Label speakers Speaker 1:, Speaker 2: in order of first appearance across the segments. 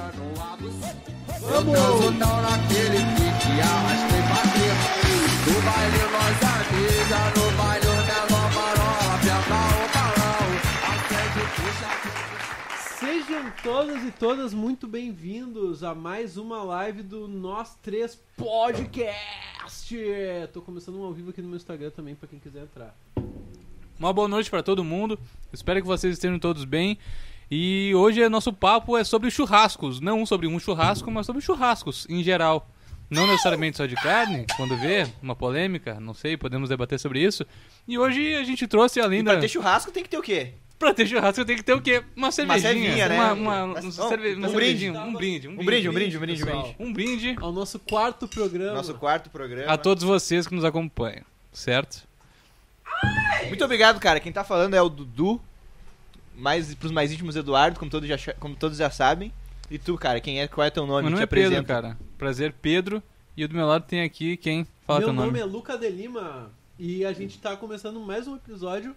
Speaker 1: quadrulados. Vamos! Caso
Speaker 2: um
Speaker 1: não naquele pique, arrastei pra dentro. No baile nós amiga, no baile o menor marola,
Speaker 2: tá
Speaker 1: pedal o balão, acende puxa.
Speaker 3: Sejam todos e todas muito bem-vindos a mais uma live do Nós Três Podcast. Tô começando um ao vivo aqui no meu Instagram também pra quem quiser entrar.
Speaker 4: Uma boa noite pra todo mundo. Espero que vocês estejam todos bem. E hoje o nosso papo é sobre churrascos, não sobre um churrasco, mas sobre churrascos em geral. Não necessariamente só de carne, quando vê, uma polêmica, não sei, podemos debater sobre isso. E hoje a gente trouxe além
Speaker 5: E
Speaker 4: da.
Speaker 5: pra ter churrasco tem que ter o quê?
Speaker 4: Pra ter churrasco tem que ter o quê? Uma cervejinha.
Speaker 5: cervinha, né?
Speaker 4: Uma, uma- um,
Speaker 5: Mas-
Speaker 4: cerve-
Speaker 5: um
Speaker 4: uma
Speaker 5: brinde.
Speaker 4: cervejinha, um brinde. Um
Speaker 5: Um brinde, um
Speaker 4: brinde.
Speaker 5: brinde, um brinde, um
Speaker 3: pessoal.
Speaker 5: brinde.
Speaker 4: Um brinde
Speaker 3: Ao nosso quarto programa.
Speaker 5: Nosso quarto programa.
Speaker 4: a todos vocês que nos acompanham, certo?
Speaker 5: Muito obrigado, cara. Quem tá falando é o Dudu, mais, pros mais íntimos, Eduardo, como todos já, cha- como todos já sabem. E tu, cara, quem é, qual é teu nome?
Speaker 4: Meu nome
Speaker 5: Te
Speaker 4: é Pedro,
Speaker 5: apresenta.
Speaker 4: cara. Prazer, Pedro. E do meu lado tem aqui quem? Fala
Speaker 3: Meu
Speaker 4: teu
Speaker 3: nome é Luca de Lima e a gente tá começando mais um episódio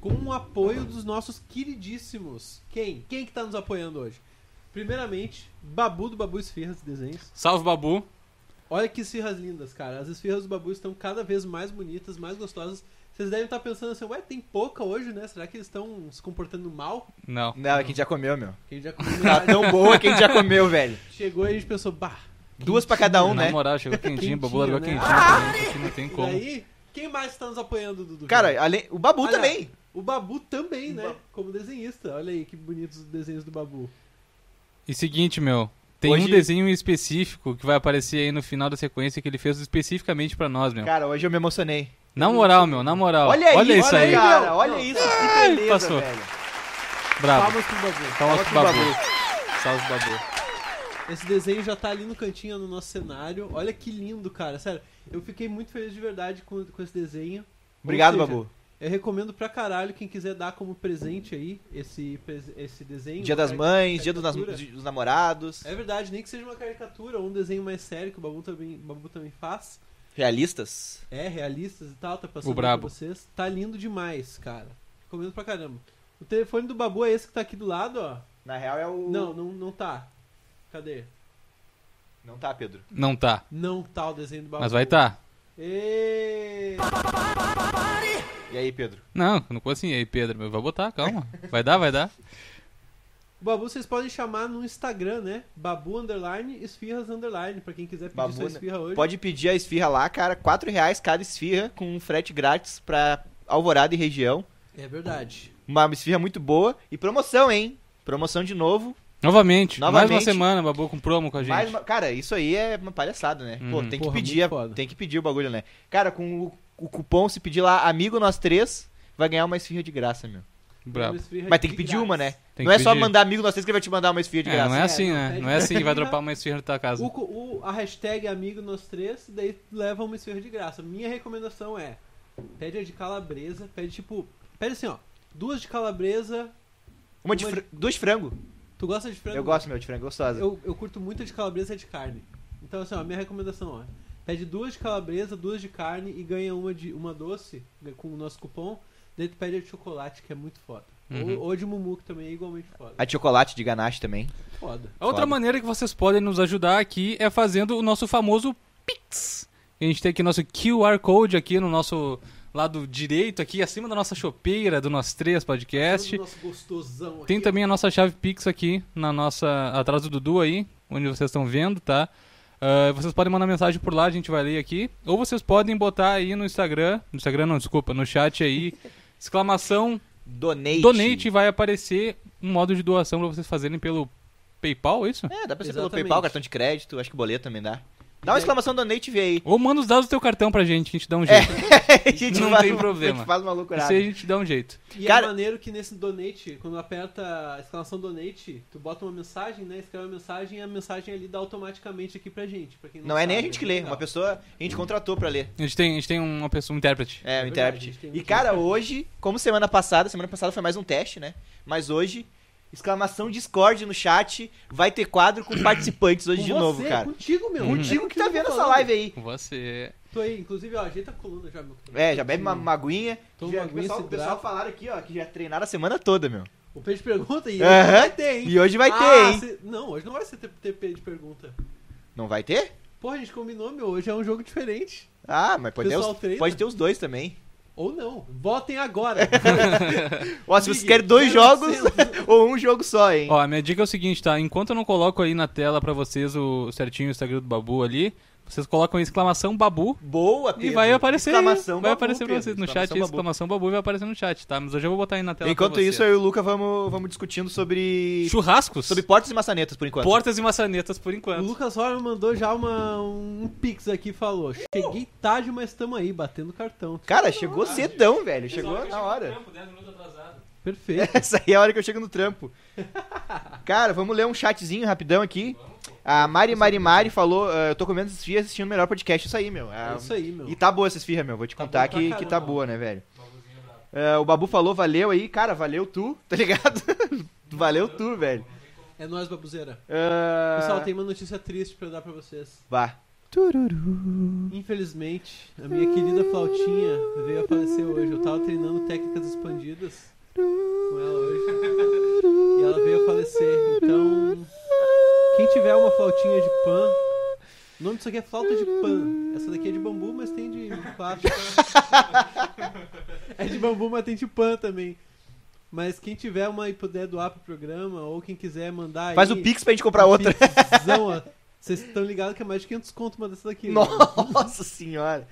Speaker 3: com o apoio dos nossos queridíssimos. Quem? Quem que tá nos apoiando hoje? Primeiramente, Babu do Babu Esfirras e Desenhos.
Speaker 4: Salve, Babu.
Speaker 3: Olha que esfirras lindas, cara. As esfirras do Babu estão cada vez mais bonitas, mais gostosas. Vocês devem estar pensando assim, ué, tem pouca hoje, né? Será que eles estão se comportando mal?
Speaker 4: Não.
Speaker 5: Não, é quem já comeu, meu.
Speaker 3: Quem já comeu,
Speaker 5: Tá tão boa quem já comeu, velho.
Speaker 3: chegou e a gente pensou, bah.
Speaker 5: Duas pra cada um,
Speaker 4: Na
Speaker 5: né?
Speaker 4: moral, chegou quentinho, Babu
Speaker 3: Quentinho,
Speaker 4: largou
Speaker 3: né?
Speaker 4: quentinho. pra gente, aqui não tem
Speaker 3: E
Speaker 4: como.
Speaker 3: aí, quem mais está nos apoiando, Dudu?
Speaker 5: Cara, além, o Babu
Speaker 3: Olha,
Speaker 5: também.
Speaker 3: o Babu também, né?
Speaker 5: Ba-
Speaker 3: Como desenhista. Olha aí que bonitos os desenhos do Babu.
Speaker 4: E seguinte, meu, tem
Speaker 5: Hoje-
Speaker 4: um desenho específico que vai aparecer aí no final da sequência que ele fez especificamente pra nós, meu.
Speaker 5: Cara, hoje eu me emocionei.
Speaker 4: Na moral, meu, na moral.
Speaker 5: Olha, aí,
Speaker 4: isso aí.
Speaker 5: cara.
Speaker 3: meu.
Speaker 5: Olha
Speaker 3: Não.
Speaker 5: isso, que beleza,
Speaker 4: passou.
Speaker 5: velho. Ah.
Speaker 4: Bravo.
Speaker 3: Palmas pro Babu.
Speaker 4: Palmas
Speaker 5: Fala
Speaker 4: pro
Speaker 5: com o
Speaker 4: Babu.
Speaker 5: Babu.
Speaker 4: Salve, Babu.
Speaker 3: Esse desenho já tá ali no cantinho, no nosso cenário. Olha que lindo, cara. Sério, eu fiquei muito feliz de verdade com, com esse desenho. Ou
Speaker 5: Obrigado,
Speaker 3: seja,
Speaker 5: Babu.
Speaker 3: Eu recomendo pra caralho quem quiser dar como presente aí esse, pres- esse desenho.
Speaker 5: Dia das
Speaker 3: Car-
Speaker 5: mães, dia dos, nas-
Speaker 3: caricatura.
Speaker 5: dos namorados.
Speaker 3: É verdade, nem que seja uma caricatura ou um desenho mais sério que o Babu também, Babu também faz.
Speaker 5: Realistas.
Speaker 3: É, realistas e tal, tá passando
Speaker 4: O
Speaker 3: aí
Speaker 4: brabo.
Speaker 3: pra vocês. Tá lindo demais, cara. Recomendo pra caramba. O telefone do Babu é esse que tá aqui do lado, ó.
Speaker 5: Na real é o.
Speaker 3: Não, não, não tá. Cadê?
Speaker 5: Não tá, Pedro.
Speaker 4: Não tá,
Speaker 3: Não tá o desenho do Babu.
Speaker 4: mas vai tá.
Speaker 3: Ê!
Speaker 5: E aí, Pedro?
Speaker 4: Não, não consigo. E aí, Pedro, meu, vai botar, calma. Vai dar, vai dar.
Speaker 3: O Babu vocês podem chamar no Instagram, né? Babu underline, esfirras underline, pra quem quiser pedir
Speaker 5: Babu,
Speaker 3: sua
Speaker 5: né?
Speaker 3: esfirra hoje.
Speaker 5: Pode pedir a esfirra lá, cara. 4 reais cada esfirra, com um frete grátis pra Alvorada e região.
Speaker 3: É verdade.
Speaker 5: Uma esfirra muito boa. E promoção, hein? Promoção de novo.
Speaker 4: Novamente, mais uma
Speaker 5: Novamente.
Speaker 4: semana, Babu com promo com a gente.
Speaker 5: Mais uma- Cara, isso aí é uma palhaçada, né? Pô,
Speaker 4: Uhum.
Speaker 5: tem que
Speaker 3: Porra,
Speaker 5: pedir.
Speaker 3: muito
Speaker 5: a-
Speaker 3: foda.
Speaker 5: Tem que pedir o bagulho, né? Cara, com o, o cupom, se pedir lá Amigo Nós Três, vai ganhar uma esfirra de graça, meu.
Speaker 4: Bravo.
Speaker 3: Uma esfirra
Speaker 5: Mas tem
Speaker 3: de
Speaker 5: que pedir
Speaker 3: grátis.
Speaker 5: uma, né?
Speaker 4: Tem
Speaker 5: não
Speaker 4: que
Speaker 5: é só
Speaker 4: pedir.
Speaker 5: mandar Amigo Nós Três que ele vai te mandar uma esfirra de
Speaker 4: É,
Speaker 5: graça.
Speaker 4: não é assim,
Speaker 3: não,
Speaker 4: né?
Speaker 3: pede
Speaker 4: Não é assim que vai
Speaker 3: pra-
Speaker 4: dropar uma esfirra na tua casa.
Speaker 3: O, co- o- a hashtag amigo nós três, daí leva uma esfirra de graça. Minha recomendação é: pede a de calabresa, pede tipo. Pede assim, ó. Duas de calabresa.
Speaker 5: Uma de
Speaker 3: Uma de-
Speaker 5: fr... dois frango.
Speaker 3: Tu gosta de frango?
Speaker 5: Eu gosto, meu, de frango gostosa.
Speaker 3: Eu, eu curto muito a de calabresa e a de carne. Então, assim, ó, minha recomendação, ó. Pede duas de calabresa, duas de carne e ganha uma de uma doce né, com o nosso cupom. Daí tu pede a de chocolate, que é muito foda.
Speaker 4: Uhum.
Speaker 3: Ou, ou de mumu, que também é igualmente foda.
Speaker 5: A de chocolate de ganache também.
Speaker 3: Foda.
Speaker 4: A outra
Speaker 5: Foda.
Speaker 4: maneira que vocês podem nos ajudar aqui é fazendo o nosso famoso Pix. A gente tem aqui nosso QR Code aqui no nosso lado direito, aqui acima da nossa chopeira do Nós Três Podcast.
Speaker 3: Todo nosso gostosão aqui,
Speaker 4: Tem também a nossa chave Pix aqui na nossa atrás do Dudu aí, onde vocês estão vendo, tá? Ah, vocês podem mandar mensagem por lá, a gente vai ler aqui. Ou vocês podem botar aí no Instagram, no Instagram não, desculpa, no chat aí, exclamação
Speaker 5: Donate.
Speaker 4: donate e vai aparecer um modo de doação pra vocês fazerem pelo PayPal, é isso?
Speaker 5: É, dá pra ser pelo
Speaker 3: Exatamente.
Speaker 5: PayPal, cartão de crédito, acho que boleto também dá.
Speaker 3: E
Speaker 5: Dá uma
Speaker 3: aí-
Speaker 5: exclamação donate e vê aí.
Speaker 4: Ou manda os dados do teu cartão pra gente, a gente dá um jeito.
Speaker 5: A gente
Speaker 4: Não
Speaker 5: faz
Speaker 4: tem
Speaker 5: um-
Speaker 4: problema.
Speaker 5: A gente faz uma loucurada.
Speaker 4: Isso aí a gente dá um jeito.
Speaker 3: E
Speaker 5: Cara-
Speaker 3: é maneiro que nesse donate, quando aperta a exclamação donate, tu bota uma mensagem, né? Escreve uma mensagem e a mensagem ali dá automaticamente aqui pra gente. Pra quem não
Speaker 5: Não é nem a
Speaker 3: sabe,
Speaker 5: gente que
Speaker 3: bem
Speaker 5: lê,
Speaker 3: legal.
Speaker 5: uma pessoa a gente contratou pra ler.
Speaker 4: A gente tem, a gente tem uma pessoa, um intérprete.
Speaker 5: É, o
Speaker 3: verdade, a
Speaker 5: intérprete.
Speaker 3: gente tem um
Speaker 5: E cara, hoje, como semana passada, semana passada foi mais um teste, né? Mas hoje, exclamação Discord no chat, vai ter quadro com participantes hoje
Speaker 3: Com
Speaker 5: de
Speaker 3: você,
Speaker 5: novo, cara.
Speaker 3: Contigo, meu.
Speaker 5: Contigo que tá vendo essa
Speaker 3: falando.
Speaker 5: live aí.
Speaker 4: Com Você.
Speaker 3: Tô aí, inclusive, ó, ajeita a coluna já, meu.
Speaker 5: É, já bebe uma, uma aguinha.
Speaker 3: Toma
Speaker 5: Já-
Speaker 3: uma
Speaker 5: o
Speaker 3: aguinha,
Speaker 5: pessoal,
Speaker 3: se
Speaker 5: o pessoal
Speaker 3: hidrata.
Speaker 5: falaram aqui, ó, que já treinaram a semana toda, meu.
Speaker 3: O P de pergunta e
Speaker 5: Aham.
Speaker 3: hoje vai ter, hein?
Speaker 5: E hoje vai
Speaker 3: Ah,
Speaker 5: ter, hein?
Speaker 3: cê- Não, hoje não vai ser ter, ter P de pergunta.
Speaker 5: Não vai ter?
Speaker 3: Pô, a gente combinou, meu, hoje é um jogo diferente.
Speaker 5: Ah, mas pode, ter
Speaker 3: Pessoal
Speaker 5: os,
Speaker 3: treta.
Speaker 5: pode ter os dois também.
Speaker 3: Ou não. Votem agora.
Speaker 5: Ó, se vocês
Speaker 3: Ligue,
Speaker 5: querem
Speaker 3: 0800.
Speaker 5: dois jogos ou um jogo só, hein?
Speaker 4: Ó, a minha dica é o seguinte, tá? Enquanto eu não coloco aí na tela pra vocês o certinho o Instagram do Babu ali, vocês colocam exclamação Babu
Speaker 5: Boa,
Speaker 4: e
Speaker 5: Pedro.
Speaker 4: vai aparecer aí.
Speaker 5: Exclamação
Speaker 4: Vai
Speaker 5: babu,
Speaker 4: aparecer pra
Speaker 5: Pedro.
Speaker 4: vocês no chat,
Speaker 5: Exclamação babu.
Speaker 4: exclamação Babu vai aparecer no chat, tá? Mas hoje eu vou botar aí na tela
Speaker 5: Enquanto
Speaker 4: pra vocês.
Speaker 5: isso, eu e o Luca vamos, vamos discutindo sobre.
Speaker 4: Churrascos?
Speaker 5: Sobre portas e maçanetas, por enquanto.
Speaker 4: Portas e maçanetas por enquanto.
Speaker 3: o Lucas Horner mandou já uma, um pix aqui e falou: Cheguei tarde, mas tamo aí, batendo cartão.
Speaker 5: Cara,
Speaker 3: Ah,
Speaker 5: chegou cedão, velho. Chegou na hora.
Speaker 3: Perfeito.
Speaker 5: Essa aí é a hora que eu chego no trampo. Cara, vamos ler um chatzinho rapidão aqui. A Mari Mari Mari falou: "Ah, Eu tô comendo essas fias assistindo o melhor podcast. Isso aí, meu. Ah,
Speaker 3: É isso aí, meu.
Speaker 5: E tá boa essas firras, meu. Vou te contar
Speaker 3: boa pra
Speaker 5: que, que
Speaker 3: caramba.
Speaker 5: tá boa, né, velho? É, o Babu falou, valeu aí, cara, valeu tu, tá ligado? valeu tu, velho.
Speaker 3: É nóis, babuzeira.
Speaker 5: Ah,
Speaker 3: Pessoal, tem uma notícia triste pra dar pra vocês.
Speaker 5: Vá.
Speaker 3: Infelizmente, a minha querida flautinha veio a falecer hoje. Eu tava treinando técnicas expandidas com ela hoje. E ela veio a falecer. Então, quem tiver uma flautinha de pan. O nome disso aqui é flauta de pan. Essa daqui é de bambu, mas tem de plástico. é de bambu, mas tem de pan também. Mas quem tiver uma e puder doar pro programa, ou quem quiser mandar aí.
Speaker 5: Faz o pix pra gente comprar outra.
Speaker 3: Pixzão, um ó. Vocês estão ligados que é mais de 500 conto uma dessa daqui. né?
Speaker 5: Nossa senhora.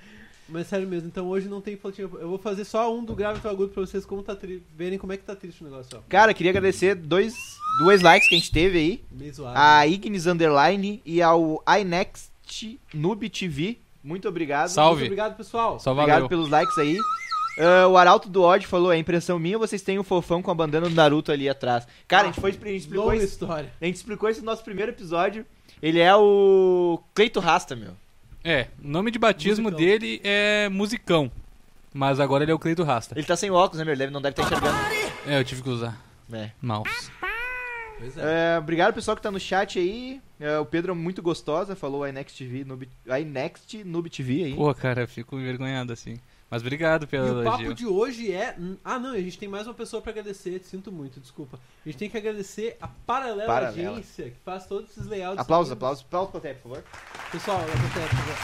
Speaker 3: Mas sério mesmo, então hoje não tem flautinha. Eu vou fazer só um do grave e agudo pra vocês como tá tri... verem como é que tá triste o negócio, ó.
Speaker 5: Cara, queria agradecer dois, dois likes que a gente teve aí.
Speaker 3: Meio zoado.
Speaker 5: A Ignis Underline e ao iNext Noob TV. Muito obrigado.
Speaker 3: Muito
Speaker 4: Salve.
Speaker 3: obrigado, pessoal.
Speaker 4: Só
Speaker 5: Obrigado
Speaker 4: valeu.
Speaker 5: pelos likes aí. Ah, o Arauto do Odd falou, é impressão minha, vocês têm o fofão com a bandana do Naruto ali atrás. Cara, a gente foi a gente explicou
Speaker 3: Longa
Speaker 5: isso.
Speaker 3: história.
Speaker 5: A gente explicou isso no nosso primeiro episódio. Ele é o Cleito Rasta, meu.
Speaker 4: É, o nome de batismo
Speaker 3: Musicão.
Speaker 4: dele é Musicão. Mas agora ele é o Cleito Rasta.
Speaker 5: Ele tá sem óculos, né, meu? Ele deve- não deve estar enxergando.
Speaker 4: É, eu tive que usar.
Speaker 5: É.
Speaker 4: Mouse.
Speaker 3: Pois é.
Speaker 5: É, obrigado, pessoal, que tá no chat aí. É, o Pedro é muito gostosa, falou iNext TV, Noob, iNext Noob TV aí.
Speaker 4: Porra, cara, eu fico envergonhado assim. Mas obrigado
Speaker 5: É,
Speaker 3: E
Speaker 4: pelo
Speaker 3: o papo
Speaker 4: elogio.
Speaker 3: de hoje é. Ah, não, a gente tem mais uma pessoa pra agradecer. Sinto muito, desculpa. A gente tem que agradecer a Paralela,
Speaker 5: Paralela.
Speaker 3: Agência, que faz todos esses layouts.
Speaker 5: Aplausos,
Speaker 3: lindos.
Speaker 5: aplausos. Aplausos pra Té, por favor.
Speaker 3: Pessoal, olha pra tela, por favor.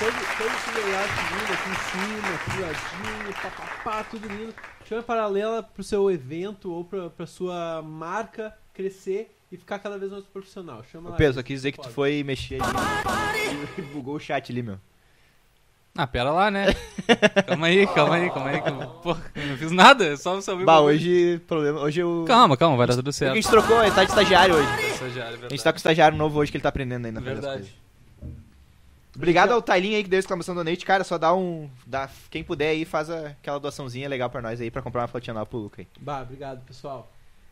Speaker 3: Todo, todo esse layout lindo aqui em cima, criadinho, papapá, tudo lindo. Chama a paralela pro seu evento ou pra, pra sua marca crescer e ficar cada vez mais profissional. Chama
Speaker 5: Ô,
Speaker 3: lá.
Speaker 5: Pedro, só quis dizer que tu
Speaker 3: Foda.
Speaker 5: foi mexer ali. E bugou o chat ali, meu.
Speaker 4: Ah, pera lá, né? calma aí, calma aí, calma aí. que eu- Porra, eu não fiz nada, eu só salvei o
Speaker 5: Bah,
Speaker 4: bagulho.
Speaker 5: hoje, problema, hoje eu...
Speaker 4: Calma, calma, vai dar tudo
Speaker 5: Porque a
Speaker 4: certo.
Speaker 5: gente trocou, ele tá de estagiário hoje.
Speaker 4: Estagiário,
Speaker 5: A gente tá com o estagiário novo hoje que ele tá aprendendo ainda. a fazer as
Speaker 4: Verdade.
Speaker 5: coisas. Obrigado ao Tailinho aí que deu a exclamação do Nate. Cara, só dá um. Dá, quem puder aí, faz a- aquela doaçãozinha legal pra nós aí pra comprar uma flotinha nova pro Luca aí.
Speaker 3: Bah, obrigado, pessoal.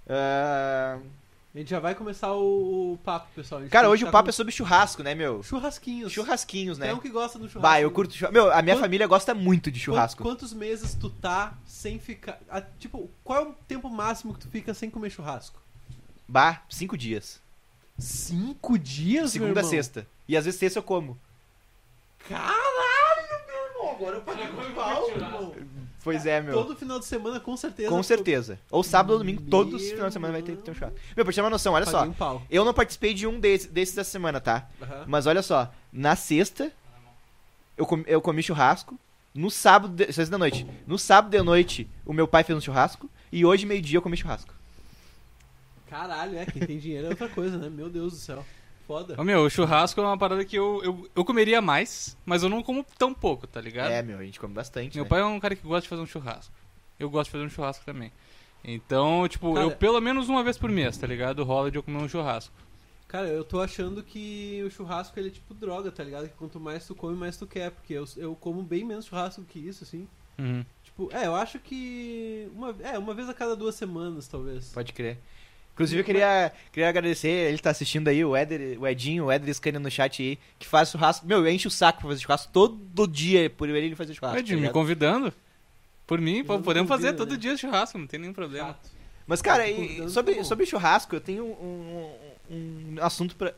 Speaker 5: Ah,
Speaker 3: A gente já vai começar o, o papo, pessoal. A gente
Speaker 5: cara,
Speaker 3: tem que
Speaker 5: hoje
Speaker 3: tá
Speaker 5: o papo é sobre churrasco, né, meu?
Speaker 3: com churrasquinhos.
Speaker 5: Churrasquinhos, né?
Speaker 3: Tem um que gosta do churrasco.
Speaker 5: Bah, eu curto churrasco. Meu, a minha
Speaker 3: Quant-
Speaker 5: família gosta muito de
Speaker 3: Quan-
Speaker 5: churrasco.
Speaker 3: Quantos meses tu tá sem ficar. ah, tipo, qual é o tempo máximo que tu fica sem comer churrasco?
Speaker 5: Bah, cinco dias.
Speaker 3: Cinco dias, meu
Speaker 5: Segunda a
Speaker 3: irmão?
Speaker 5: sexta. E às vezes sexta eu como.
Speaker 3: Caralho, meu irmão, agora eu paguei muito pau, meu irmão.
Speaker 5: Pois
Speaker 3: Ah,
Speaker 5: é, meu.
Speaker 3: Todo final de semana, com certeza.
Speaker 5: Com certeza. Ou sábado ou domingo,
Speaker 3: Meu
Speaker 5: todos os finais de semana vai ter, ter um churrasco. Meu, pra te ter uma noção, olha
Speaker 3: eu
Speaker 5: só.
Speaker 3: paguei um pau.
Speaker 5: Eu não participei de um desses, desses essa semana, tá?
Speaker 3: Aham.
Speaker 5: Mas olha só, na sexta eu comi, eu comi churrasco. No sábado, de, sexta da noite. No sábado de noite, o meu pai fez um churrasco. E hoje, meio-dia, eu comi churrasco.
Speaker 3: Caralho, é, quem tem dinheiro é outra coisa, né? Meu Deus do céu. Foda.
Speaker 4: Ô, meu, o churrasco é uma parada que eu, eu, eu comeria mais, mas eu não como tão pouco, tá ligado?
Speaker 5: É, meu, a gente come bastante.
Speaker 4: Meu
Speaker 5: né?
Speaker 4: pai é um cara que gosta de fazer um churrasco. Eu gosto de fazer um churrasco também. Então, tipo,
Speaker 3: Cara-
Speaker 4: eu pelo menos uma vez por mês, tá ligado? Rola de eu comer um churrasco.
Speaker 3: Cara, eu tô achando que o churrasco ele é tipo droga, tá ligado? Que quanto mais tu come, mais tu quer. Porque eu, eu como bem menos churrasco que isso, assim.
Speaker 4: Uhum.
Speaker 3: Tipo, é, eu acho que. Uma, é, uma vez a cada duas semanas, talvez.
Speaker 5: Pode crer. Inclusive, eu queria, queria agradecer, ele tá assistindo aí, o, Éder, o Edinho, o Éder Scania no chat aí, que faz churrasco. Meu, enche o saco pra fazer churrasco todo dia, por ele fazer churrasco.
Speaker 4: Ed,
Speaker 5: tá
Speaker 4: me
Speaker 5: ligado?
Speaker 4: convidando. Por mim, pô,
Speaker 3: não
Speaker 4: podemos
Speaker 3: duvido,
Speaker 4: fazer
Speaker 3: né?
Speaker 4: todo dia churrasco, não tem nenhum problema.
Speaker 3: Chato.
Speaker 5: Mas, cara,
Speaker 3: Tá
Speaker 5: e-
Speaker 3: convidando, tá
Speaker 5: sobre,
Speaker 3: bom.
Speaker 5: sobre churrasco, eu tenho um, um- um assunto pra.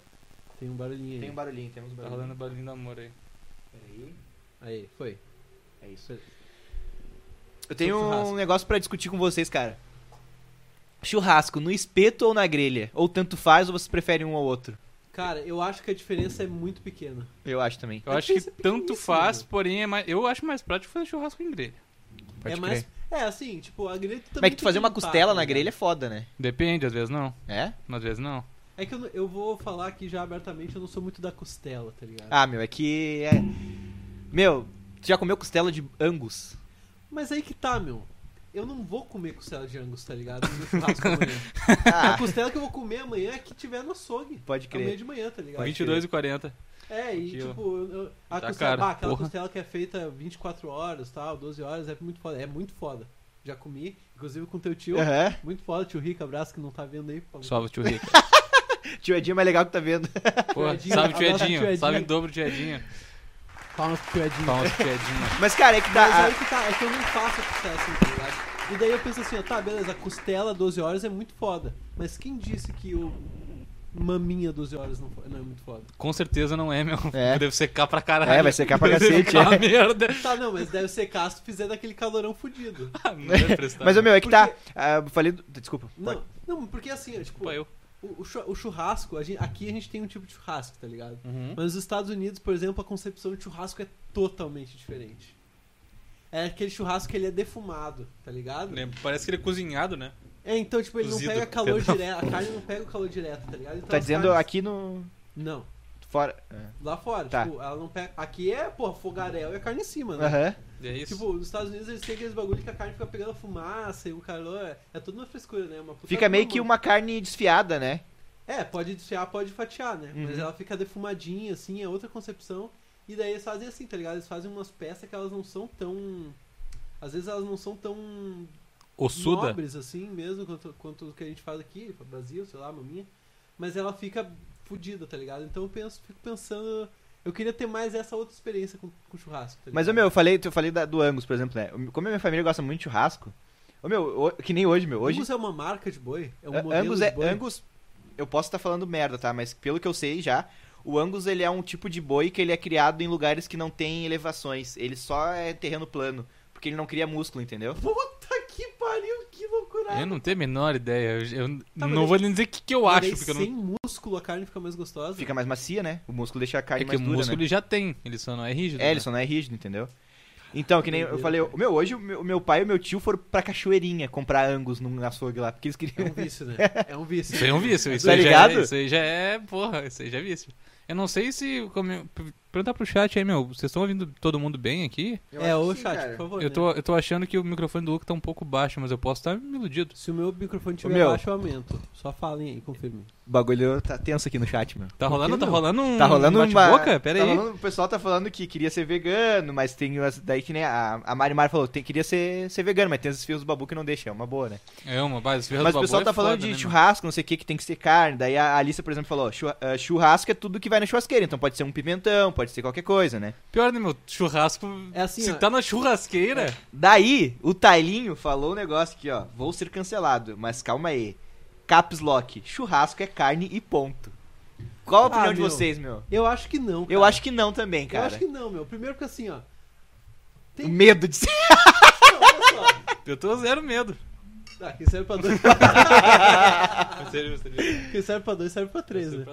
Speaker 3: Tem um barulhinho aí.
Speaker 5: Tem um barulhinho, temos um
Speaker 4: Tá
Speaker 5: barulhinho.
Speaker 4: rolando barulhinho do amor aí.
Speaker 5: Peraí.
Speaker 3: Aí, foi.
Speaker 5: É isso.
Speaker 3: Foi.
Speaker 5: Eu tenho
Speaker 3: Sobre
Speaker 5: um
Speaker 3: churrasco.
Speaker 5: negócio pra discutir com vocês, cara. Churrasco, no espeto ou na grelha? Ou tanto faz ou você prefere um ou outro?
Speaker 3: Cara, eu acho que a diferença é muito pequena.
Speaker 5: Eu acho também.
Speaker 4: Eu
Speaker 3: A
Speaker 4: acho que
Speaker 3: diferença é
Speaker 4: tanto
Speaker 3: pequeníssima.
Speaker 4: faz, porém é mais. Eu acho mais prático fazer churrasco em grelha.
Speaker 5: Pode
Speaker 3: é mais. É, assim, tipo, a grelha tu também.
Speaker 5: Mas é que
Speaker 3: tem
Speaker 5: tu fazer uma
Speaker 3: limpar,
Speaker 5: costela
Speaker 3: tá
Speaker 5: na
Speaker 3: ligado?
Speaker 5: grelha é foda, né?
Speaker 4: Depende, às vezes não.
Speaker 5: É?
Speaker 4: Às vezes não.
Speaker 3: É que eu, não- eu vou falar aqui já abertamente, eu não sou muito da costela, tá ligado?
Speaker 5: Ah, meu, é que. É... Meu, tu já comeu costela de angus?
Speaker 3: Mas aí que tá, meu. Eu não vou comer costela de angus, tá ligado? No churrasco amanhã.
Speaker 5: Ah,
Speaker 3: A costela que eu vou comer amanhã é que tiver no açougue.
Speaker 5: pode
Speaker 3: Amanhã
Speaker 5: crer.
Speaker 3: de manhã, tá ligado?
Speaker 5: Pode
Speaker 4: 22 e 40.
Speaker 3: É, e
Speaker 4: Aquilo.
Speaker 3: tipo, eu- eu- a
Speaker 4: Tá
Speaker 3: costela,
Speaker 4: caro,
Speaker 3: ah, aquela
Speaker 4: porra.
Speaker 3: costela que é feita 24 horas, tal, 12 horas, é muito foda. É muito foda. Já comi, inclusive com teu tio.
Speaker 5: Aham.
Speaker 3: Muito foda, tio Rico, abraço que não tá vendo aí. por favor.
Speaker 4: Salve, tio Rico.
Speaker 5: Tio Edinho é mais legal que tá vendo.
Speaker 4: Porra,
Speaker 3: Edinho,
Speaker 4: salve, tio
Speaker 3: abraço, tio
Speaker 4: Edinho.
Speaker 3: Edinho.
Speaker 4: Salve em dobro, tio Edinho.
Speaker 3: Palmas pro tio Edinho.
Speaker 4: Palmas, pro tio Edinho.
Speaker 5: Mas, cara, é que
Speaker 3: Mas
Speaker 5: dá.
Speaker 3: aí que tá, é que eu não faço a costela assim, tá ligado? E daí eu penso assim, ó, tá, beleza, a costela 12 horas é muito foda. Mas quem disse que o maminha 12 horas não, fo- não é muito foda?
Speaker 4: Com certeza não é, meu.
Speaker 5: É.
Speaker 4: Deve secar pra caralho.
Speaker 5: É, vai secar pra
Speaker 4: Deve
Speaker 5: cacete,
Speaker 4: secar
Speaker 5: é.
Speaker 4: uma merda.
Speaker 3: Tá, não, mas deve ser caso se fizer daquele calorão fudido.
Speaker 4: Ah, não deve prestar.
Speaker 5: Mas, ô, meu, é que
Speaker 3: Porque-
Speaker 5: tá. Ah, eu falei. do- Desculpa.
Speaker 3: Não, não, porque assim, ó, tipo,
Speaker 4: Pô, eu.
Speaker 3: O, o chu- o churrasco, a gente- aqui a gente tem um tipo de churrasco, tá ligado?
Speaker 4: Uhum.
Speaker 3: Mas nos Estados Unidos, por exemplo, a concepção de churrasco é totalmente diferente. É aquele churrasco que ele é defumado, tá ligado?
Speaker 4: Lembra, Parece que ele é cozinhado, né?
Speaker 3: É, então, tipo, ele não
Speaker 4: Cozido,
Speaker 3: pega calor
Speaker 4: perdão.
Speaker 3: direto, a carne não pega o calor direto, tá ligado? Então,
Speaker 5: Tá
Speaker 3: as
Speaker 5: dizendo
Speaker 3: carnes-
Speaker 5: aqui no.
Speaker 3: Não,
Speaker 5: Fora. É.
Speaker 3: lá fora,
Speaker 5: Tá.
Speaker 3: tipo, ela não pega... Aqui é, pô, fogaréu e a carne em cima, né?
Speaker 5: Aham.
Speaker 4: E é isso.
Speaker 3: Tipo, nos Estados Unidos eles têm aqueles bagulho que a carne fica pegando fumaça e o calor... é- É tudo uma frescura, né? Uma puta
Speaker 5: Fica meio
Speaker 3: fama.
Speaker 5: que uma carne desfiada, né?
Speaker 3: É, pode desfiar, pode fatiar, né? Mas
Speaker 5: Uhum.
Speaker 3: ela fica defumadinha, assim, é outra concepção. E daí eles fazem assim, tá ligado? Eles fazem umas peças que elas não são tão. Às vezes elas não são tão
Speaker 4: ossuda.
Speaker 3: nobres, assim, mesmo, quanto, quanto o que a gente faz aqui, pra Brasil, sei lá, maminha. Mas ela fica fodida, tá ligado? Então eu penso, fico pensando. Eu queria ter mais essa outra experiência com, com churrasco, tá ligado?
Speaker 5: Mas, ô meu, eu falei, eu falei da- do Angus, por exemplo, né? Como a minha família gosta muito de churrasco. Ô meu, o- que nem hoje, meu. Hoje.
Speaker 3: Angus é uma marca de boi? É um
Speaker 5: A-
Speaker 3: modelo
Speaker 5: Angus
Speaker 3: de
Speaker 5: é.
Speaker 3: boi?
Speaker 5: Angus. Eu posso estar falando merda, tá? Mas pelo que eu sei já, o Angus ele é um tipo de boi que ele é criado em lugares que não tem elevações. Ele só é terreno plano. Porque ele não cria músculo, entendeu?
Speaker 3: Puta que pariu, que loucura!
Speaker 5: né?
Speaker 4: Eu não tenho a menor ideia. Eu, eu
Speaker 3: Tá, mas
Speaker 4: não
Speaker 3: aí-
Speaker 4: vou nem dizer o que, que eu
Speaker 3: Mas
Speaker 4: acho,
Speaker 3: daí
Speaker 4: porque eu não. é
Speaker 3: sem músculo a carne fica mais gostosa.
Speaker 5: Fica mais macia, né? O músculo deixa a
Speaker 4: É
Speaker 5: carne
Speaker 4: que
Speaker 5: mais
Speaker 4: o
Speaker 5: dura,
Speaker 4: músculo
Speaker 5: né?
Speaker 4: ele já tem, ele só não é rígido.
Speaker 5: É,
Speaker 4: né?
Speaker 5: ele só não é rígido, entendeu? Então, que nem eu
Speaker 3: Doideira,
Speaker 5: falei,
Speaker 3: cara.
Speaker 5: o meu, hoje o meu, o meu pai e o meu tio foram pra cachoeirinha comprar Angus num açougue lá, porque eles
Speaker 3: É
Speaker 5: queriam.
Speaker 3: um vício, né? É um vício.
Speaker 4: Isso aí é um vício. Isso
Speaker 5: Tá
Speaker 4: aí Já
Speaker 5: ligado?
Speaker 4: é, isso aí já é, porra, isso aí já é vício. Eu não sei se. Como, perguntar pro chat aí, meu. Vocês estão ouvindo todo mundo bem aqui?
Speaker 3: É, ô chat, por favor.
Speaker 4: Eu tô,
Speaker 5: né?
Speaker 4: eu tô achando que o microfone do Luke tá um pouco baixo, mas eu posso estar me iludido.
Speaker 3: Se o meu microfone tiver
Speaker 5: meu.
Speaker 3: baixo, eu aumento. Só falem aí, confirme.
Speaker 5: O bagulho tá tenso aqui no chat, meu.
Speaker 4: Tá
Speaker 3: Por
Speaker 4: rolando,
Speaker 3: que
Speaker 4: tá
Speaker 3: não?
Speaker 4: rolando um.
Speaker 5: Tá rolando
Speaker 4: um
Speaker 5: uma.
Speaker 4: boca? Pera
Speaker 5: tá
Speaker 4: aí.
Speaker 5: rolando- o pessoal tá falando que queria ser vegano, mas tem. umas- Daí que nem a, a Mari Mari falou, tem, queria ser, ser vegano, mas tem esses fios do babu que não deixa, é uma boa, né?
Speaker 4: É uma base. esfirra
Speaker 5: mas
Speaker 4: do
Speaker 5: o pessoal
Speaker 4: babu
Speaker 5: tá
Speaker 4: é
Speaker 5: falando
Speaker 4: foda,
Speaker 5: de
Speaker 4: né, meu?
Speaker 5: churrasco, não sei o que, que tem que ser carne. Daí a Alissa, por exemplo, falou: "Churra- eh, churrasco é tudo que vai na churrasqueira, então pode ser um pimentão, pode ser qualquer coisa, né?
Speaker 4: Pior, né, meu? Churrasco.
Speaker 3: É assim,
Speaker 4: se
Speaker 3: ó.
Speaker 4: tá na churrasqueira.
Speaker 5: Daí, o Tailinho falou um negócio aqui, ó. Vou ser cancelado, mas calma aí. Caps Lock, churrasco é carne e ponto. Qual a
Speaker 3: Ah,
Speaker 5: opinião de
Speaker 3: meu.
Speaker 5: vocês, meu?
Speaker 3: Eu acho que não.
Speaker 5: Eu
Speaker 3: cara.
Speaker 5: acho que não também,
Speaker 3: Eu
Speaker 5: cara.
Speaker 3: acho que não, meu. Primeiro porque assim, ó. tem-
Speaker 5: Medo de ser.
Speaker 3: Não, olha só.
Speaker 4: Eu tô zero medo.
Speaker 3: Ah, quem serve pra dois,
Speaker 4: Sério, sério.
Speaker 3: quem serve pra dois serve pra três, né?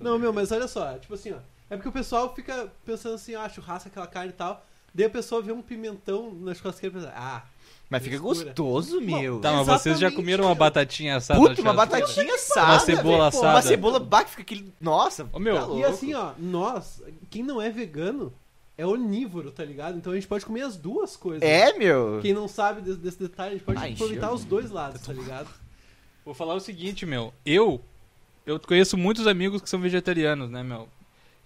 Speaker 3: Não, meu, mas olha só, tipo assim, ó. É porque o pessoal fica pensando assim, ah, churrasco, aquela carne e tal. Daí a pessoa vê um pimentão na churrasqueira e pensa, ah,
Speaker 5: Mas fica
Speaker 3: Frescura.
Speaker 5: gostoso, meu. É
Speaker 4: Tá, mas vocês já
Speaker 3: Exatamente,
Speaker 4: comeram uma
Speaker 3: cara.
Speaker 4: batatinha assada?
Speaker 5: Puta,
Speaker 4: na
Speaker 5: uma
Speaker 4: churrasqueira?
Speaker 5: batatinha assada.
Speaker 4: tá, Uma cebola
Speaker 5: velho. Pô, Uma
Speaker 4: assada.
Speaker 5: cebola baque, fica aquele. Nossa,
Speaker 4: Ô, meu,
Speaker 5: tá louco.
Speaker 3: E assim, ó, nós, quem não é vegano, é onívoro, tá ligado? Então a gente pode comer as duas coisas.
Speaker 5: É, meu.
Speaker 3: Quem não sabe desse, desse detalhe, a gente pode
Speaker 5: Ah,
Speaker 3: aproveitar
Speaker 5: encheu.
Speaker 3: os dois lados, tá ligado?
Speaker 4: Vou falar o seguinte, meu. Eu, eu conheço muitos amigos que são vegetarianos, né, meu?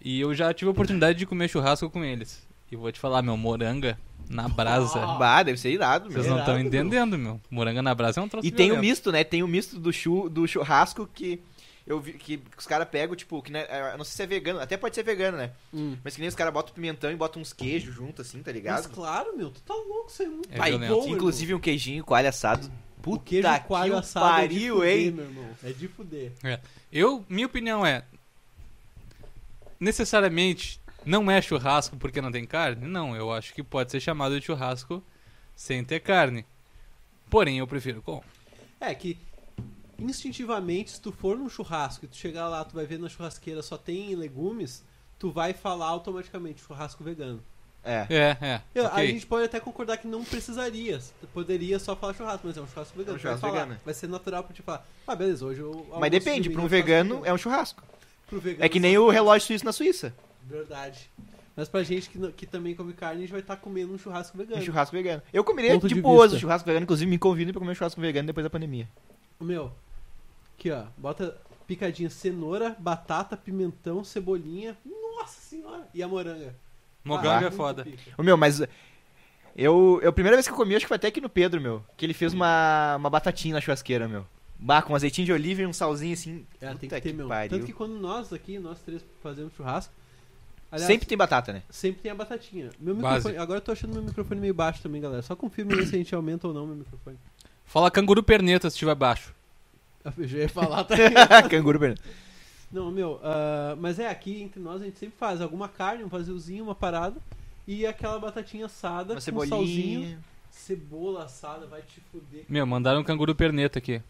Speaker 4: E eu já tive a oportunidade de comer churrasco com eles. E vou te falar, meu, moranga na brasa.
Speaker 5: Bah, deve ser irado, meu.
Speaker 4: Vocês não estão
Speaker 3: irado, meu.
Speaker 4: entendendo, meu. Moranga na brasa é um troço
Speaker 5: E tem o
Speaker 4: violento.
Speaker 5: misto, né? Tem o misto do, chu, do churrasco que eu vi que os caras pegam, tipo, que né, eu não sei se é vegano, até pode ser vegano, né?
Speaker 3: Hum.
Speaker 5: Mas que nem os caras botam pimentão e botam uns queijos junto, assim, tá
Speaker 3: Mas
Speaker 5: ligado?
Speaker 3: claro, meu, tu tá louco, isso aí é muito
Speaker 4: É
Speaker 3: bom,
Speaker 4: violento.
Speaker 3: irmão.
Speaker 5: Inclusive um queijinho coalho assado. Puta
Speaker 3: o queijo
Speaker 5: que
Speaker 3: coalho assado
Speaker 5: pariu,
Speaker 3: é de fuder,
Speaker 5: hein?
Speaker 3: meu irmão. É de fuder.
Speaker 4: Eu, minha opinião é. Necessariamente não é churrasco porque não tem carne? Não, eu acho que pode ser chamado de churrasco sem ter carne. Porém, eu prefiro com.
Speaker 3: É que instintivamente, se tu for num churrasco e tu chegar lá, tu vai ver na churrasqueira só tem legumes, tu vai falar automaticamente churrasco vegano.
Speaker 5: É.
Speaker 4: É, é.
Speaker 3: Eu-
Speaker 4: ok.
Speaker 3: A gente pode até concordar que não precisaria. Tu Poderia só falar churrasco, mas é um churrasco vegano.
Speaker 5: É um
Speaker 3: tu vai
Speaker 5: churrasco
Speaker 3: falar.
Speaker 5: vegano.
Speaker 3: Vai ser natural pra te falar. Ah, beleza, hoje eu. almoço
Speaker 5: Mas depende,
Speaker 3: de
Speaker 5: pra um
Speaker 3: milho, eu faço
Speaker 5: vegano é um churrasco.
Speaker 3: Pro vegano
Speaker 5: É que
Speaker 3: só
Speaker 5: nem o
Speaker 3: tem-
Speaker 5: relógio suíço na Suíça.
Speaker 3: Verdade. Mas pra gente que, não- que também come carne, a gente vai estar comendo um churrasco
Speaker 5: Um
Speaker 3: vegano.
Speaker 5: churrasco vegano. Eu comeria
Speaker 3: Ponto
Speaker 5: de
Speaker 3: de
Speaker 5: boas
Speaker 3: vista.
Speaker 5: o churrasco vegano, inclusive me convidam pra comer um churrasco vegano depois da pandemia.
Speaker 3: O Meu, aqui ó, bota picadinha cenoura, batata, pimentão, cebolinha. Nossa senhora! E a moranga.
Speaker 4: Moganga
Speaker 3: Ah,
Speaker 4: é foda.
Speaker 3: muito pica.
Speaker 5: Ô meu, mas eu, eu a primeira vez que eu comi, acho que foi até aqui no Pedro, meu, que ele fez uma, uma batatinha na churrasqueira, meu. Bah, com um azeitinho de oliva e um salzinho assim.
Speaker 3: É, tem
Speaker 5: Puta
Speaker 3: que ter,
Speaker 5: que
Speaker 3: meu.
Speaker 5: pariu.
Speaker 3: Tanto que quando nós aqui, nós três fazemos churrasco. aliás,
Speaker 5: Sempre tem batata, né?
Speaker 3: Sempre tem a batatinha. Meu
Speaker 4: Base.
Speaker 3: microfone, agora eu tô achando meu microfone meio baixo também, galera. Só confirme aí se a gente aumenta ou não meu microfone.
Speaker 4: Fala canguru perneta se tiver baixo.
Speaker 3: Eu já ia falar, tá?
Speaker 5: Canguru, Bernardo.
Speaker 3: não, meu, ah, mas é, aqui entre nós a gente sempre faz alguma carne, um vaziozinho, uma parada. E aquela batatinha assada,
Speaker 5: Uma
Speaker 3: com um salzinho,
Speaker 5: cebolinha.
Speaker 3: cebola assada, vai te fuder.
Speaker 4: Meu, mandaram um canguru perneta aqui.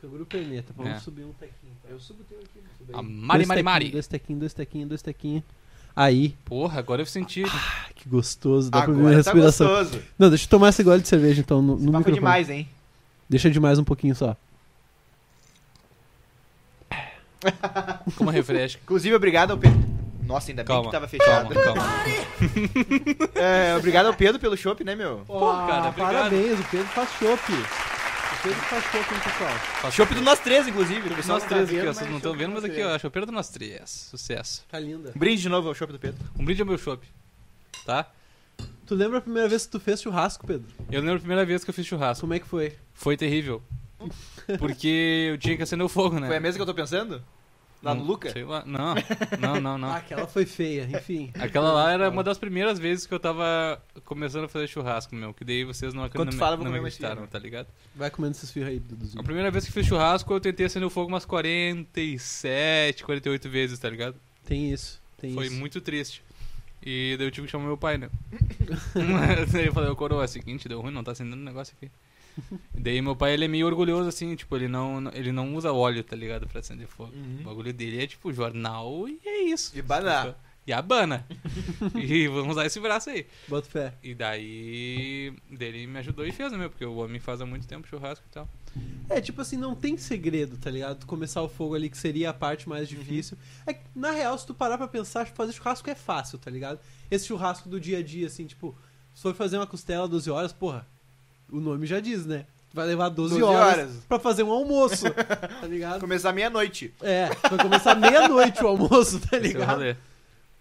Speaker 3: Canguru perneta, vamos
Speaker 4: É.
Speaker 3: subir um tequinho. Tá? Eu subo o teu aqui. Subo
Speaker 4: A Mari Mari Mari.
Speaker 3: Dois tequinhos, dois tequinhos, dois tequinhos. Aí,
Speaker 4: Porra, agora eu senti.
Speaker 3: ai, que gostoso, dá pra ver a
Speaker 5: Agora tá
Speaker 3: respiração.
Speaker 5: gostoso. Esse
Speaker 3: Não, deixa eu tomar esse gole de cerveja então no, no
Speaker 5: papo é
Speaker 3: microfone.
Speaker 5: demais, hein?
Speaker 3: Deixa demais um pouquinho só.
Speaker 4: Como refresca.
Speaker 5: Inclusive, obrigado ao Pedro. Nossa, ainda bem
Speaker 4: Calma.
Speaker 5: que tava
Speaker 4: Calma,
Speaker 5: fechado.
Speaker 4: calma.
Speaker 5: É, obrigado ao Pedro pelo chopp, né, meu?
Speaker 3: Pô,
Speaker 4: cara, obrigado.
Speaker 3: parabéns, o Pedro faz chopp. O Pedro faz chopp, hein, pessoal.
Speaker 5: Chopp do nós três, inclusive. O pessoal
Speaker 4: Nós
Speaker 5: não tá
Speaker 4: três aqui,
Speaker 5: vendo,
Speaker 4: ó, vocês não estão
Speaker 5: chopp tá
Speaker 4: vendo,
Speaker 5: do
Speaker 4: mas
Speaker 5: nós
Speaker 4: aqui,
Speaker 5: três.
Speaker 4: ó, chopeiro do nós três. Sucesso.
Speaker 3: Tá linda.
Speaker 5: Brinde de novo ao chopp do Pedro.
Speaker 4: Um brinde ao meu chopp. Tá?
Speaker 3: Tu lembra a primeira vez que tu fez churrasco, Pedro?
Speaker 4: Eu lembro a primeira vez que eu fiz churrasco.
Speaker 3: Como é que foi?
Speaker 4: Foi terrível. Porque eu tinha que acender o fogo, né?
Speaker 5: Foi a mesma que eu tô pensando? Lá no
Speaker 4: Não,
Speaker 5: Luca?
Speaker 4: Sei lá. Não, não, não,
Speaker 3: Ah,
Speaker 4: não.
Speaker 3: aquela foi feia, enfim.
Speaker 4: Aquela lá era uma das primeiras vezes que eu tava começando a fazer churrasco, meu. Que daí vocês não, ac-
Speaker 5: Quando
Speaker 4: não,
Speaker 5: tu
Speaker 4: me-
Speaker 5: fala, eu vou
Speaker 4: não me
Speaker 5: comer né? mais
Speaker 4: acreditaram,
Speaker 5: fino.
Speaker 4: tá ligado?
Speaker 3: Vai comendo esses fios aí,
Speaker 4: A
Speaker 3: Duduzinho.
Speaker 4: primeira vez que fiz churrasco, eu tentei acender o fogo umas 47, 48 vezes, tá ligado?
Speaker 3: Tem isso, tem
Speaker 4: Foi
Speaker 3: isso.
Speaker 4: muito triste. E daí eu tive que chamar meu pai, né? daí eu falei, ô coroa, é o seguinte, deu ruim, não tá acendendo o negócio aqui. E daí meu pai, ele é meio orgulhoso, assim, tipo, ele não, ele não usa óleo, tá ligado, pra acender fogo. O bagulho dele é, tipo, jornal e é isso.
Speaker 5: E banana.
Speaker 4: E abana. e vamos usar esse braço aí.
Speaker 3: Bota fé.
Speaker 4: E daí, dele me ajudou e fez, né, meu? Porque o homem faz há muito tempo churrasco e tal.
Speaker 3: É, tipo assim, não tem segredo, tá ligado? Tu começar o fogo ali, que seria a parte mais
Speaker 4: Uhum.
Speaker 3: difícil. É que, na real, se tu parar pra pensar, fazer churrasco é fácil, tá ligado? Esse churrasco do dia a dia, assim, tipo, se for fazer uma costela 12 horas, porra, o nome já diz, né? Vai levar 12,
Speaker 5: 12
Speaker 3: horas,
Speaker 5: horas.
Speaker 3: pra fazer um almoço, tá ligado?
Speaker 5: Começar meia-noite.
Speaker 3: É, vai começar meia-noite o almoço, tá
Speaker 4: Esse é o
Speaker 3: ligado?
Speaker 4: rolê.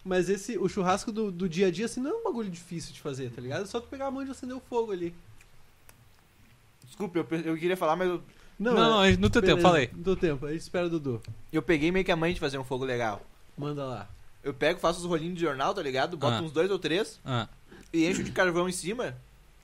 Speaker 3: Mas esse, o churrasco do, do dia a dia, assim, não é um bagulho difícil de fazer, tá ligado? É só tu pegar a mão e acender o fogo ali.
Speaker 5: Desculpa, eu, pe- eu queria falar, mas eu,
Speaker 4: Não, não,
Speaker 3: é-
Speaker 4: a gente- no teu tempo,
Speaker 3: beleza,
Speaker 4: fala aí.
Speaker 3: No teu tempo, a gente espera o Dudu.
Speaker 5: eu peguei meio que a mãe de fazer um fogo legal.
Speaker 3: Manda lá.
Speaker 5: Eu pego, faço os rolinhos de jornal, tá ligado? Boto
Speaker 4: Ah.
Speaker 5: uns dois ou três
Speaker 4: Ah,
Speaker 5: e encho de carvão em cima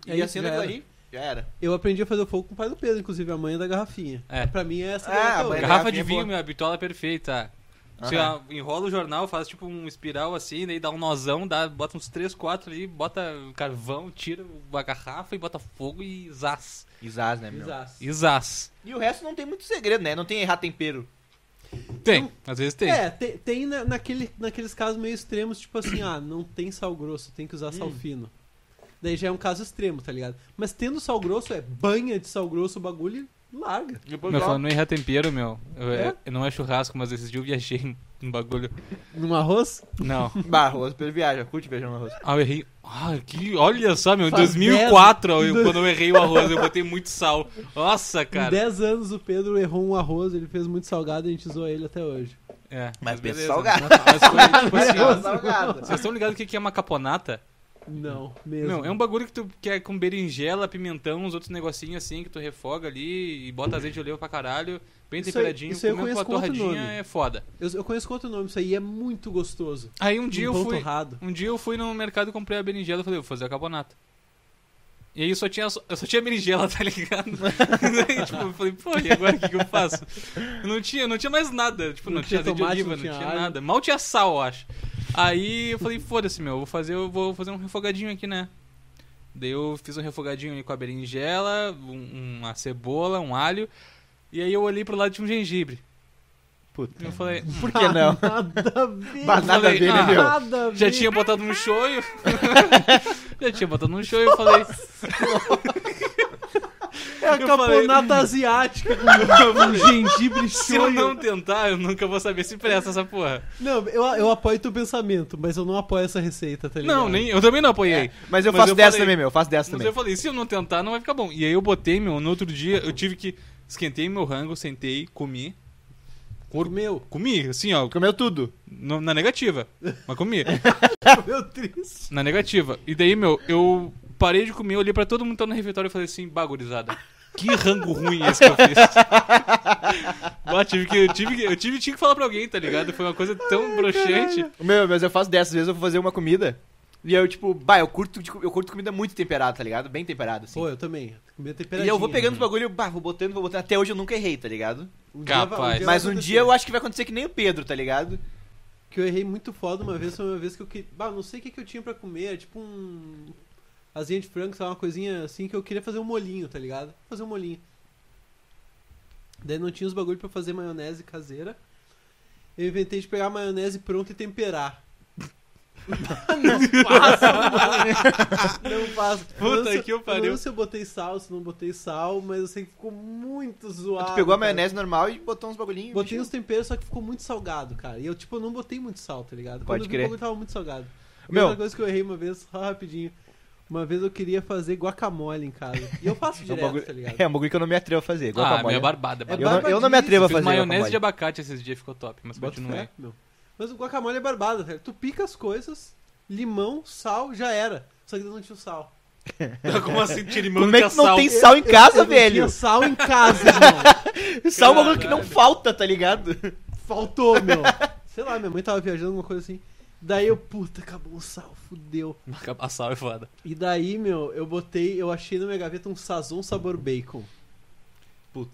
Speaker 3: É
Speaker 5: e
Speaker 3: isso,
Speaker 5: acendo
Speaker 3: já
Speaker 5: aquilo
Speaker 3: era.
Speaker 5: ali. Já era.
Speaker 3: Eu aprendi a fazer o fogo com o pai do Pedro, inclusive, a manha da garrafinha.
Speaker 4: É.
Speaker 3: Pra mim é essa
Speaker 5: Ah,
Speaker 3: daí até
Speaker 5: a
Speaker 3: hoje.
Speaker 5: manha da-
Speaker 4: Garrafa
Speaker 5: garrafinha
Speaker 4: de
Speaker 5: é
Speaker 4: vinho,
Speaker 5: boa.
Speaker 4: minha bitola perfeita. Você
Speaker 5: Aham.
Speaker 4: ó, enrola o jornal, faz tipo um espiral assim, daí dá um nozão, dá, bota uns 3, 4 ali, bota carvão, tira a garrafa e bota fogo e zaz.
Speaker 5: Isás, né, meu?
Speaker 3: Exato.
Speaker 4: É, E zaz.
Speaker 5: E o resto não tem muito segredo, né? Não tem errar tempero.
Speaker 4: Tem, às vezes tem.
Speaker 3: É, tem, tem na- naquele, naqueles casos meio extremos, tipo assim, ah, não tem sal grosso, tem que usar sal
Speaker 5: Hum.
Speaker 3: fino. Daí já é um caso extremo, tá ligado? Mas tendo sal grosso, é banha de sal grosso o bagulho e larga.
Speaker 5: Depois
Speaker 4: Meu,
Speaker 5: ó,
Speaker 4: falando em errar tempero, meu, eu-
Speaker 3: É?
Speaker 4: eu- não é churrasco, mas esses dias eu viajei num bagulho.
Speaker 3: Num arroz?
Speaker 4: Não.
Speaker 5: Barro, Pedro viaja, curte feijão no arroz.
Speaker 4: Ah, eu errei. Ah, que, olha só, meu, em
Speaker 3: Faz
Speaker 4: 2004,
Speaker 3: dez-
Speaker 4: eu- quando eu errei o arroz, eu botei muito sal. Nossa,
Speaker 3: Em
Speaker 4: cara.
Speaker 3: 10 anos o Pedro errou um arroz, ele fez muito salgado e a gente zoa ele até hoje.
Speaker 4: É,
Speaker 5: Mas pensa
Speaker 4: beleza.
Speaker 5: salgado.
Speaker 4: Mas foi, tipo
Speaker 5: Mas
Speaker 4: assim, ó,
Speaker 5: é salgado.
Speaker 4: vocês estão ligados o que que é uma caponata?
Speaker 3: Não, mesmo.
Speaker 4: Não, é um bagulho que tu quer com berinjela, pimentão, uns outros negocinhos assim que tu refoga ali e bota azeite de oliva pra caralho, bem
Speaker 3: Isso aí-
Speaker 4: temperadinho,
Speaker 3: isso aí eu
Speaker 4: comendo com a
Speaker 3: conheço com outro
Speaker 4: torradinha
Speaker 3: nome.
Speaker 4: é foda.
Speaker 3: eu, eu conheço com outro nome, isso aí é muito gostoso.
Speaker 4: Aí um
Speaker 3: Um
Speaker 4: dia eu
Speaker 3: pão
Speaker 4: fui,
Speaker 3: torrado.
Speaker 4: um dia eu fui no mercado e comprei a berinjela, eu falei, vou fazer a carbonata. E aí só tinha, eu só tinha berinjela, tá ligado? Daí, tipo, eu falei, pô, e agora o que, que eu faço? Não tinha, não tinha mais nada, tipo, não,
Speaker 3: Não
Speaker 4: tinha
Speaker 3: tinha
Speaker 4: azeite de
Speaker 3: tomate,
Speaker 4: oliva, não
Speaker 3: não
Speaker 4: tinha,
Speaker 3: tinha alho.
Speaker 4: nada. Mal tinha sal, eu acho. Aí eu falei, foda-se, meu, eu vou fazer, eu vou fazer um refogadinho aqui, né? Daí eu fiz um refogadinho ali com a berinjela, um- uma cebola, um alho. E aí eu olhei pro lado de um gengibre.
Speaker 5: Puta.
Speaker 4: E eu falei, por que
Speaker 5: Que não.
Speaker 3: Nada a ver.
Speaker 5: Bah, nada a ver, né,
Speaker 4: Ah,
Speaker 5: meu?
Speaker 3: Nada a ver.
Speaker 4: Já tinha botado no show e eu... Já tinha botado no show e eu falei...
Speaker 3: É a
Speaker 4: Eu falei-
Speaker 3: caponata asiática com gengibre
Speaker 4: Se eu
Speaker 3: shoyu.
Speaker 4: não tentar, eu nunca vou saber se presta essa porra.
Speaker 5: Tá
Speaker 3: Não, eu, eu apoio teu pensamento, mas eu não apoio essa receita, tá ligado?
Speaker 4: Não, nem, eu também não apoiei.
Speaker 5: É, Mas eu
Speaker 4: É. Mas
Speaker 5: faço
Speaker 4: eu
Speaker 5: dessa
Speaker 4: falei-
Speaker 5: também, meu. Eu faço dessa
Speaker 4: Mas
Speaker 5: também.
Speaker 4: eu falei, se eu não tentar, não vai ficar bom. E aí eu botei, meu, no outro dia, eu tive que... Esquentei meu rango, sentei, comi.
Speaker 3: Comeu,
Speaker 4: Comi, assim, ó,
Speaker 5: Comeu tudo.
Speaker 4: no- na negativa. Mas comi. É.
Speaker 3: comeu triste.
Speaker 4: Na negativa. E daí, meu, eu parei de comer, olhei pra todo mundo que tava no refeitório e falei assim, bagurizada. Que rango ruim esse que eu fiz. Bah, tive que, eu tive que, eu tive, tinha que falar pra alguém, tá ligado? Foi uma coisa tão broxante.
Speaker 5: É. Meu, mas eu faço dessas. Às vezes eu vou fazer uma comida. E eu, tipo, bah, eu curto, de co- eu curto comida muito temperada, tá ligado? Bem temperada, assim.
Speaker 3: Pô, né? eu também. Comia
Speaker 5: e
Speaker 3: temperadinha.
Speaker 5: eu vou pegando os bagulho, bah, vou botando, vou botando. Até hoje eu nunca errei, tá ligado?
Speaker 3: Um dia vai-
Speaker 4: Capaz.
Speaker 3: vai
Speaker 5: Mas um
Speaker 3: acontecer.
Speaker 5: dia eu acho que vai acontecer que nem o Pedro, tá ligado?
Speaker 3: que eu errei muito foda uma vez, foi uma vez que eu queria. Bah, não sei o que, que eu tinha pra comer, era tipo um. Asinha de frango, sei lá, uma coisinha assim que eu queria fazer um molinho, tá ligado? Fazer um molinho. Daí não tinha os bagulho pra fazer maionese caseira. Eu inventei de pegar a maionese pronta e temperar. não faço, mano. Não faço. Eu
Speaker 4: Puta
Speaker 3: não sei-
Speaker 4: que eu pariu.
Speaker 3: Eu não sei se eu botei sal, se não botei sal, mas eu sei que ficou muito zoado.
Speaker 5: tu pegou a
Speaker 3: cara.
Speaker 5: maionese normal e botou uns bagulhinhos.
Speaker 3: Botei
Speaker 5: mexeu.
Speaker 3: uns temperos, só que ficou muito salgado, cara. E eu, tipo, não botei muito sal, tá ligado?
Speaker 5: Pode
Speaker 3: Quando eu vi
Speaker 5: crer.
Speaker 3: o bagulho tava muito salgado.
Speaker 5: Meu.
Speaker 3: Outra coisa que eu errei uma vez, só rapidinho. Uma vez eu queria fazer guacamole em casa. E eu faço
Speaker 5: É um
Speaker 3: direto,
Speaker 5: bagulho,
Speaker 3: tá ligado?
Speaker 5: é um bagulho que eu não me atrevo a fazer.
Speaker 4: Ah,
Speaker 5: guacamole.
Speaker 4: minha
Speaker 3: É
Speaker 4: barbada.
Speaker 5: eu,
Speaker 4: barbada.
Speaker 5: não, eu não me atrevo a
Speaker 4: Eu fiz
Speaker 5: fazer.
Speaker 4: maionese de
Speaker 5: guacamole.
Speaker 4: abacate esses dias, ficou top, mas
Speaker 3: Bota
Speaker 4: continuei.
Speaker 3: fé, meu. Mas o guacamole é barbado, velho. Tu pica as coisas, limão, sal, já era. Só que eu não tinha o sal.
Speaker 4: Como assim, tirimão
Speaker 5: Como é que não tem sal em casa,
Speaker 3: eu
Speaker 5: velho?
Speaker 3: Não tinha sal em casa, irmão.
Speaker 5: Sal é um bagulho que não falta, tá ligado?
Speaker 3: Faltou, meu. Sei lá, minha mãe tava viajando, alguma coisa assim. Daí eu, puta, acabou o sal, fudeu.
Speaker 4: A sal é foda.
Speaker 3: E daí, meu, eu botei, eu achei na minha gaveta um sazon sabor bacon.
Speaker 5: Puta.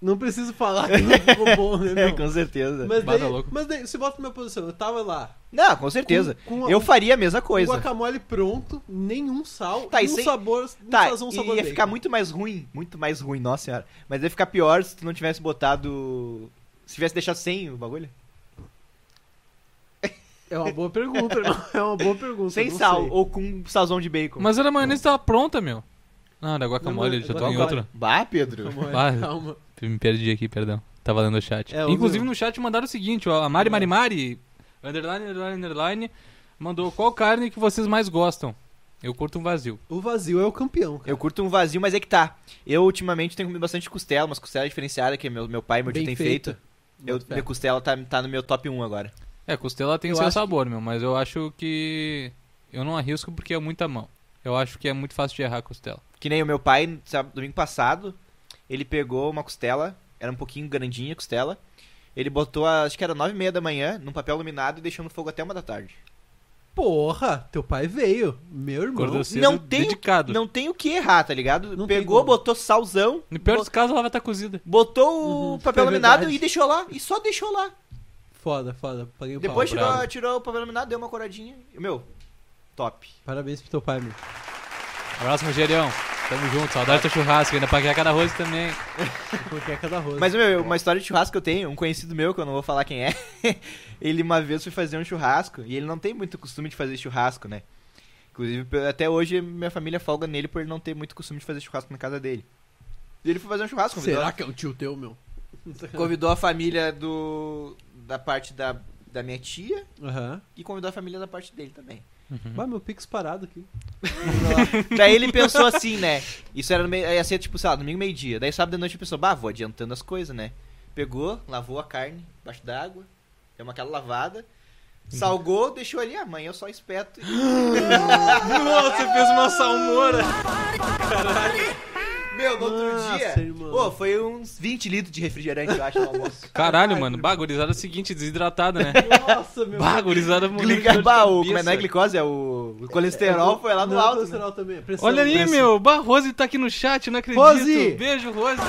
Speaker 3: Não preciso falar que não ficou bom, né, meu?
Speaker 5: É, com certeza.
Speaker 3: Mas
Speaker 4: Bada
Speaker 3: daí,
Speaker 4: louco.
Speaker 3: mas daí, se bota na minha posição, eu tava lá,
Speaker 5: Não, com certeza.
Speaker 3: Com- com a-
Speaker 5: eu faria a mesma
Speaker 3: com
Speaker 5: coisa.
Speaker 3: guacamole pronto, nenhum sal,
Speaker 5: Tá, e
Speaker 3: um
Speaker 5: sem-
Speaker 3: sabor, um
Speaker 5: Tá,
Speaker 3: sazon
Speaker 5: e
Speaker 3: sabor
Speaker 5: ia
Speaker 3: bacon.
Speaker 5: ficar muito mais ruim, muito mais ruim, nossa senhora. Mas ia ficar pior se tu não tivesse botado. Se tivesse deixado sem o bagulho.
Speaker 3: É uma boa pergunta, irmão, é uma boa pergunta.
Speaker 5: Sem
Speaker 3: não
Speaker 5: sal,
Speaker 3: sei.
Speaker 5: ou com um sazão de bacon.
Speaker 4: Mas era a maionese que tava pronta, meu. Não, era
Speaker 3: Não,
Speaker 4: guacamole, já tô
Speaker 3: guacamole.
Speaker 4: em outra.
Speaker 5: Bah, Pedro.
Speaker 3: Calma,
Speaker 4: Ah,
Speaker 3: calma.
Speaker 4: Me perdi aqui, perdão. Tava lendo o chat.
Speaker 3: É, o
Speaker 4: Inclusive
Speaker 3: meu.
Speaker 4: no chat mandaram o seguinte, ó, a Mari Mari Mari, underline, underline, underline, mandou qual carne que vocês mais gostam. Eu curto um vazio.
Speaker 3: O vazio é o campeão, cara.
Speaker 5: Eu curto um vazio, mas é que tá. Eu ultimamente tenho comido bastante costela, umas costelas diferenciadas que meu, meu pai e meu tio
Speaker 3: Bem
Speaker 5: tem feito. Eu,
Speaker 3: Bota fé.
Speaker 5: minha costela tá, tá no meu top 1 agora.
Speaker 4: É, costela tem
Speaker 3: Eu
Speaker 4: seu
Speaker 3: acho
Speaker 4: sabor, meu, mas eu acho que eu não arrisco porque é muita mão. Eu acho que é muito fácil de errar a costela.
Speaker 5: Que nem o meu pai, sabe, domingo passado, ele pegou uma costela, era um pouquinho grandinha a costela. Ele botou, a- acho que era 9 e meia da manhã, num papel laminado e deixou no fogo até uma da tarde.
Speaker 3: Porra, teu pai veio, meu irmão.
Speaker 4: Acordou cedo,
Speaker 5: não tem-
Speaker 4: dedicado.
Speaker 5: Não tem o que errar, tá ligado?
Speaker 3: Não tem
Speaker 5: Pegou,
Speaker 3: como.
Speaker 5: botou salzão,
Speaker 4: No pior
Speaker 5: bo-
Speaker 4: dos casos, ela vai estar cozida.
Speaker 5: botou o
Speaker 3: Uhum,
Speaker 5: papel
Speaker 3: é
Speaker 5: laminado
Speaker 3: verdade.
Speaker 5: e deixou lá. E só deixou lá.
Speaker 3: Foda, foda, paguei o
Speaker 5: Depois
Speaker 3: pau.
Speaker 5: tirou,
Speaker 4: bravo.
Speaker 5: tirou o papel laminado, deu uma coradinha. E, Meu, top.
Speaker 3: Parabéns pro teu pai, meu.
Speaker 4: Abraço, Rogerião. Tamo junto, saudade do teu churrasco, ainda panqueca da arroz também.
Speaker 3: Porque é cada rosa.
Speaker 5: Mas, meu, uma história de churrasco que eu tenho, um conhecido meu, que eu não vou falar quem é, ele uma vez foi fazer um churrasco, e ele não tem muito costume de fazer churrasco, né? Inclusive, pe- até hoje, minha família folga nele por ele não ter muito costume de fazer churrasco na casa dele. E ele foi fazer um churrasco, convidou,
Speaker 3: Será que é um tio teu, meu?
Speaker 5: convidou a família do da parte da, da minha tia,
Speaker 3: Aham.
Speaker 5: e convidou a família da parte dele também.
Speaker 3: Vai, Uhum. meu pix parado aqui.
Speaker 5: Daí ele pensou assim, né? Isso era no meio, ia ser tipo, sei lá, domingo meio-dia. Daí sábado de noite ele pensou, bah, vou adiantando as coisas, né? Pegou, lavou a carne embaixo d'água, deu uma aquela lavada, salgou, deixou ali, amanhã eu só espeto. e-
Speaker 4: Nossa, você fez uma salmoura.
Speaker 5: Meu, no outro
Speaker 3: Nossa,
Speaker 5: dia,
Speaker 3: irmão.
Speaker 5: pô, foi uns 20 litros de refrigerante, eu acho, no almoço.
Speaker 4: Caralho, mano, bagurizada é o seguinte, desidratada, né?
Speaker 3: Nossa, meu.
Speaker 4: Bagurizada
Speaker 5: Glica, bah, o, como é, não é glicose, é o, o colesterol, foi lá no
Speaker 3: É, Não,
Speaker 5: alto. né?
Speaker 3: colesterol também. é pressão.
Speaker 4: Olha aí,
Speaker 3: Pressão.
Speaker 4: meu. Bah, Rose tá aqui no chat, não acredito.
Speaker 3: Rose!
Speaker 4: Beijo, Rose.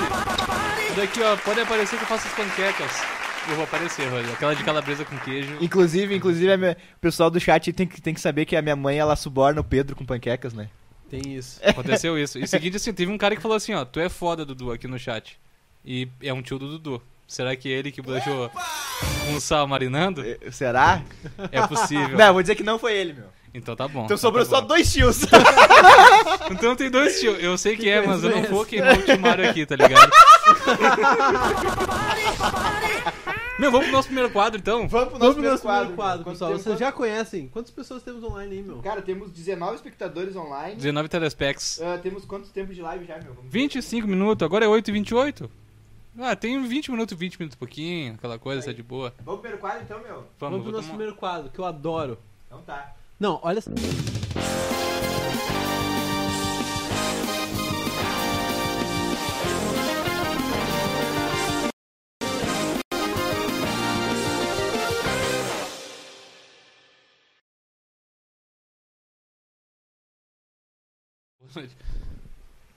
Speaker 4: Daqui, ó, pode aparecer que eu faço as panquecas. Eu vou aparecer, Rose. Aquela de calabresa com queijo.
Speaker 5: Inclusive, inclusive, a minha- o pessoal do chat tem que, tem que saber que a minha mãe, ela suborna o Pedro com panquecas, né?
Speaker 3: Tem isso.
Speaker 4: Aconteceu isso. E seguinte, assim, teve um cara que falou assim, ó, tu é foda, Dudu, aqui no chat. E é um tio do Dudu. Será que é ele que deixou um sal marinando?
Speaker 5: Eh, Será?
Speaker 4: É possível.
Speaker 5: Não, vou dizer que não foi ele, meu.
Speaker 4: Então tá bom.
Speaker 5: Então sobrou
Speaker 4: tá
Speaker 5: só
Speaker 4: bom.
Speaker 5: dois tios.
Speaker 4: Então tem dois tios. Eu sei que, é, mas eu não vou queimar o Timário aqui, tá ligado? Meu, vamos pro nosso primeiro quadro, então.
Speaker 5: Vamos pro
Speaker 3: Vamos pro nosso primeiro quadro,
Speaker 5: Quanto
Speaker 3: pessoal.
Speaker 5: tempo-
Speaker 3: Vocês já conhecem. Quantas pessoas temos online aí, meu?
Speaker 5: Cara, temos 19 espectadores online.
Speaker 4: 19 telespects.
Speaker 5: Ah, temos quanto tempo de live já, meu? Vamos ver.
Speaker 4: 25 minutos, agora é 8h28. Ah, tem 20 minutos, 20 minutos e pouquinho, aquela coisa, isso é de boa.
Speaker 5: Vamos pro primeiro quadro então, meu?
Speaker 4: Vamos,
Speaker 3: Vamos pro nosso
Speaker 4: vou tomar- um-
Speaker 3: primeiro quadro, que eu adoro.
Speaker 5: Então tá.
Speaker 3: Não, olha essa.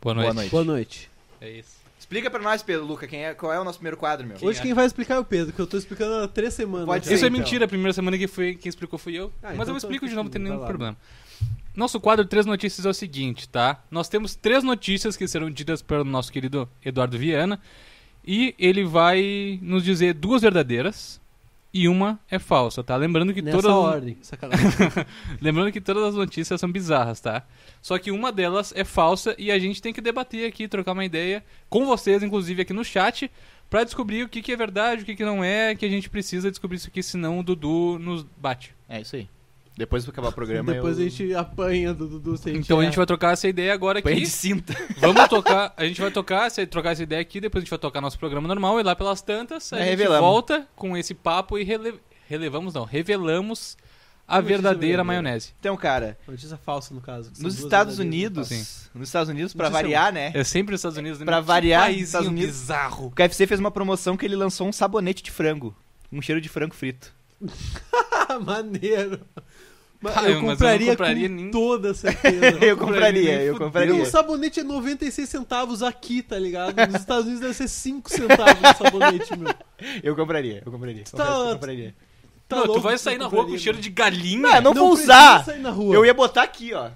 Speaker 4: Boa noite.
Speaker 5: noite.
Speaker 3: Boa noite.
Speaker 4: É isso.
Speaker 5: Explica pra nós, Pedro, Luca, quem é, qual é o nosso primeiro quadro, meu?
Speaker 4: Quem
Speaker 3: Hoje
Speaker 4: é?
Speaker 3: quem vai explicar é o Pedro, que eu tô explicando há três semanas.
Speaker 5: Pode
Speaker 3: já.
Speaker 5: ser.
Speaker 4: Isso é
Speaker 5: então.
Speaker 4: mentira, a primeira semana que foi, quem explicou fui eu.
Speaker 3: Ah,
Speaker 4: mas
Speaker 3: então
Speaker 4: eu
Speaker 3: tô
Speaker 4: explico de novo, não tem
Speaker 3: confuso,
Speaker 4: nenhum
Speaker 3: vai lá.
Speaker 4: problema. Nosso quadro Três Notícias é o seguinte, tá? Nós temos três notícias que serão ditas pelo nosso querido Eduardo Viana. E ele vai nos dizer duas verdadeiras e uma é falsa, tá? Lembrando que
Speaker 3: Nessa
Speaker 4: todas.
Speaker 3: ordem. Sacanagem.
Speaker 4: Lembrando que todas as notícias são bizarras, tá? Só que uma delas é falsa e a gente tem que debater aqui, trocar uma ideia com vocês, inclusive aqui no chat, pra descobrir o que, que é verdade, o que, que não é, que a gente precisa descobrir isso aqui, senão o Dudu nos bate.
Speaker 5: É isso aí. Depois que acabar é o programa,
Speaker 3: Depois a gente apanha do É, Dudu se
Speaker 4: Então a
Speaker 5: é.
Speaker 4: gente
Speaker 3: errar.
Speaker 4: vai trocar essa ideia agora aqui.
Speaker 5: cinta.
Speaker 4: Vamos tocar, a gente vai tocar, essa- trocar essa ideia aqui, depois a gente vai tocar nosso programa normal e lá pelas tantas a
Speaker 5: É,
Speaker 4: gente
Speaker 5: revelamos.
Speaker 4: volta com esse papo e rele- relevamos não, revelamos a
Speaker 3: Notícia verdadeira.
Speaker 4: verdadeira maionese.
Speaker 5: Então, cara,
Speaker 3: Notícia falsa, no caso. que são
Speaker 5: nos
Speaker 3: duas
Speaker 5: Estados
Speaker 3: verdadeiras e tá.
Speaker 5: Unidos,
Speaker 4: Sim.
Speaker 5: nos Estados Unidos, pra
Speaker 3: Notícia
Speaker 5: variar, né?
Speaker 4: É sempre os Estados Unidos, né?
Speaker 5: Pra
Speaker 4: Que
Speaker 5: variar,
Speaker 4: paizinho
Speaker 5: Estados Unidos-
Speaker 4: bizarro.
Speaker 5: O KFC fez uma promoção que ele lançou um sabonete de frango. Um cheiro de frango frito.
Speaker 3: falsas. Maneiro. Mas
Speaker 4: Ah,
Speaker 3: eu,
Speaker 4: eu- mas eu não
Speaker 3: compraria
Speaker 4: compraria
Speaker 3: com
Speaker 4: nem-
Speaker 3: toda certeza.
Speaker 5: eu compraria,
Speaker 4: nem
Speaker 5: eu
Speaker 4: fudeu.
Speaker 5: compraria.
Speaker 3: Não, o sabonete é 96 centavos aqui, tá ligado? Nos Estados Unidos deve ser 5 centavos o sabonete, meu.
Speaker 5: Eu compraria, eu compraria.
Speaker 3: Tá
Speaker 5: Confesso que eu
Speaker 3: ótimo.
Speaker 5: compraria.
Speaker 3: Tá
Speaker 4: não,
Speaker 3: louco
Speaker 4: tu vai
Speaker 3: que
Speaker 4: sair na
Speaker 3: eu
Speaker 4: rua com
Speaker 3: compraria,
Speaker 4: cheiro
Speaker 3: meu.
Speaker 4: de galinha?
Speaker 5: Não, eu não vou
Speaker 3: precisa
Speaker 5: usar!
Speaker 3: sair na rua.
Speaker 5: Eu ia botar aqui, ó.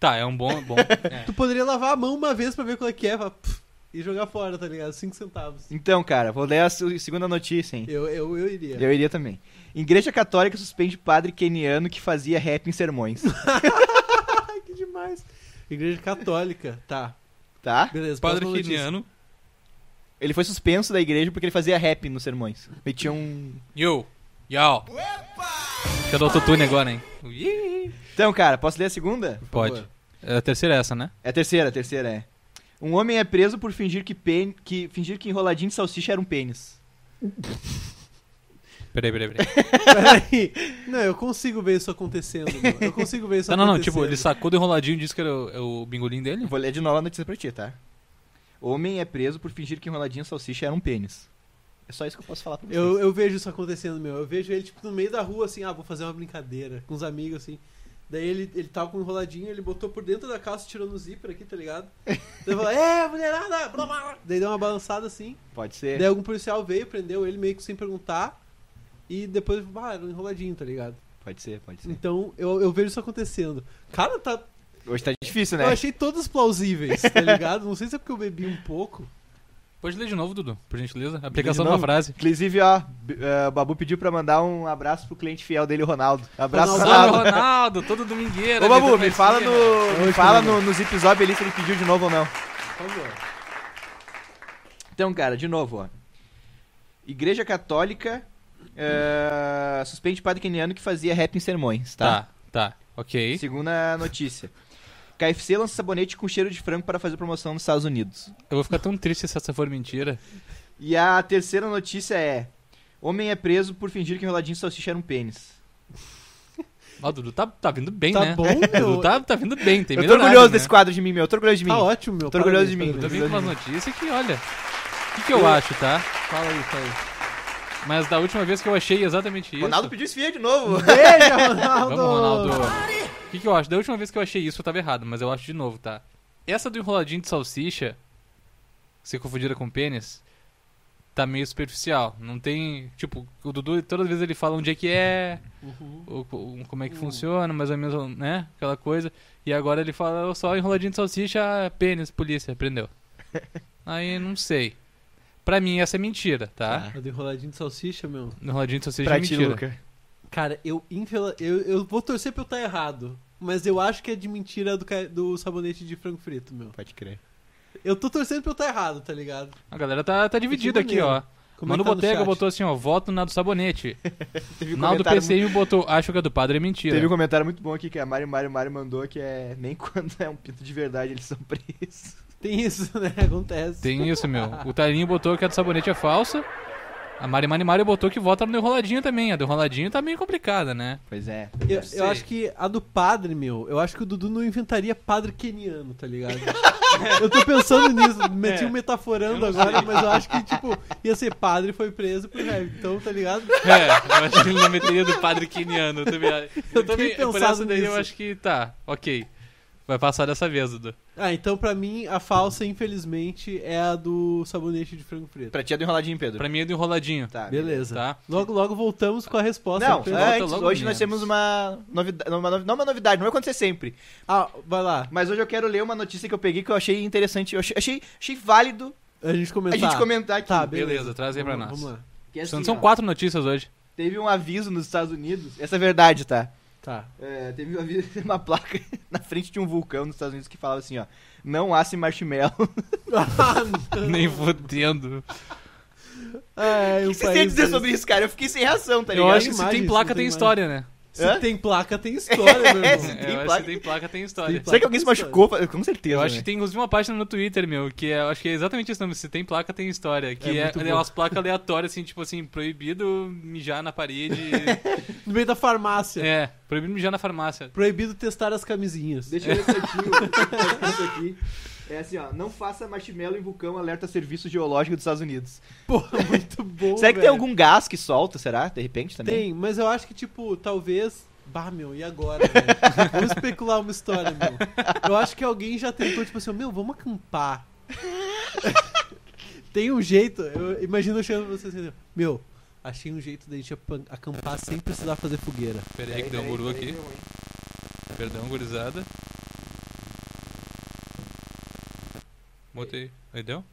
Speaker 4: Tá, é um bom. bom. É.
Speaker 3: Tu poderia lavar a mão uma vez pra ver qual é que é, pra, pff, e jogar fora, tá ligado? 5 centavos.
Speaker 5: Então, cara, vou ler a su- segunda notícia, hein?
Speaker 3: Eu, eu, eu iria.
Speaker 5: Eu iria também. Igreja Católica suspende padre keniano que fazia rap em sermões.
Speaker 3: Ai, que demais. Igreja Católica, tá.
Speaker 5: Tá?
Speaker 3: Beleza,
Speaker 4: Padre
Speaker 3: próxima notícia.
Speaker 4: Keniano.
Speaker 5: Ele foi suspenso da igreja porque ele fazia rap nos sermões. Metia um.
Speaker 4: Yo, yo. Fica do autotune agora, hein? Ih,
Speaker 5: Então, cara, posso ler a segunda?
Speaker 3: Por favor.
Speaker 4: Pode. É A terceira é essa, né?
Speaker 5: É a terceira, a terceira é. Um homem é preso por fingir que, pen... que fingir que enroladinho de salsicha era um pênis.
Speaker 4: Peraí, peraí, peraí.
Speaker 3: Peraí. Não, eu consigo ver isso acontecendo, meu. Eu consigo ver isso
Speaker 4: Tá, não,
Speaker 3: acontecendo.
Speaker 4: não, tipo, ele sacou do enroladinho e disse que era o, é o bingolim dele?
Speaker 5: Vou ler de novo a notícia pra ti, tá? Homem é preso por fingir que enroladinho de salsicha era um pênis. É só isso que eu posso falar pra vocês.
Speaker 3: Eu, eu vejo isso acontecendo, meu. Eu vejo ele, tipo, no meio da rua, assim, ah, vou fazer uma brincadeira com os amigos, assim. Daí ele, ele tava com um enroladinho, ele botou por dentro da calça, tirou no zíper aqui, tá ligado? Daí falou, é, mulherada! Blá, blá, blá. Daí deu uma balançada assim.
Speaker 5: Pode ser.
Speaker 3: Daí algum policial veio, prendeu ele meio que sem perguntar. E depois, ah, era um enroladinho, tá ligado?
Speaker 5: Pode ser, pode ser.
Speaker 3: Então eu, eu vejo isso acontecendo. Cara, tá,
Speaker 5: Hoje tá difícil, né?
Speaker 3: eu achei todos plausíveis, tá ligado? Não sei se é porque eu bebi um pouco.
Speaker 4: Pode ler de novo, Dudu, por gentileza. Aplicação
Speaker 5: de
Speaker 4: de uma
Speaker 5: novo?
Speaker 4: frase.
Speaker 5: Inclusive, ó, B- eh, o Babu pediu pra mandar um abraço pro cliente fiel dele, o Ronaldo. Abraço,
Speaker 3: Ronaldo.
Speaker 4: Salve,
Speaker 5: Ronaldo.
Speaker 4: Ronaldo, todo domingueiro.
Speaker 5: Ô, Babu, me fala, no, me
Speaker 3: Oi,
Speaker 5: fala
Speaker 3: Fernando.
Speaker 5: no, no Zip Zop ali se ele pediu de novo ou não.
Speaker 3: Por favor.
Speaker 5: Então, cara, de novo, ó. Igreja Católica eh, suspende padre keniano que fazia rap em sermões, tá?
Speaker 4: Tá, tá, ok.
Speaker 5: Segunda notícia. KFC lança sabonete com cheiro de frango para fazer promoção nos Estados Unidos.
Speaker 4: Eu vou ficar tão triste se essa for mentira.
Speaker 5: E a terceira notícia é... Homem é preso por fingir que enroladinho de salsicha era um pênis.
Speaker 4: Ó, Dudu tá, tá vindo bem,
Speaker 3: Tá
Speaker 4: né?
Speaker 3: bom,
Speaker 4: Dudu
Speaker 3: meu.
Speaker 4: tá, tá vindo bem, tem
Speaker 5: eu tô
Speaker 4: melhorado,
Speaker 5: orgulhoso
Speaker 4: né?
Speaker 5: desse quadro de mim, meu. Eu tô orgulhoso de mim.
Speaker 3: Tá ótimo, meu.
Speaker 5: Tô orgulhoso
Speaker 3: Parabéns,
Speaker 5: de um- mim.
Speaker 3: parabéns.
Speaker 4: Eu vim com umas notícias que, olha. O que, que eu acho, tá?
Speaker 3: Fala aí, fala aí.
Speaker 4: Mas da última vez que eu achei exatamente isso.
Speaker 5: Ronaldo pediu esfia de novo.
Speaker 3: Beijo, Ronaldo!
Speaker 4: Vamos, Ronaldo. O que, que eu acho? Da última vez que eu achei isso, eu tava errado, mas eu acho de novo, tá? Essa do enroladinho de salsicha, que você confundira com pênis, tá meio superficial. Não tem. Tipo, o Dudu, todas as vezes ele fala onde é que é,
Speaker 3: Uhum.
Speaker 4: o- o- como é que funciona, mais ou menos, né? Aquela coisa. E agora ele fala "Eu só enroladinho de salsicha, pênis, polícia, prendeu. Aí não sei. Pra mim essa é mentira, tá?
Speaker 3: Eu dei enroladinho de salsicha, meu.
Speaker 4: Enroladinho de salsicha
Speaker 5: Pra
Speaker 4: é
Speaker 5: ti,
Speaker 4: mentira.
Speaker 5: Luca.
Speaker 3: Cara, eu, infel- eu eu vou torcer pra eu estar errado. Mas eu acho que é de mentira do, ca- do sabonete de frango frito, meu.
Speaker 5: Pode crer.
Speaker 3: Eu tô torcendo pra eu estar errado, tá ligado?
Speaker 4: A galera tá, tá dividida aqui, ó.
Speaker 3: Como
Speaker 4: Mano
Speaker 3: é que tá no
Speaker 4: Botega
Speaker 3: chat?
Speaker 4: botou assim, ó, voto na do sabonete.
Speaker 5: Teve
Speaker 4: Naldo PCM botou, acho que a do padre é mentira.
Speaker 5: Teve um comentário muito bom aqui que a Mari Mari Mari mandou que é nem quando é um pinto de verdade eles são presos.
Speaker 3: Tem isso, né? Acontece.
Speaker 4: Tem isso, meu. O Tarinho botou que a do sabonete é falsa. A Mari Mari Mari botou que vota no enroladinho também. A do enroladinho tá meio complicada, né?
Speaker 5: Pois é.
Speaker 3: Eu,
Speaker 4: Sei.
Speaker 3: eu acho que a do padre, meu, eu acho que o Dudu não inventaria padre keniano, tá ligado? eu tô pensando nisso,
Speaker 4: É.
Speaker 3: meti um metaforando agora, mas eu acho que, tipo, ia ser padre foi preso por raiva, então, tá ligado?
Speaker 4: É, eu acho que ele não meteria do padre queniano. Eu também, eu também
Speaker 3: tinha
Speaker 4: por
Speaker 3: pensado
Speaker 4: essa daí eu
Speaker 3: nisso.
Speaker 4: acho que tá, ok. Vai passar dessa vez, Dudu.
Speaker 3: Ah, então pra mim a falsa, infelizmente, é a do sabonete de frango preto.
Speaker 5: Pra ti é do enroladinho, Pedro.
Speaker 4: Pra mim é do enroladinho.
Speaker 5: Tá.
Speaker 3: Beleza.
Speaker 4: Tá.
Speaker 3: Logo, logo voltamos com a resposta.
Speaker 5: Não, é.
Speaker 3: Pedro.
Speaker 4: volta
Speaker 5: antes,
Speaker 4: logo
Speaker 5: hoje
Speaker 4: menos.
Speaker 5: nós temos uma novidade, uma novi- não uma novidade, não vai acontecer sempre.
Speaker 3: Ah, vai lá.
Speaker 5: Mas hoje eu quero ler uma notícia que eu peguei que eu achei interessante, eu achei, achei, achei válido
Speaker 3: A gente
Speaker 5: a
Speaker 3: comentar.
Speaker 5: gente comentar aqui.
Speaker 3: Tá,
Speaker 4: Beleza,
Speaker 3: beleza.
Speaker 4: traz aí pra
Speaker 3: Vamos-
Speaker 4: nós.
Speaker 3: Vamos lá.
Speaker 5: Que é assim,
Speaker 4: São, são
Speaker 5: ó,
Speaker 4: quatro notícias hoje.
Speaker 5: Teve um aviso nos Estados Unidos, essa é verdade, tá?
Speaker 3: Tá.
Speaker 5: É, teve um aviso- uma placa na frente de um vulcão nos Estados Unidos que falava assim, ó, não asse marshmallow.
Speaker 4: Nem fudendo.
Speaker 3: Tá Ai,
Speaker 5: O
Speaker 3: um
Speaker 5: que você tem a
Speaker 3: país
Speaker 5: dizer
Speaker 3: desse.
Speaker 5: sobre isso, cara? Eu fiquei sem reação, tá
Speaker 4: Eu
Speaker 5: ligado?
Speaker 4: acho que se
Speaker 3: Imagem,
Speaker 4: tem
Speaker 3: se
Speaker 4: placa
Speaker 3: não
Speaker 4: tem
Speaker 3: tem
Speaker 4: história, né? É,
Speaker 3: Se
Speaker 5: Hã?
Speaker 3: tem placa, tem história, meu irmão.
Speaker 5: Se tem
Speaker 4: eu acho
Speaker 5: placa-
Speaker 4: que tem placa tem história.
Speaker 3: placa.
Speaker 5: Será que alguém se machucou? Com certeza.
Speaker 4: Eu acho que
Speaker 5: né?
Speaker 4: tem inclusive uma página no Twitter, meu, que é, eu acho que é exatamente esse nome, se tem placa, tem história. Que
Speaker 3: É
Speaker 4: é,
Speaker 3: muito
Speaker 4: é
Speaker 3: bom.
Speaker 4: umas placas aleatórias, assim, tipo assim, proibido mijar na parede.
Speaker 3: No meio da farmácia.
Speaker 4: é, proibido mijar na farmácia.
Speaker 3: Proibido testar as camisinhas.
Speaker 5: Deixa eu ler certinho isso aqui. É assim, ó. Não faça marshmallow em vulcão alerta serviço geológico dos Estados Unidos.
Speaker 3: Porra, muito bom.
Speaker 5: será que tem
Speaker 3: velho.
Speaker 5: algum gás que solta, será? De repente também?
Speaker 3: Tem, mas eu acho que, tipo, talvez. Bah, meu, e agora? velho? vamos especular uma história, meu. Eu acho que alguém já tentou, tipo assim, meu, vamos acampar. tem um jeito, eu imagino eu chegando pra vocês assim, meu, achei um jeito da gente apa- acampar sem precisar fazer fogueira.
Speaker 4: Pera aí que deu um guru aqui. Perdão, gurizada. Botei. Aí deu?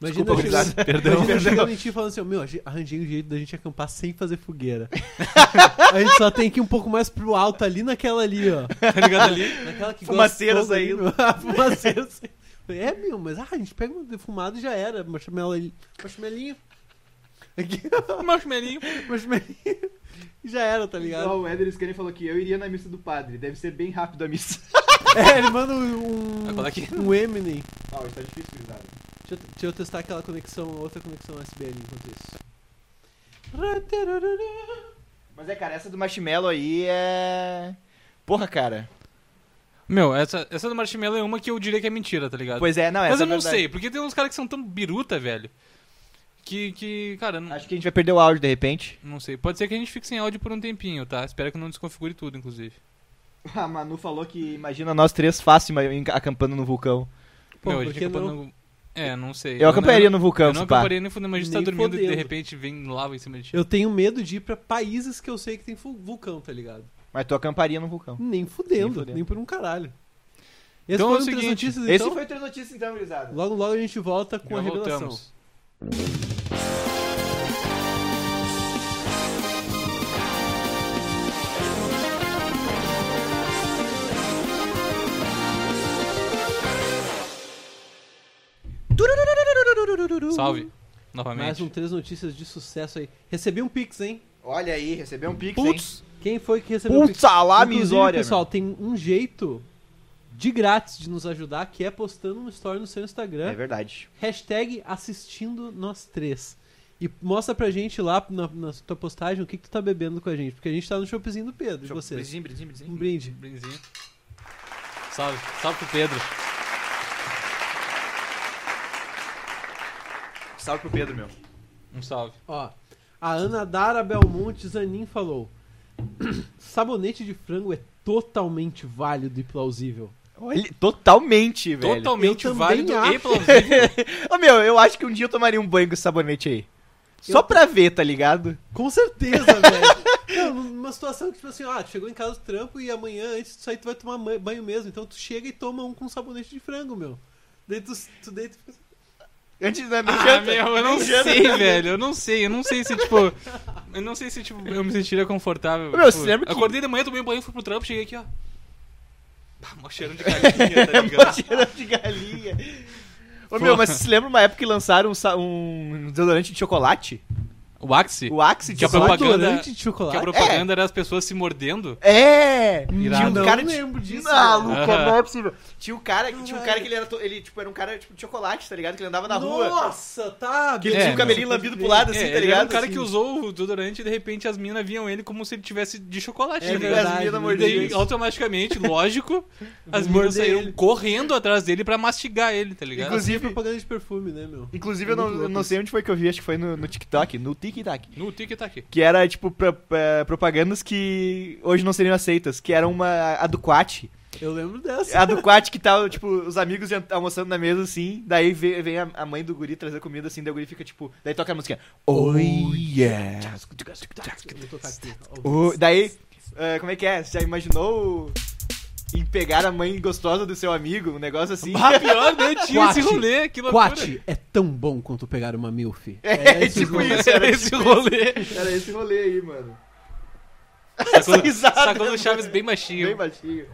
Speaker 3: Imagina
Speaker 5: Desculpa,
Speaker 3: eu chegando,
Speaker 5: gurizada.
Speaker 3: Perdão. Imagina eu chegando em ti e falando assim, meu, achei- arranjei um jeito da gente acampar sem fazer fogueira. a gente só tem que ir um pouco mais pro alto ali naquela ali, ó.
Speaker 4: Tá ligado ali?
Speaker 3: Naquela que
Speaker 5: Fumaceira
Speaker 3: gosta de fogo
Speaker 5: saindo.
Speaker 3: ali, meu. Fumaceira saindo. É, meu, mas ah, a gente pega uma defumada e já era. Marshmallow- Marshmallinho. Aqui,
Speaker 4: Marshmallinho.
Speaker 3: marshmallinho. Já era, tá ligado?
Speaker 5: o Eder Scanner falou que eu iria na missa do padre. Deve ser bem rápido a missa.
Speaker 3: É, ele manda um.
Speaker 4: Vai falar aqui?
Speaker 3: Um Eminem.
Speaker 5: Ah, hoje tá difícil, gurizada.
Speaker 3: Deixa eu, deixa eu testar aquela conexão, outra conexão USB ali enquanto isso.
Speaker 5: Mas é, cara, essa do marshmallow aí é... Porra, cara.
Speaker 4: Meu, essa, essa do marshmallow é uma que eu diria que é mentira, tá ligado?
Speaker 5: Pois é, não,
Speaker 4: Mas
Speaker 5: essa
Speaker 4: eu
Speaker 5: é
Speaker 4: não
Speaker 5: verdade.
Speaker 4: sei, porque tem uns caras que são tão biruta, velho. Que, que cara, não,
Speaker 5: Acho que a gente vai perder o áudio, de repente.
Speaker 4: não sei. Pode ser que a gente fique sem áudio por um tempinho, tá? Espero que não desconfigure tudo, inclusive.
Speaker 5: A Manu falou que imagina nós três fácil acampando no vulcão.
Speaker 3: Pô,
Speaker 4: Meu, a
Speaker 3: por
Speaker 4: gente
Speaker 3: que
Speaker 4: acabou
Speaker 3: não?
Speaker 4: no- É, não sei.
Speaker 5: Eu acamparia
Speaker 4: não,
Speaker 5: no vulcão,
Speaker 4: Eu não
Speaker 5: se pá.
Speaker 4: acamparia nem fudendo, mas a gente tá
Speaker 3: Nem
Speaker 4: dormindo e de
Speaker 3: fodendo.
Speaker 4: repente vem lava em cima de ti.
Speaker 3: Eu tenho medo de ir pra países que eu sei que tem fu- vulcão, tá ligado?
Speaker 5: Mas tu acamparia no vulcão.
Speaker 3: Nem fudendo,
Speaker 5: Nem
Speaker 3: nem,
Speaker 5: fudendo.
Speaker 3: por um caralho. Esse
Speaker 4: Então
Speaker 3: foi
Speaker 4: é o
Speaker 3: o Três
Speaker 4: seguinte,
Speaker 3: Notícias,
Speaker 5: Esse
Speaker 3: então.
Speaker 5: foi o Três Notícias, então, gurizada.
Speaker 3: Logo, logo a gente volta com
Speaker 4: Já
Speaker 3: a revelação.
Speaker 4: voltamos. Salve.
Speaker 3: Mais
Speaker 4: Novamente.
Speaker 3: um Três Notícias de sucesso aí. Recebi um Pix, hein?
Speaker 5: Olha aí, recebeu um pix,
Speaker 4: Putz!
Speaker 3: Quem foi que recebeu o Pix?
Speaker 5: Puta lá,
Speaker 3: Inclusive,
Speaker 5: misória.
Speaker 3: pessoal, tem um jeito de grátis de nos ajudar, que é postando um story no seu
Speaker 5: meu.
Speaker 3: Instagram.
Speaker 5: É verdade.
Speaker 3: Hashtag assistindo nós três. E mostra pra gente lá na, na tua postagem o que, que tu tá bebendo com a gente. Porque a gente tá no shoppingzinho do Pedro, e vocês?
Speaker 4: Brindezinho, brindezinho,
Speaker 3: Um
Speaker 4: brindezinho.
Speaker 3: brinde.
Speaker 4: Brindezinho. Salve. Salve pro Pedro.
Speaker 5: Salve pro Pedro, meu.
Speaker 4: Um salve.
Speaker 3: Ó, a Ana Dara Belmonte Zanin falou: Sabonete de frango é totalmente válido e plausível.
Speaker 5: Olha, totalmente, velho.
Speaker 4: Totalmente
Speaker 3: eu também
Speaker 4: válido e
Speaker 3: acho.
Speaker 4: plausível.
Speaker 5: Ô, meu, eu acho que um dia eu tomaria um banho com esse sabonete aí. Só
Speaker 3: Eu-
Speaker 5: pra ver, tá ligado?
Speaker 3: Com certeza, velho. Não, Uma situação que, tipo assim, ah, tu chegou em casa do trampo e amanhã, antes disso aí, tu vai tomar ma- banho mesmo. Então tu chega e toma um com sabonete de frango, meu. Daí tu, tu deita e fica assim,
Speaker 5: Antes né, da
Speaker 4: Ah, meu, eu não sei,
Speaker 5: né?
Speaker 4: velho. Eu não sei. Eu não sei se, tipo. Eu não sei se, tipo, eu me sentiria confortável.
Speaker 5: Meu,
Speaker 4: tipo,
Speaker 5: você lembra que-
Speaker 4: Acordei de manhã, tomei um banho, fui pro trampo, cheguei aqui, ó. Pá, mó cheirão de galinha, tá ligado?
Speaker 5: Cheirando de galinha. Ô, meu, mas você lembra uma época que lançaram um, sa- um desodorante de chocolate?
Speaker 4: O Axi.
Speaker 5: O é. Axe de
Speaker 4: Que a
Speaker 5: chocolate?
Speaker 4: propaganda-
Speaker 3: "Desodorante de
Speaker 4: Que a
Speaker 3: chocolate.
Speaker 4: propaganda era as pessoas se mordendo.
Speaker 5: É!
Speaker 3: Irado.
Speaker 5: Tinha um cara
Speaker 3: Não
Speaker 5: de-
Speaker 3: lembro disso,
Speaker 5: Não, Luca,
Speaker 4: Aham.
Speaker 5: não é possível. Tinha um cara, tinha um cara que ele era. to- Ele, tipo, era um cara tipo, de chocolate, tá ligado? Que ele andava na rua.
Speaker 3: Nossa, tá.
Speaker 5: Que ele
Speaker 4: É,
Speaker 5: tinha o
Speaker 4: um
Speaker 5: cabelinho lambido pro lado, assim,
Speaker 4: é,
Speaker 5: tá
Speaker 4: ele era
Speaker 5: ligado?
Speaker 4: um cara que
Speaker 5: Assim.
Speaker 4: usou o desodorante e de repente as minas viam ele como se ele tivesse de chocolate.
Speaker 3: É
Speaker 4: né?
Speaker 5: verdade, as
Speaker 3: verdade.
Speaker 5: minas
Speaker 4: E
Speaker 5: mordiam
Speaker 4: daí,
Speaker 5: isso.
Speaker 4: automaticamente, lógico, as
Speaker 3: Morder
Speaker 4: minas saíram
Speaker 3: ele.
Speaker 4: correndo atrás dele pra mastigar ele, tá ligado?
Speaker 5: Inclusive-
Speaker 3: Inclusive propaganda de perfume, né, meu?
Speaker 5: Inclusive, eu
Speaker 3: Muito
Speaker 5: não, eu
Speaker 3: louco
Speaker 5: não
Speaker 3: isso.
Speaker 5: sei onde foi que eu vi, acho que foi no, no TikTok, no TikTok.
Speaker 4: No tique tá aqui.
Speaker 5: Que era, tipo, pra- pra- propagandas que hoje não seriam aceitas. Que era uma. A Ducati.
Speaker 3: Eu lembro dessa.
Speaker 5: A Ducati que tava, tipo, os amigos jant- almoçando na mesa, assim. Daí vem, vem a, a mãe do guri trazer comida, assim. Daí o guri fica, tipo. Daí toca a música. Oh, yeah.
Speaker 3: Vou tocar aqui, ó.
Speaker 5: O- daí, ah, como é que é? Você já imaginou em pegar a mãe gostosa do seu amigo? Um negócio assim.
Speaker 4: Ah, pior, né? Tinha
Speaker 3: Quate.
Speaker 4: esse rolê, que loucura.
Speaker 3: Quate é tão bom quanto pegar uma milf.
Speaker 5: É,
Speaker 3: esses
Speaker 5: tipo
Speaker 3: nomes.
Speaker 5: isso, era
Speaker 4: esse rolê.
Speaker 5: Era esse rolê aí, mano.
Speaker 4: Sacou,
Speaker 5: risada,
Speaker 4: sacou do
Speaker 5: mano.
Speaker 4: Chaves é bem baixinho.
Speaker 5: Bem baixinho.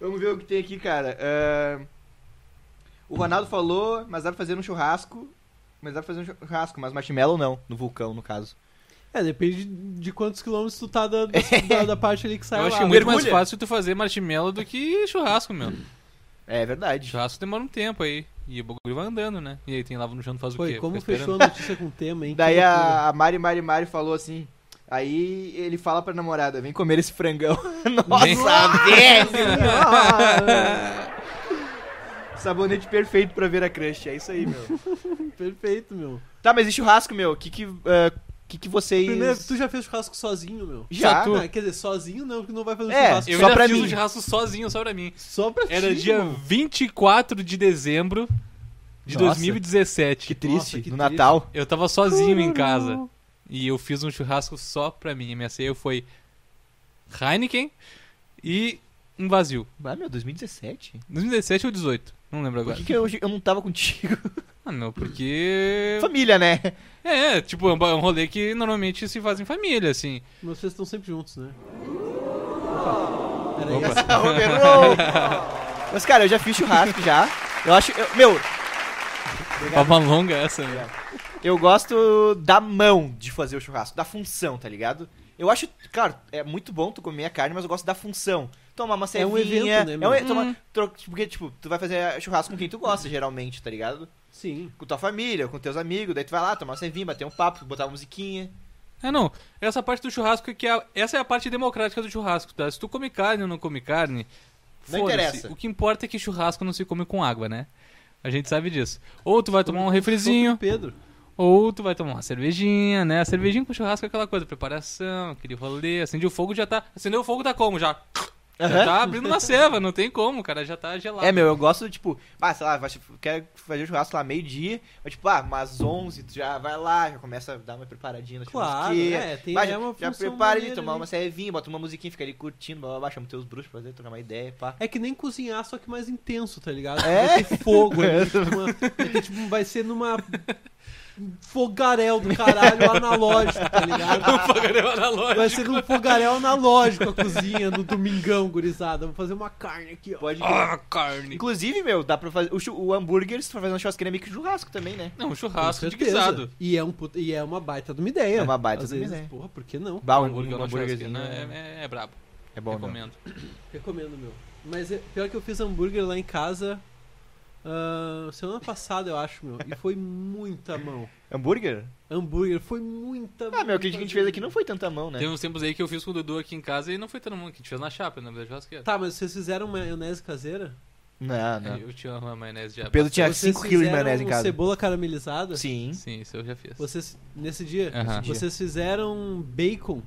Speaker 5: Vamos ver o que tem aqui, cara. Ah, o Ronaldo falou, mas dá pra fazer um churrasco. Mas dá pra fazer um churrasco, mas marshmallow não, no vulcão, no caso.
Speaker 3: É, depende de- de quantos quilômetros tu tá da, da, da parte ali que sai Tá
Speaker 4: Eu
Speaker 3: lá.
Speaker 4: acho que é muito
Speaker 5: Mergulha.
Speaker 4: mais fácil tu fazer marshmallow do que churrasco, meu.
Speaker 5: É verdade.
Speaker 4: Churrasco demora um tempo aí. E o bagulho vai andando, né? E aí tem lava no chão, tu faz o
Speaker 3: Foi,
Speaker 4: quê?
Speaker 3: como
Speaker 4: Fica esperando.
Speaker 3: fechou a notícia com o tema, hein?
Speaker 5: Daí
Speaker 3: Que loucura.
Speaker 5: a, a Mari Mari Mari falou assim. Aí ele fala pra namorada, vem comer esse frangão.
Speaker 4: Vem.
Speaker 5: Nossa, velho! Sabonete perfeito pra ver a crush, é isso aí, meu.
Speaker 3: Perfeito, meu.
Speaker 5: Tá, mas e churrasco, meu? O que que, ah, que que vocês...
Speaker 3: Primeiro, tu já fez churrasco sozinho, meu.
Speaker 5: Já,
Speaker 4: Só tu.
Speaker 3: Ah, quer dizer, sozinho não, porque não vai fazer
Speaker 5: É,
Speaker 3: churrasco.
Speaker 4: Eu
Speaker 5: Só
Speaker 4: já
Speaker 5: pra
Speaker 4: fiz
Speaker 5: mim.
Speaker 4: um churrasco sozinho, só pra mim.
Speaker 3: Só pra ti,
Speaker 4: Era dia
Speaker 3: irmão.
Speaker 4: 24 de dezembro de
Speaker 5: Nossa.
Speaker 4: 2017.
Speaker 5: Que triste,
Speaker 3: Nossa, que
Speaker 5: no
Speaker 3: triste.
Speaker 5: Natal.
Speaker 4: Eu tava sozinho em casa. E eu fiz um churrasco só pra mim. A minha ceia foi Heineken e um vazio.
Speaker 5: Ah, meu, 2017?
Speaker 4: 2017 ou 18? Não lembro
Speaker 5: Por
Speaker 4: agora.
Speaker 5: que, que eu, eu não tava contigo?
Speaker 4: Ah, não, porque.
Speaker 5: Família, né?
Speaker 4: É, tipo, é um ba- um rolê que normalmente se faz em família, assim.
Speaker 3: Mas vocês estão sempre juntos, né? Opa. Era
Speaker 4: Opa.
Speaker 3: isso.
Speaker 5: Overall. Mas, cara, eu já fiz churrasco já. Eu acho. eu- meu, É.
Speaker 4: Pava longa essa, né?
Speaker 5: eu gosto da mão de fazer o churrasco, da função, tá ligado? Eu acho, claro, é muito bom tu comer a carne, mas eu gosto da função. Tomar uma
Speaker 3: É um
Speaker 5: cervinha.
Speaker 3: evento, né, meu?
Speaker 5: é um- tomar-
Speaker 4: Hum.
Speaker 5: tro- porque, tipo, tu vai fazer churrasco com quem tu gosta, geralmente, tá ligado?
Speaker 3: Sim.
Speaker 5: Com tua família, com teus amigos, daí tu vai lá tomar uma cervinha, bater um papo, botar uma musiquinha.
Speaker 4: É, não. Essa parte do churrasco é que é a- essa é a parte democrática do churrasco, tá? Se tu come carne ou não come carne,
Speaker 5: Não
Speaker 4: foda-se.
Speaker 5: interessa.
Speaker 4: O que importa é que churrasco não se come com água, né? A gente sabe disso. Ou tu vai tomar um refrizinho,
Speaker 3: Pedro.
Speaker 4: ou tu vai tomar uma cervejinha, né? A cervejinha com churrasco é aquela coisa, preparação, aquele rolê, acende o fogo já tá. Acendeu o fogo tá como? Já. Já tá abrindo uma ceva, não tem como, cara, já tá gelado.
Speaker 5: É, meu, eu gosto, tipo, ah, sei lá, vai- quero fazer churrasco lá meio-dia, mas tipo, ah, umas 11, tu já vai lá, já começa a dar uma preparadinha na
Speaker 3: Claro,
Speaker 5: churrasqueira.
Speaker 3: é, tem-
Speaker 5: vai,
Speaker 3: é
Speaker 5: já,
Speaker 3: uma
Speaker 5: já
Speaker 3: função
Speaker 5: prepara ali,
Speaker 3: maneira
Speaker 5: tomar um
Speaker 3: ali.
Speaker 5: uma cervinha, bota uma musiquinha, fica ali curtindo, blá, blá, blá, chama teus bruxos pra fazer, trocar uma ideia, pá.
Speaker 3: É que nem cozinhar, só que mais intenso, tá ligado?
Speaker 5: É?
Speaker 3: Vai ter fogo ali, tipo, uma- vai ter, tipo, vai ser numa um fogaréu do caralho analógico, tá ligado?
Speaker 4: é
Speaker 3: Vai ser num fogaréu analógico a cozinha do domingão, gurizada. Vou fazer uma carne aqui, ó.
Speaker 5: Pode crer.
Speaker 4: Ah, carne.
Speaker 5: Inclusive, meu, dá pra fazer. O, chu- o hambúrguer, se tu for fazer uma churrasqueira, é meio que churrasco também, né?
Speaker 4: Não,
Speaker 3: Com
Speaker 4: churrasco de
Speaker 3: certeza.
Speaker 4: guisado.
Speaker 3: E é, um puta- e é uma baita de uma ideia.
Speaker 5: É uma baita
Speaker 3: Às
Speaker 5: de uma
Speaker 3: vezes,
Speaker 5: ideia.
Speaker 3: Porra, por que não?
Speaker 5: Bah, um
Speaker 4: Hambúrguer
Speaker 5: hambúrguer,
Speaker 4: na
Speaker 5: hambúrguerzinho.
Speaker 4: churrasqueira
Speaker 5: né?
Speaker 4: né? é, é brabo.
Speaker 5: É bom, meu.
Speaker 4: Recomendo.
Speaker 3: Recomendo, meu. Mas é, pior que eu fiz hambúrguer lá em casa ah, semana passada, eu acho, meu. E foi muita mão.
Speaker 5: Hambúrguer?
Speaker 3: Hambúrguer, foi muita mão.
Speaker 5: Ah, meu, o que a gente fez aqui não foi tanta mão, né?
Speaker 4: Teve uns tempos aí que eu fiz com o Dudu aqui em casa e não foi todo mundo, que a gente fez na né? chapa, na verdade, churrasqueira.
Speaker 3: Tá, mas vocês fizeram maionese caseira?
Speaker 5: Não, não.
Speaker 4: Eu tinha uma maionese já.
Speaker 5: né? O Pedro tinha
Speaker 3: Vocês
Speaker 5: 5 quilos de
Speaker 3: fizeram
Speaker 5: maionese em casa.
Speaker 3: cebola caramelizada?
Speaker 5: Sim.
Speaker 4: Sim, isso eu já fiz.
Speaker 3: Vocês, nesse dia,
Speaker 4: Aham.
Speaker 5: Nesse dia.
Speaker 3: vocês fizeram bacon.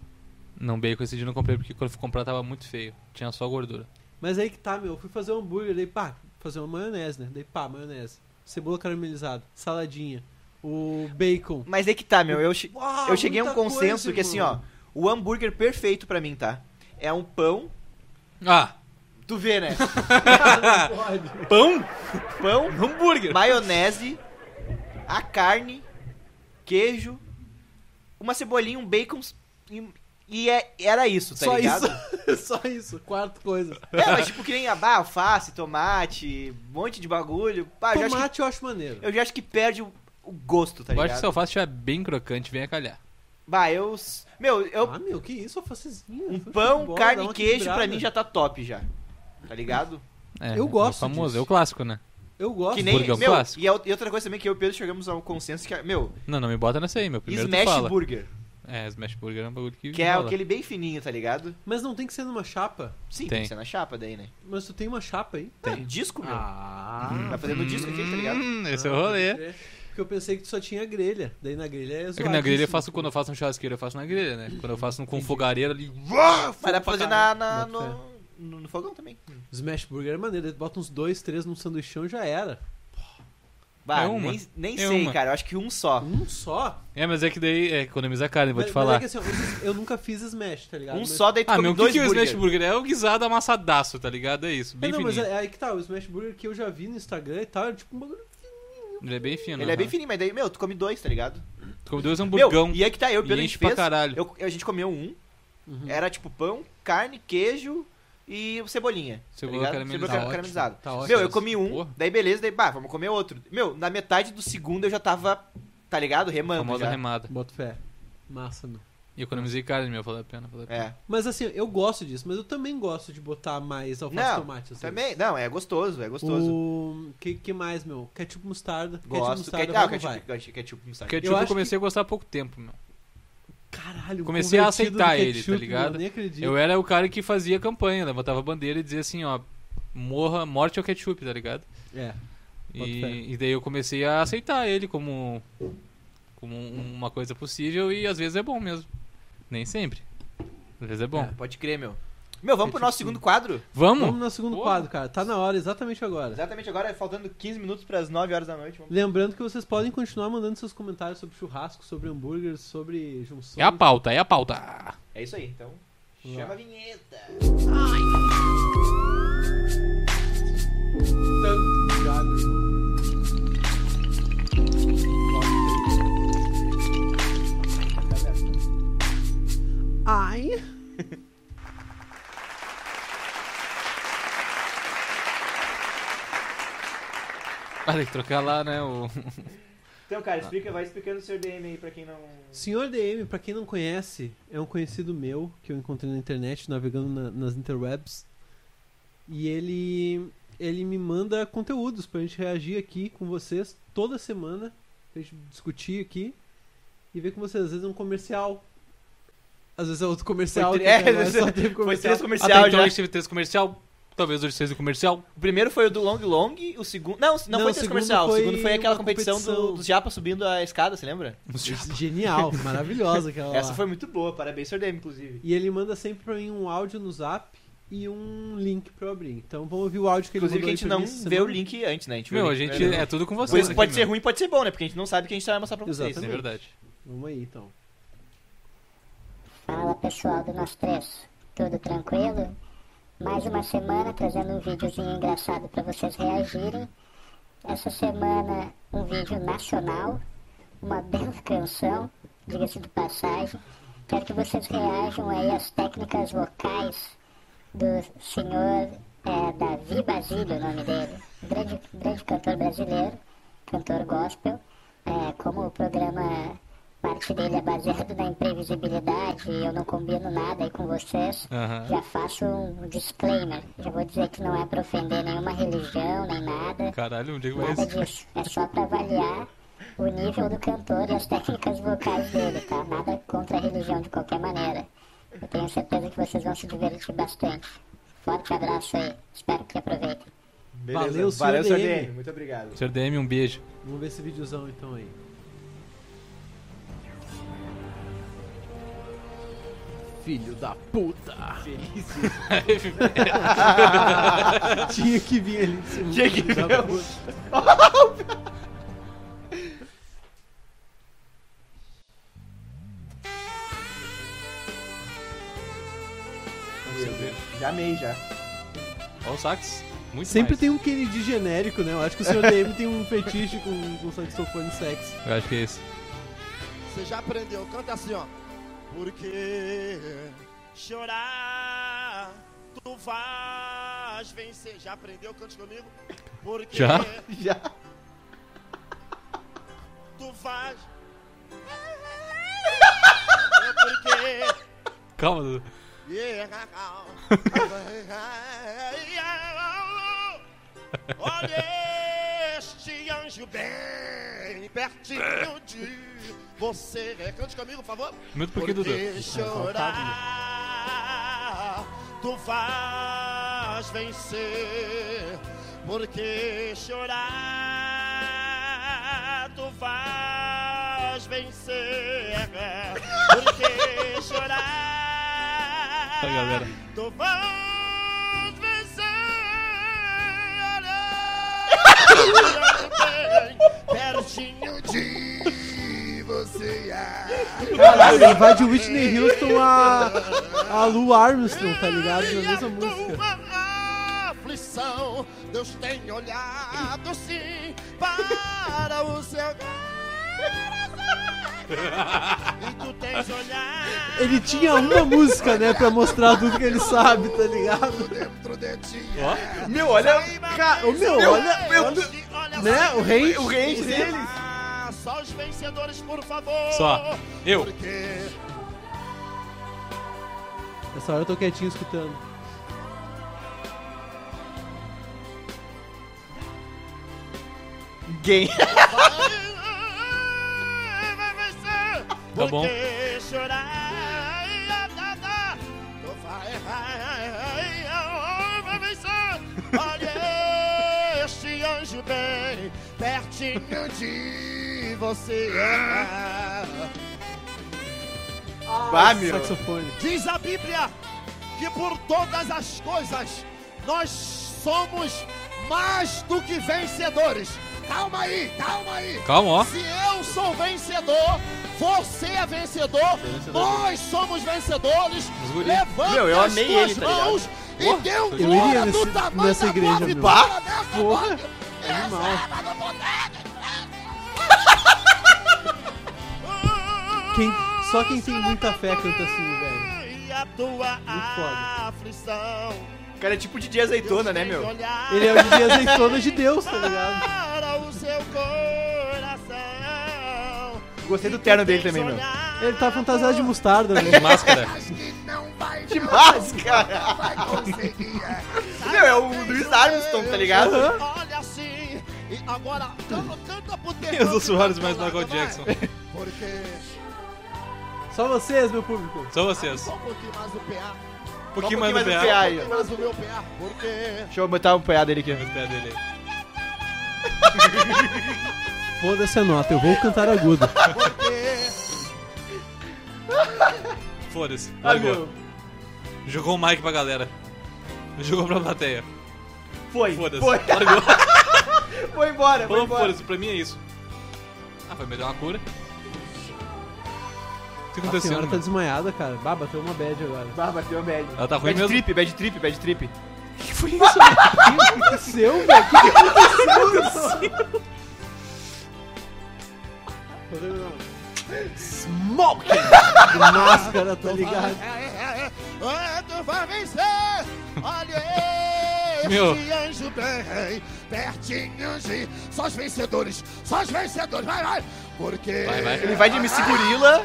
Speaker 4: Não, bacon esse dia eu não comprei porque quando eu fui comprar tava muito feio. Tinha só gordura.
Speaker 3: Mas aí que tá, meu. Eu fui fazer um hambúrguer, daí pá, fazer uma maionese, né? Daí pá, maionese. Cebola caramelizada, saladinha, o bacon.
Speaker 5: Mas é que tá, meu. Eu, che-
Speaker 3: Uau,
Speaker 5: eu cheguei a um
Speaker 3: Ah, muita
Speaker 5: consenso
Speaker 3: coisa,
Speaker 5: que assim, ó,
Speaker 3: irmão.
Speaker 5: o hambúrguer perfeito pra mim, tá? É um pão.
Speaker 4: Ah,
Speaker 5: Tu vê, né?
Speaker 3: Pode.
Speaker 4: pão?
Speaker 5: Pão,
Speaker 4: Hambúrguer.
Speaker 5: maionese, a carne, queijo, uma cebolinha, um bacon. E, e é- era isso, tá
Speaker 3: Só
Speaker 5: ligado?
Speaker 3: isso. Só isso. Quatro coisas.
Speaker 5: É, mas tipo que nem abá, alface, tomate, um monte de bagulho. Pá, Ah, eu, já acho
Speaker 3: Tomate eu acho maneiro.
Speaker 5: que, eu já acho que perde o, o gosto, tá
Speaker 4: eu acho que se a
Speaker 5: ligado?
Speaker 4: alface estiver bem crocante, venha calhar.
Speaker 5: Bah, eu. s- Meu, eu.
Speaker 3: Ah, meu, que isso, alfacezinha.
Speaker 5: um
Speaker 3: Foi
Speaker 5: pão,
Speaker 3: embora, dá
Speaker 5: carne e
Speaker 3: uma
Speaker 5: queijo, pra
Speaker 3: equilibrada.
Speaker 5: mim já tá top já. Tá ligado?
Speaker 4: É,
Speaker 3: Eu gosto
Speaker 4: É o famoso,
Speaker 3: disso.
Speaker 4: é o clássico, né?
Speaker 3: Eu gosto.
Speaker 5: Que nem.
Speaker 4: Hambúrguer é um
Speaker 5: Meu,
Speaker 4: clássico.
Speaker 5: e, a- e outra coisa também que eu e o Pedro chegamos a um consenso que é. Meu,
Speaker 4: Não, não me bota nessa aí, meu. Primeiro tu
Speaker 5: smash
Speaker 4: fala.
Speaker 5: burger.
Speaker 4: É, smash burger é um bagulho que
Speaker 5: Que é
Speaker 4: rola.
Speaker 5: aquele bem fininho, tá ligado?
Speaker 3: Mas não tem que ser numa chapa.
Speaker 5: Sim, tem,
Speaker 4: Tem.
Speaker 5: que ser na chapa daí, né?
Speaker 3: Mas tu tem uma chapa aí?
Speaker 5: Tem. disco, meu.
Speaker 3: Ah.
Speaker 5: Vai fazer no disco aqui, tá ligado?
Speaker 4: Hum, esse é o
Speaker 3: Ah,
Speaker 4: rolê.
Speaker 3: pode crer. Porque eu pensei que tu só tinha grelha. Daí na grelha é
Speaker 4: É que na grelha eu
Speaker 3: zoadíssimo.
Speaker 4: faço, quando eu faço um churrasqueiro, eu faço na grelha, né? Quando eu faço um com fogareiro ali.
Speaker 5: Mas dá pra fazer na, na-
Speaker 3: Bota
Speaker 5: no, no, no fogão também.
Speaker 3: Smash Burger é maneiro. daí tu Bota uns dois, três num sanduichão já era.
Speaker 5: Bah,
Speaker 4: É uma.
Speaker 5: nem, nem
Speaker 4: É
Speaker 5: sei,
Speaker 4: uma. Hum,
Speaker 5: cara. Eu acho que um só.
Speaker 3: Um só?
Speaker 4: É, mas é que daí é, economiza carne, vou
Speaker 3: Mas-
Speaker 4: te
Speaker 3: mas
Speaker 4: falar.
Speaker 3: é que assim, ó, eu- eu nunca fiz Smash, tá ligado?
Speaker 5: Um
Speaker 3: Mas-
Speaker 5: só, daí tu
Speaker 4: Ah,
Speaker 5: come
Speaker 4: meu, o que,
Speaker 5: dois
Speaker 4: que é o
Speaker 5: burger.
Speaker 4: smash burger? É o guisado amassadaço, tá ligado? É isso,
Speaker 3: É,
Speaker 4: bem
Speaker 3: não, mas
Speaker 4: fininho.
Speaker 3: é, é aí que tá. O Smash Burger que eu já vi no Instagram e tal, é tipo um bagulho.
Speaker 4: Ele é bem fino.
Speaker 5: Ele é bem
Speaker 4: aham.
Speaker 5: fininho, mas daí, meu, tu come dois, tá ligado?
Speaker 4: Tu come dois
Speaker 5: Meu,
Speaker 4: hamburgão.
Speaker 5: e aí que tá, eu e o
Speaker 4: E
Speaker 5: Pedro, a
Speaker 4: enche
Speaker 5: gente
Speaker 4: pra
Speaker 5: fez...
Speaker 4: caralho. Hum.
Speaker 5: eu- a gente comeu um,
Speaker 3: Uhum.
Speaker 5: era tipo pão, carne, queijo e cebolinha.
Speaker 4: Cebola
Speaker 5: tá ligado?
Speaker 4: caramelizada.
Speaker 5: Cebola
Speaker 4: Tá
Speaker 5: caramelizada.
Speaker 3: ótimo, tá ótimo.
Speaker 5: Meu, eu comi um,
Speaker 4: Porra.
Speaker 5: daí beleza, daí, bah, vamos comer outro. Meu, na metade do segundo eu já tava, tá ligado? Remando
Speaker 4: Famosa
Speaker 5: já.
Speaker 4: remada.
Speaker 3: Boto fé. Massa, meu.
Speaker 4: E economizei carne, meu, valeu a pena. Valeu a pena.
Speaker 5: É.
Speaker 3: Mas assim, eu gosto disso, mas eu também gosto de botar mais alface e
Speaker 5: Não,
Speaker 3: tomate. assim.
Speaker 5: Também, não, é gostoso, é gostoso.
Speaker 3: O que, que mais, meu? Ketchup mostarda. Ketchup
Speaker 5: Gosto.
Speaker 3: mostarda, é
Speaker 5: Ketchup,
Speaker 3: vai,
Speaker 5: ah,
Speaker 3: ou vai.
Speaker 5: ketchup, ketchup, ketchup, mostarda.
Speaker 4: Ketchup
Speaker 3: Eu
Speaker 4: tipo, eu,
Speaker 3: acho
Speaker 4: comecei a gostar há pouco tempo, meu.
Speaker 3: Caralho, o
Speaker 4: Comecei a
Speaker 3: convertido do
Speaker 4: aceitar ele, tá
Speaker 3: ketchup,
Speaker 4: ligado?
Speaker 3: Eu nem acredito.
Speaker 4: Eu era o cara que fazia campanha, levantava a bandeira e dizia assim, ó, morra, morte ao ketchup, tá ligado?
Speaker 3: É. Boto fé.
Speaker 4: E, e daí eu comecei a aceitar ele como, como um- uma coisa possível e às vezes é bom mesmo. Nem sempre. Às vezes é bom.
Speaker 5: É, pode crer, meu. Meu, vamos pro
Speaker 3: Ketchup.
Speaker 5: nosso segundo quadro?
Speaker 4: Vamos?
Speaker 3: Vamos no segundo
Speaker 4: Porra.
Speaker 3: quadro, cara. Tá na hora, exatamente agora.
Speaker 5: Exatamente agora, faltando 15 minutos pras 9 horas da noite. Vamos...
Speaker 3: Lembrando que vocês podem continuar mandando seus comentários sobre churrasco, sobre hambúrguer, sobre junção.
Speaker 4: É a pauta, é a pauta.
Speaker 5: É isso aí, então.
Speaker 3: Vamos
Speaker 5: Chama
Speaker 3: lá.
Speaker 5: a vinheta.
Speaker 3: Tanto de água, irmão. Ai.
Speaker 4: Ah, tem que trocar lá, né? O...
Speaker 5: Então, cara, explica, vai explicando o seu DM aí pra quem não.
Speaker 3: Senhor DM, pra quem não conhece, é um conhecido meu que eu encontrei na internet, navegando na- nas interwebs. E ele ele me manda conteúdos pra gente reagir aqui com vocês toda semana, pra gente discutir aqui e ver com vocês. Às vezes é um comercial. Às vezes é outro comercial.
Speaker 5: Foi
Speaker 3: que
Speaker 5: tre- é,
Speaker 3: agora
Speaker 5: às
Speaker 3: então, só
Speaker 5: vezes-
Speaker 3: teve
Speaker 5: Foi
Speaker 3: comercial.
Speaker 5: três
Speaker 4: Até
Speaker 5: comercial
Speaker 4: então
Speaker 5: já.
Speaker 4: a gente teve três comercial, talvez hoje seja o comercial.
Speaker 5: O primeiro foi o do Long Long, o segundo. Não,
Speaker 3: Não,
Speaker 5: não,
Speaker 3: o
Speaker 5: foi três
Speaker 3: segundo
Speaker 5: comercial.
Speaker 3: foi
Speaker 5: o segundo foi aquela
Speaker 3: uma
Speaker 5: competição,
Speaker 3: competição.
Speaker 5: do- dos Japa subindo a escada, você lembra?
Speaker 3: Genial, maravilhosa aquela. lá.
Speaker 5: Essa foi muito boa, parabéns, seu DM, inclusive.
Speaker 3: E ele manda sempre pra mim um áudio no zap e um link pra eu abrir. Então vamos ouvir o áudio que ele
Speaker 5: Inclusive que a gente
Speaker 3: mandou aí pra
Speaker 5: não
Speaker 3: mim essa
Speaker 5: vê o
Speaker 3: semana.
Speaker 5: link antes, né? A gente vê
Speaker 4: Meu,
Speaker 5: o
Speaker 4: a
Speaker 5: link
Speaker 4: gente
Speaker 5: primeiro.
Speaker 4: é tudo com
Speaker 5: Por
Speaker 4: vocês.
Speaker 5: isso pode
Speaker 4: aqui,
Speaker 5: ser
Speaker 4: meu.
Speaker 5: ruim, pode ser bom, né? Porque a gente não sabe o que a gente vai mostrar pra vocês.
Speaker 4: É
Speaker 3: Exatamente.
Speaker 4: verdade.
Speaker 3: Vamos aí então.
Speaker 6: Fala pessoal do Nós Três, tudo tranquilo? Mais uma semana trazendo um videozinho engraçado para vocês reagirem. Essa semana um vídeo nacional, uma bela canção, diga-se de passagem. Quero que vocês reajam aí às técnicas vocais do senhor eh, Davi Basílio, o nome dele. Grande, grande cantor brasileiro, cantor gospel. Eh, como o programa, parte dele é baseado na imprevisibilidade, eu não combino nada aí com vocês.
Speaker 4: Aham.
Speaker 6: Já faço um disclaimer. Já vou dizer que não é para ofender nenhuma religião, nem nada.
Speaker 4: Caralho, onde é que vai
Speaker 6: Nada
Speaker 4: isso?
Speaker 6: disso. É só pra avaliar o nível do cantor e as técnicas vocais dele, tá? Nada contra a religião de qualquer maneira. Eu tenho certeza que vocês vão se divertir bastante. Forte abraço aí. Espero que aproveitem.
Speaker 5: Beleza.
Speaker 3: Valeu, seu
Speaker 5: valeu, seu
Speaker 3: DM.
Speaker 5: DM. Muito obrigado.
Speaker 4: Senhor DM, um beijo.
Speaker 3: Vamos ver esse videozão então aí. Filho da puta! Tinha que vir ali. de cima.
Speaker 5: Tinha que
Speaker 3: Filho da
Speaker 5: ver.
Speaker 3: puta.
Speaker 5: Já amei, já.
Speaker 4: Ó o sax. Muito
Speaker 3: Sempre
Speaker 4: mais.
Speaker 3: tem um Kennedy genérico, né? Eu acho que o senhor DM tem um fetiche com, com saxofone sexy.
Speaker 4: Eu acho que é esse.
Speaker 2: Você já aprendeu, canta assim, ó. Porque chorar, tu vais vencer. Já aprendeu, cante comigo? Porque
Speaker 4: Já.
Speaker 5: Já.
Speaker 2: tu vais. É porque
Speaker 4: Calma, Dudu.
Speaker 2: Olha este anjo bem pertinho de você. Cante comigo, por favor.
Speaker 4: Minuto por quê, Dudu?
Speaker 2: chorar, tu vais vencer. Porque chorar, tu vais vencer. Porque chorar,
Speaker 4: Tá, galera.
Speaker 2: tu vais vencer. Pertinho de você.
Speaker 3: Caralho, ele vai de Whitney Houston a, a Lu Armstrong, tá ligado? Na mesma música.
Speaker 2: tua aflição, Deus tem olhado sim para o seu coração. E tu tens olhado
Speaker 3: Ele tinha uma música, né, pra mostrar tudo que ele sabe, tá ligado?
Speaker 2: dentro de ti.
Speaker 5: Meu, olha.
Speaker 3: Ô, meu, olha,
Speaker 5: meu
Speaker 3: olha,
Speaker 5: Deus.
Speaker 2: Olha
Speaker 3: né,
Speaker 2: só.
Speaker 3: o rei,
Speaker 5: O range
Speaker 4: é
Speaker 5: dele.
Speaker 2: Ah, Só os vencedores, por favor.
Speaker 4: Só. Eu.
Speaker 2: Porque
Speaker 3: Essa hora eu tô quietinho escutando.
Speaker 5: Gay.
Speaker 4: Tá bom.
Speaker 2: Porque chorar, tá, tá, tu vai, vai, vai vencer. Olha este anjo bem pertinho de você.
Speaker 5: Bah, Ah,
Speaker 4: é
Speaker 5: meu.
Speaker 3: Saxofone.
Speaker 2: Diz a Bíblia que por todas as coisas nós somos mais do que vencedores. Calma aí, calma aí.
Speaker 4: Calma, ó.
Speaker 2: Se eu sou vencedor, você é vencedor, nós somos vencedores.
Speaker 4: Os guri.
Speaker 2: Levanta
Speaker 5: Meu, eu
Speaker 2: as
Speaker 5: amei
Speaker 2: tuas
Speaker 5: ele, tá ligado?
Speaker 2: mãos e
Speaker 4: Porra,
Speaker 2: deu
Speaker 4: eu
Speaker 3: iria
Speaker 2: glória
Speaker 3: nesse-
Speaker 2: do tamanho
Speaker 3: nessa
Speaker 2: da
Speaker 3: igreja,
Speaker 2: tua
Speaker 3: meu.
Speaker 2: vitória nessa
Speaker 3: Porra,
Speaker 2: noite.
Speaker 3: animal.
Speaker 2: Receba no poder.
Speaker 3: Quem- só quem tem muita fé canta assim, velho.
Speaker 2: E a tua
Speaker 3: foda.
Speaker 2: aflição.
Speaker 5: O cara é tipo de azeitona, né, meu?
Speaker 3: Ele é o DJ azeitona de Deus, tá ligado?
Speaker 2: Para o seu coração.
Speaker 5: Gostei do terno dele também,
Speaker 4: é
Speaker 5: meu.
Speaker 3: Ele tá fantasiado de mostarda, né?
Speaker 4: De máscara.
Speaker 5: De máscara! Ah, Meu, é o Luiz Armstrong, tá ligado?
Speaker 2: Olha assim. E agora, canta, canta pro teu
Speaker 4: Deus
Speaker 2: irmão
Speaker 4: do
Speaker 2: que
Speaker 4: Soares
Speaker 2: tá
Speaker 4: mais
Speaker 2: calado,
Speaker 4: Michael
Speaker 2: vai.
Speaker 4: Jackson.
Speaker 2: Porque.
Speaker 3: Só vocês, meu público.
Speaker 4: Só vocês.
Speaker 2: Só um pouquinho mais o PA.
Speaker 4: Um
Speaker 5: Só
Speaker 4: pouquinho mais do PA.
Speaker 5: PA
Speaker 4: PA.
Speaker 2: Um
Speaker 5: aí,
Speaker 2: pouquinho
Speaker 5: ó.
Speaker 2: mais o meu PA. Porque.
Speaker 5: Deixa eu botar um PA dele aqui. ó.
Speaker 4: dele aí.
Speaker 3: Foda-se a nota, eu vou cantar agudo.
Speaker 2: Porque.
Speaker 4: Foda-se.
Speaker 5: Ah,
Speaker 4: Largou.
Speaker 5: meu.
Speaker 4: Jogou o mic pra galera. Jogou pra plateia.
Speaker 5: Foi,
Speaker 4: Foda-se.
Speaker 5: foi.
Speaker 4: Largou.
Speaker 5: Foi embora, foi
Speaker 4: Falou,
Speaker 5: embora.
Speaker 4: foda-se. Pra mim é isso. Ah, vai me dar uma cura. O que
Speaker 3: A
Speaker 4: aconteceu? né?
Speaker 3: senhora tá
Speaker 4: mano?
Speaker 3: desmaiada, cara. Bah, bateu uma bad agora.
Speaker 5: Ah, bateu a média.
Speaker 4: Ela tá ruim
Speaker 5: Bad
Speaker 4: mesmo?
Speaker 5: trip, bad trip, bad trip.
Speaker 4: que foi isso?
Speaker 3: O que aconteceu, velho? O que aconteceu? Smoking! Máscara, tá ligado?
Speaker 2: É, é, é. Ah, Tu vai vencer! Olha este
Speaker 4: Meu.
Speaker 2: anjo bem pertinho de... Só os vencedores! Só os vencedores! Vai, vai! Porque...
Speaker 4: Vai, vai.
Speaker 5: Ele vai de MC Gorila.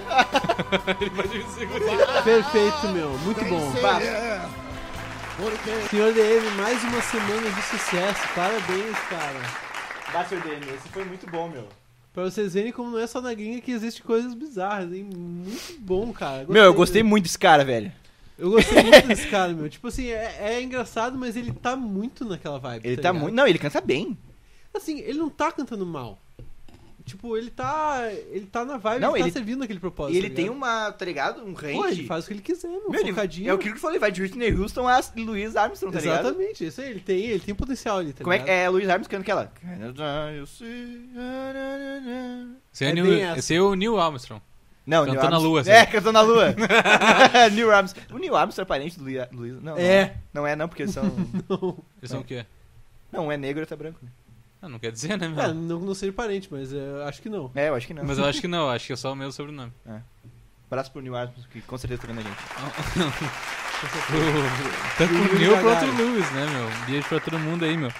Speaker 4: Ele vai me segurar.
Speaker 3: Perfeito, meu. Muito bom.
Speaker 2: vencer,
Speaker 5: vai.
Speaker 2: Porque...
Speaker 3: Senhor DM, mais uma semana de sucesso. Parabéns, cara.
Speaker 5: Bate o DM, esse foi muito bom, meu.
Speaker 3: Pra vocês verem como não é só na gringa que existe coisas bizarras, hein? Muito bom, cara.
Speaker 5: Meu, eu gostei muito desse cara, velho.
Speaker 3: Eu gostei muito desse cara, meu. Tipo assim, é, é engraçado, mas ele tá muito naquela vibe.
Speaker 5: Ele tá
Speaker 3: ligado?
Speaker 5: muito. Não, ele canta bem.
Speaker 3: Assim, ele não tá cantando mal. Tipo, ele tá. Ele tá na vibe,
Speaker 5: Não,
Speaker 3: ele,
Speaker 5: ele-
Speaker 3: tá servindo aquele propósito.
Speaker 5: E ele
Speaker 3: tá
Speaker 5: tem
Speaker 3: ligado?
Speaker 5: uma, tá ligado? Um range.
Speaker 3: Pô, ele faz o que ele quiser, meu.
Speaker 5: Meu, ele-
Speaker 3: focadinho.
Speaker 5: é o que eu falei, vai de Whitney Houston a Louis Armstrong, tá ligado?
Speaker 3: Exatamente, isso aí, ele tem, ele tem potencial ali, tá
Speaker 5: Como é que
Speaker 3: ligado?
Speaker 5: é Louis Armstrong que ela? Canada, you see, na, na, na, na.
Speaker 4: Esse é,
Speaker 3: É
Speaker 4: Neil-
Speaker 3: bem essa.
Speaker 4: esse é o Neil Armstrong.
Speaker 5: Não,
Speaker 4: Cantando
Speaker 5: Neil Armstrong.
Speaker 4: a lua, assim.
Speaker 5: É, cantando a lua. Neil Armstrong. O Neil Armstrong é parente do Louis. Louis- Não, não
Speaker 3: É.
Speaker 5: Não é, não, porque eles são.
Speaker 4: Eles são é o quê?
Speaker 5: não, um é negro e outro é branco. né?
Speaker 4: Ah, não quer dizer, né, meu?
Speaker 3: É, não, não seja parente, mas é, acho que não.
Speaker 5: É, eu acho que não.
Speaker 4: Mas eu acho que não, acho que é só o mesmo sobrenome.
Speaker 5: Abraço pro Neil Armstrong, que com certeza tá vendo a gente.
Speaker 4: Pro- Tanto
Speaker 5: E o
Speaker 4: pro
Speaker 5: Luiz
Speaker 4: Neil quanto
Speaker 5: Gagarin.
Speaker 4: Tá o Lewis, né, meu? Beijo pra todo mundo aí, meu.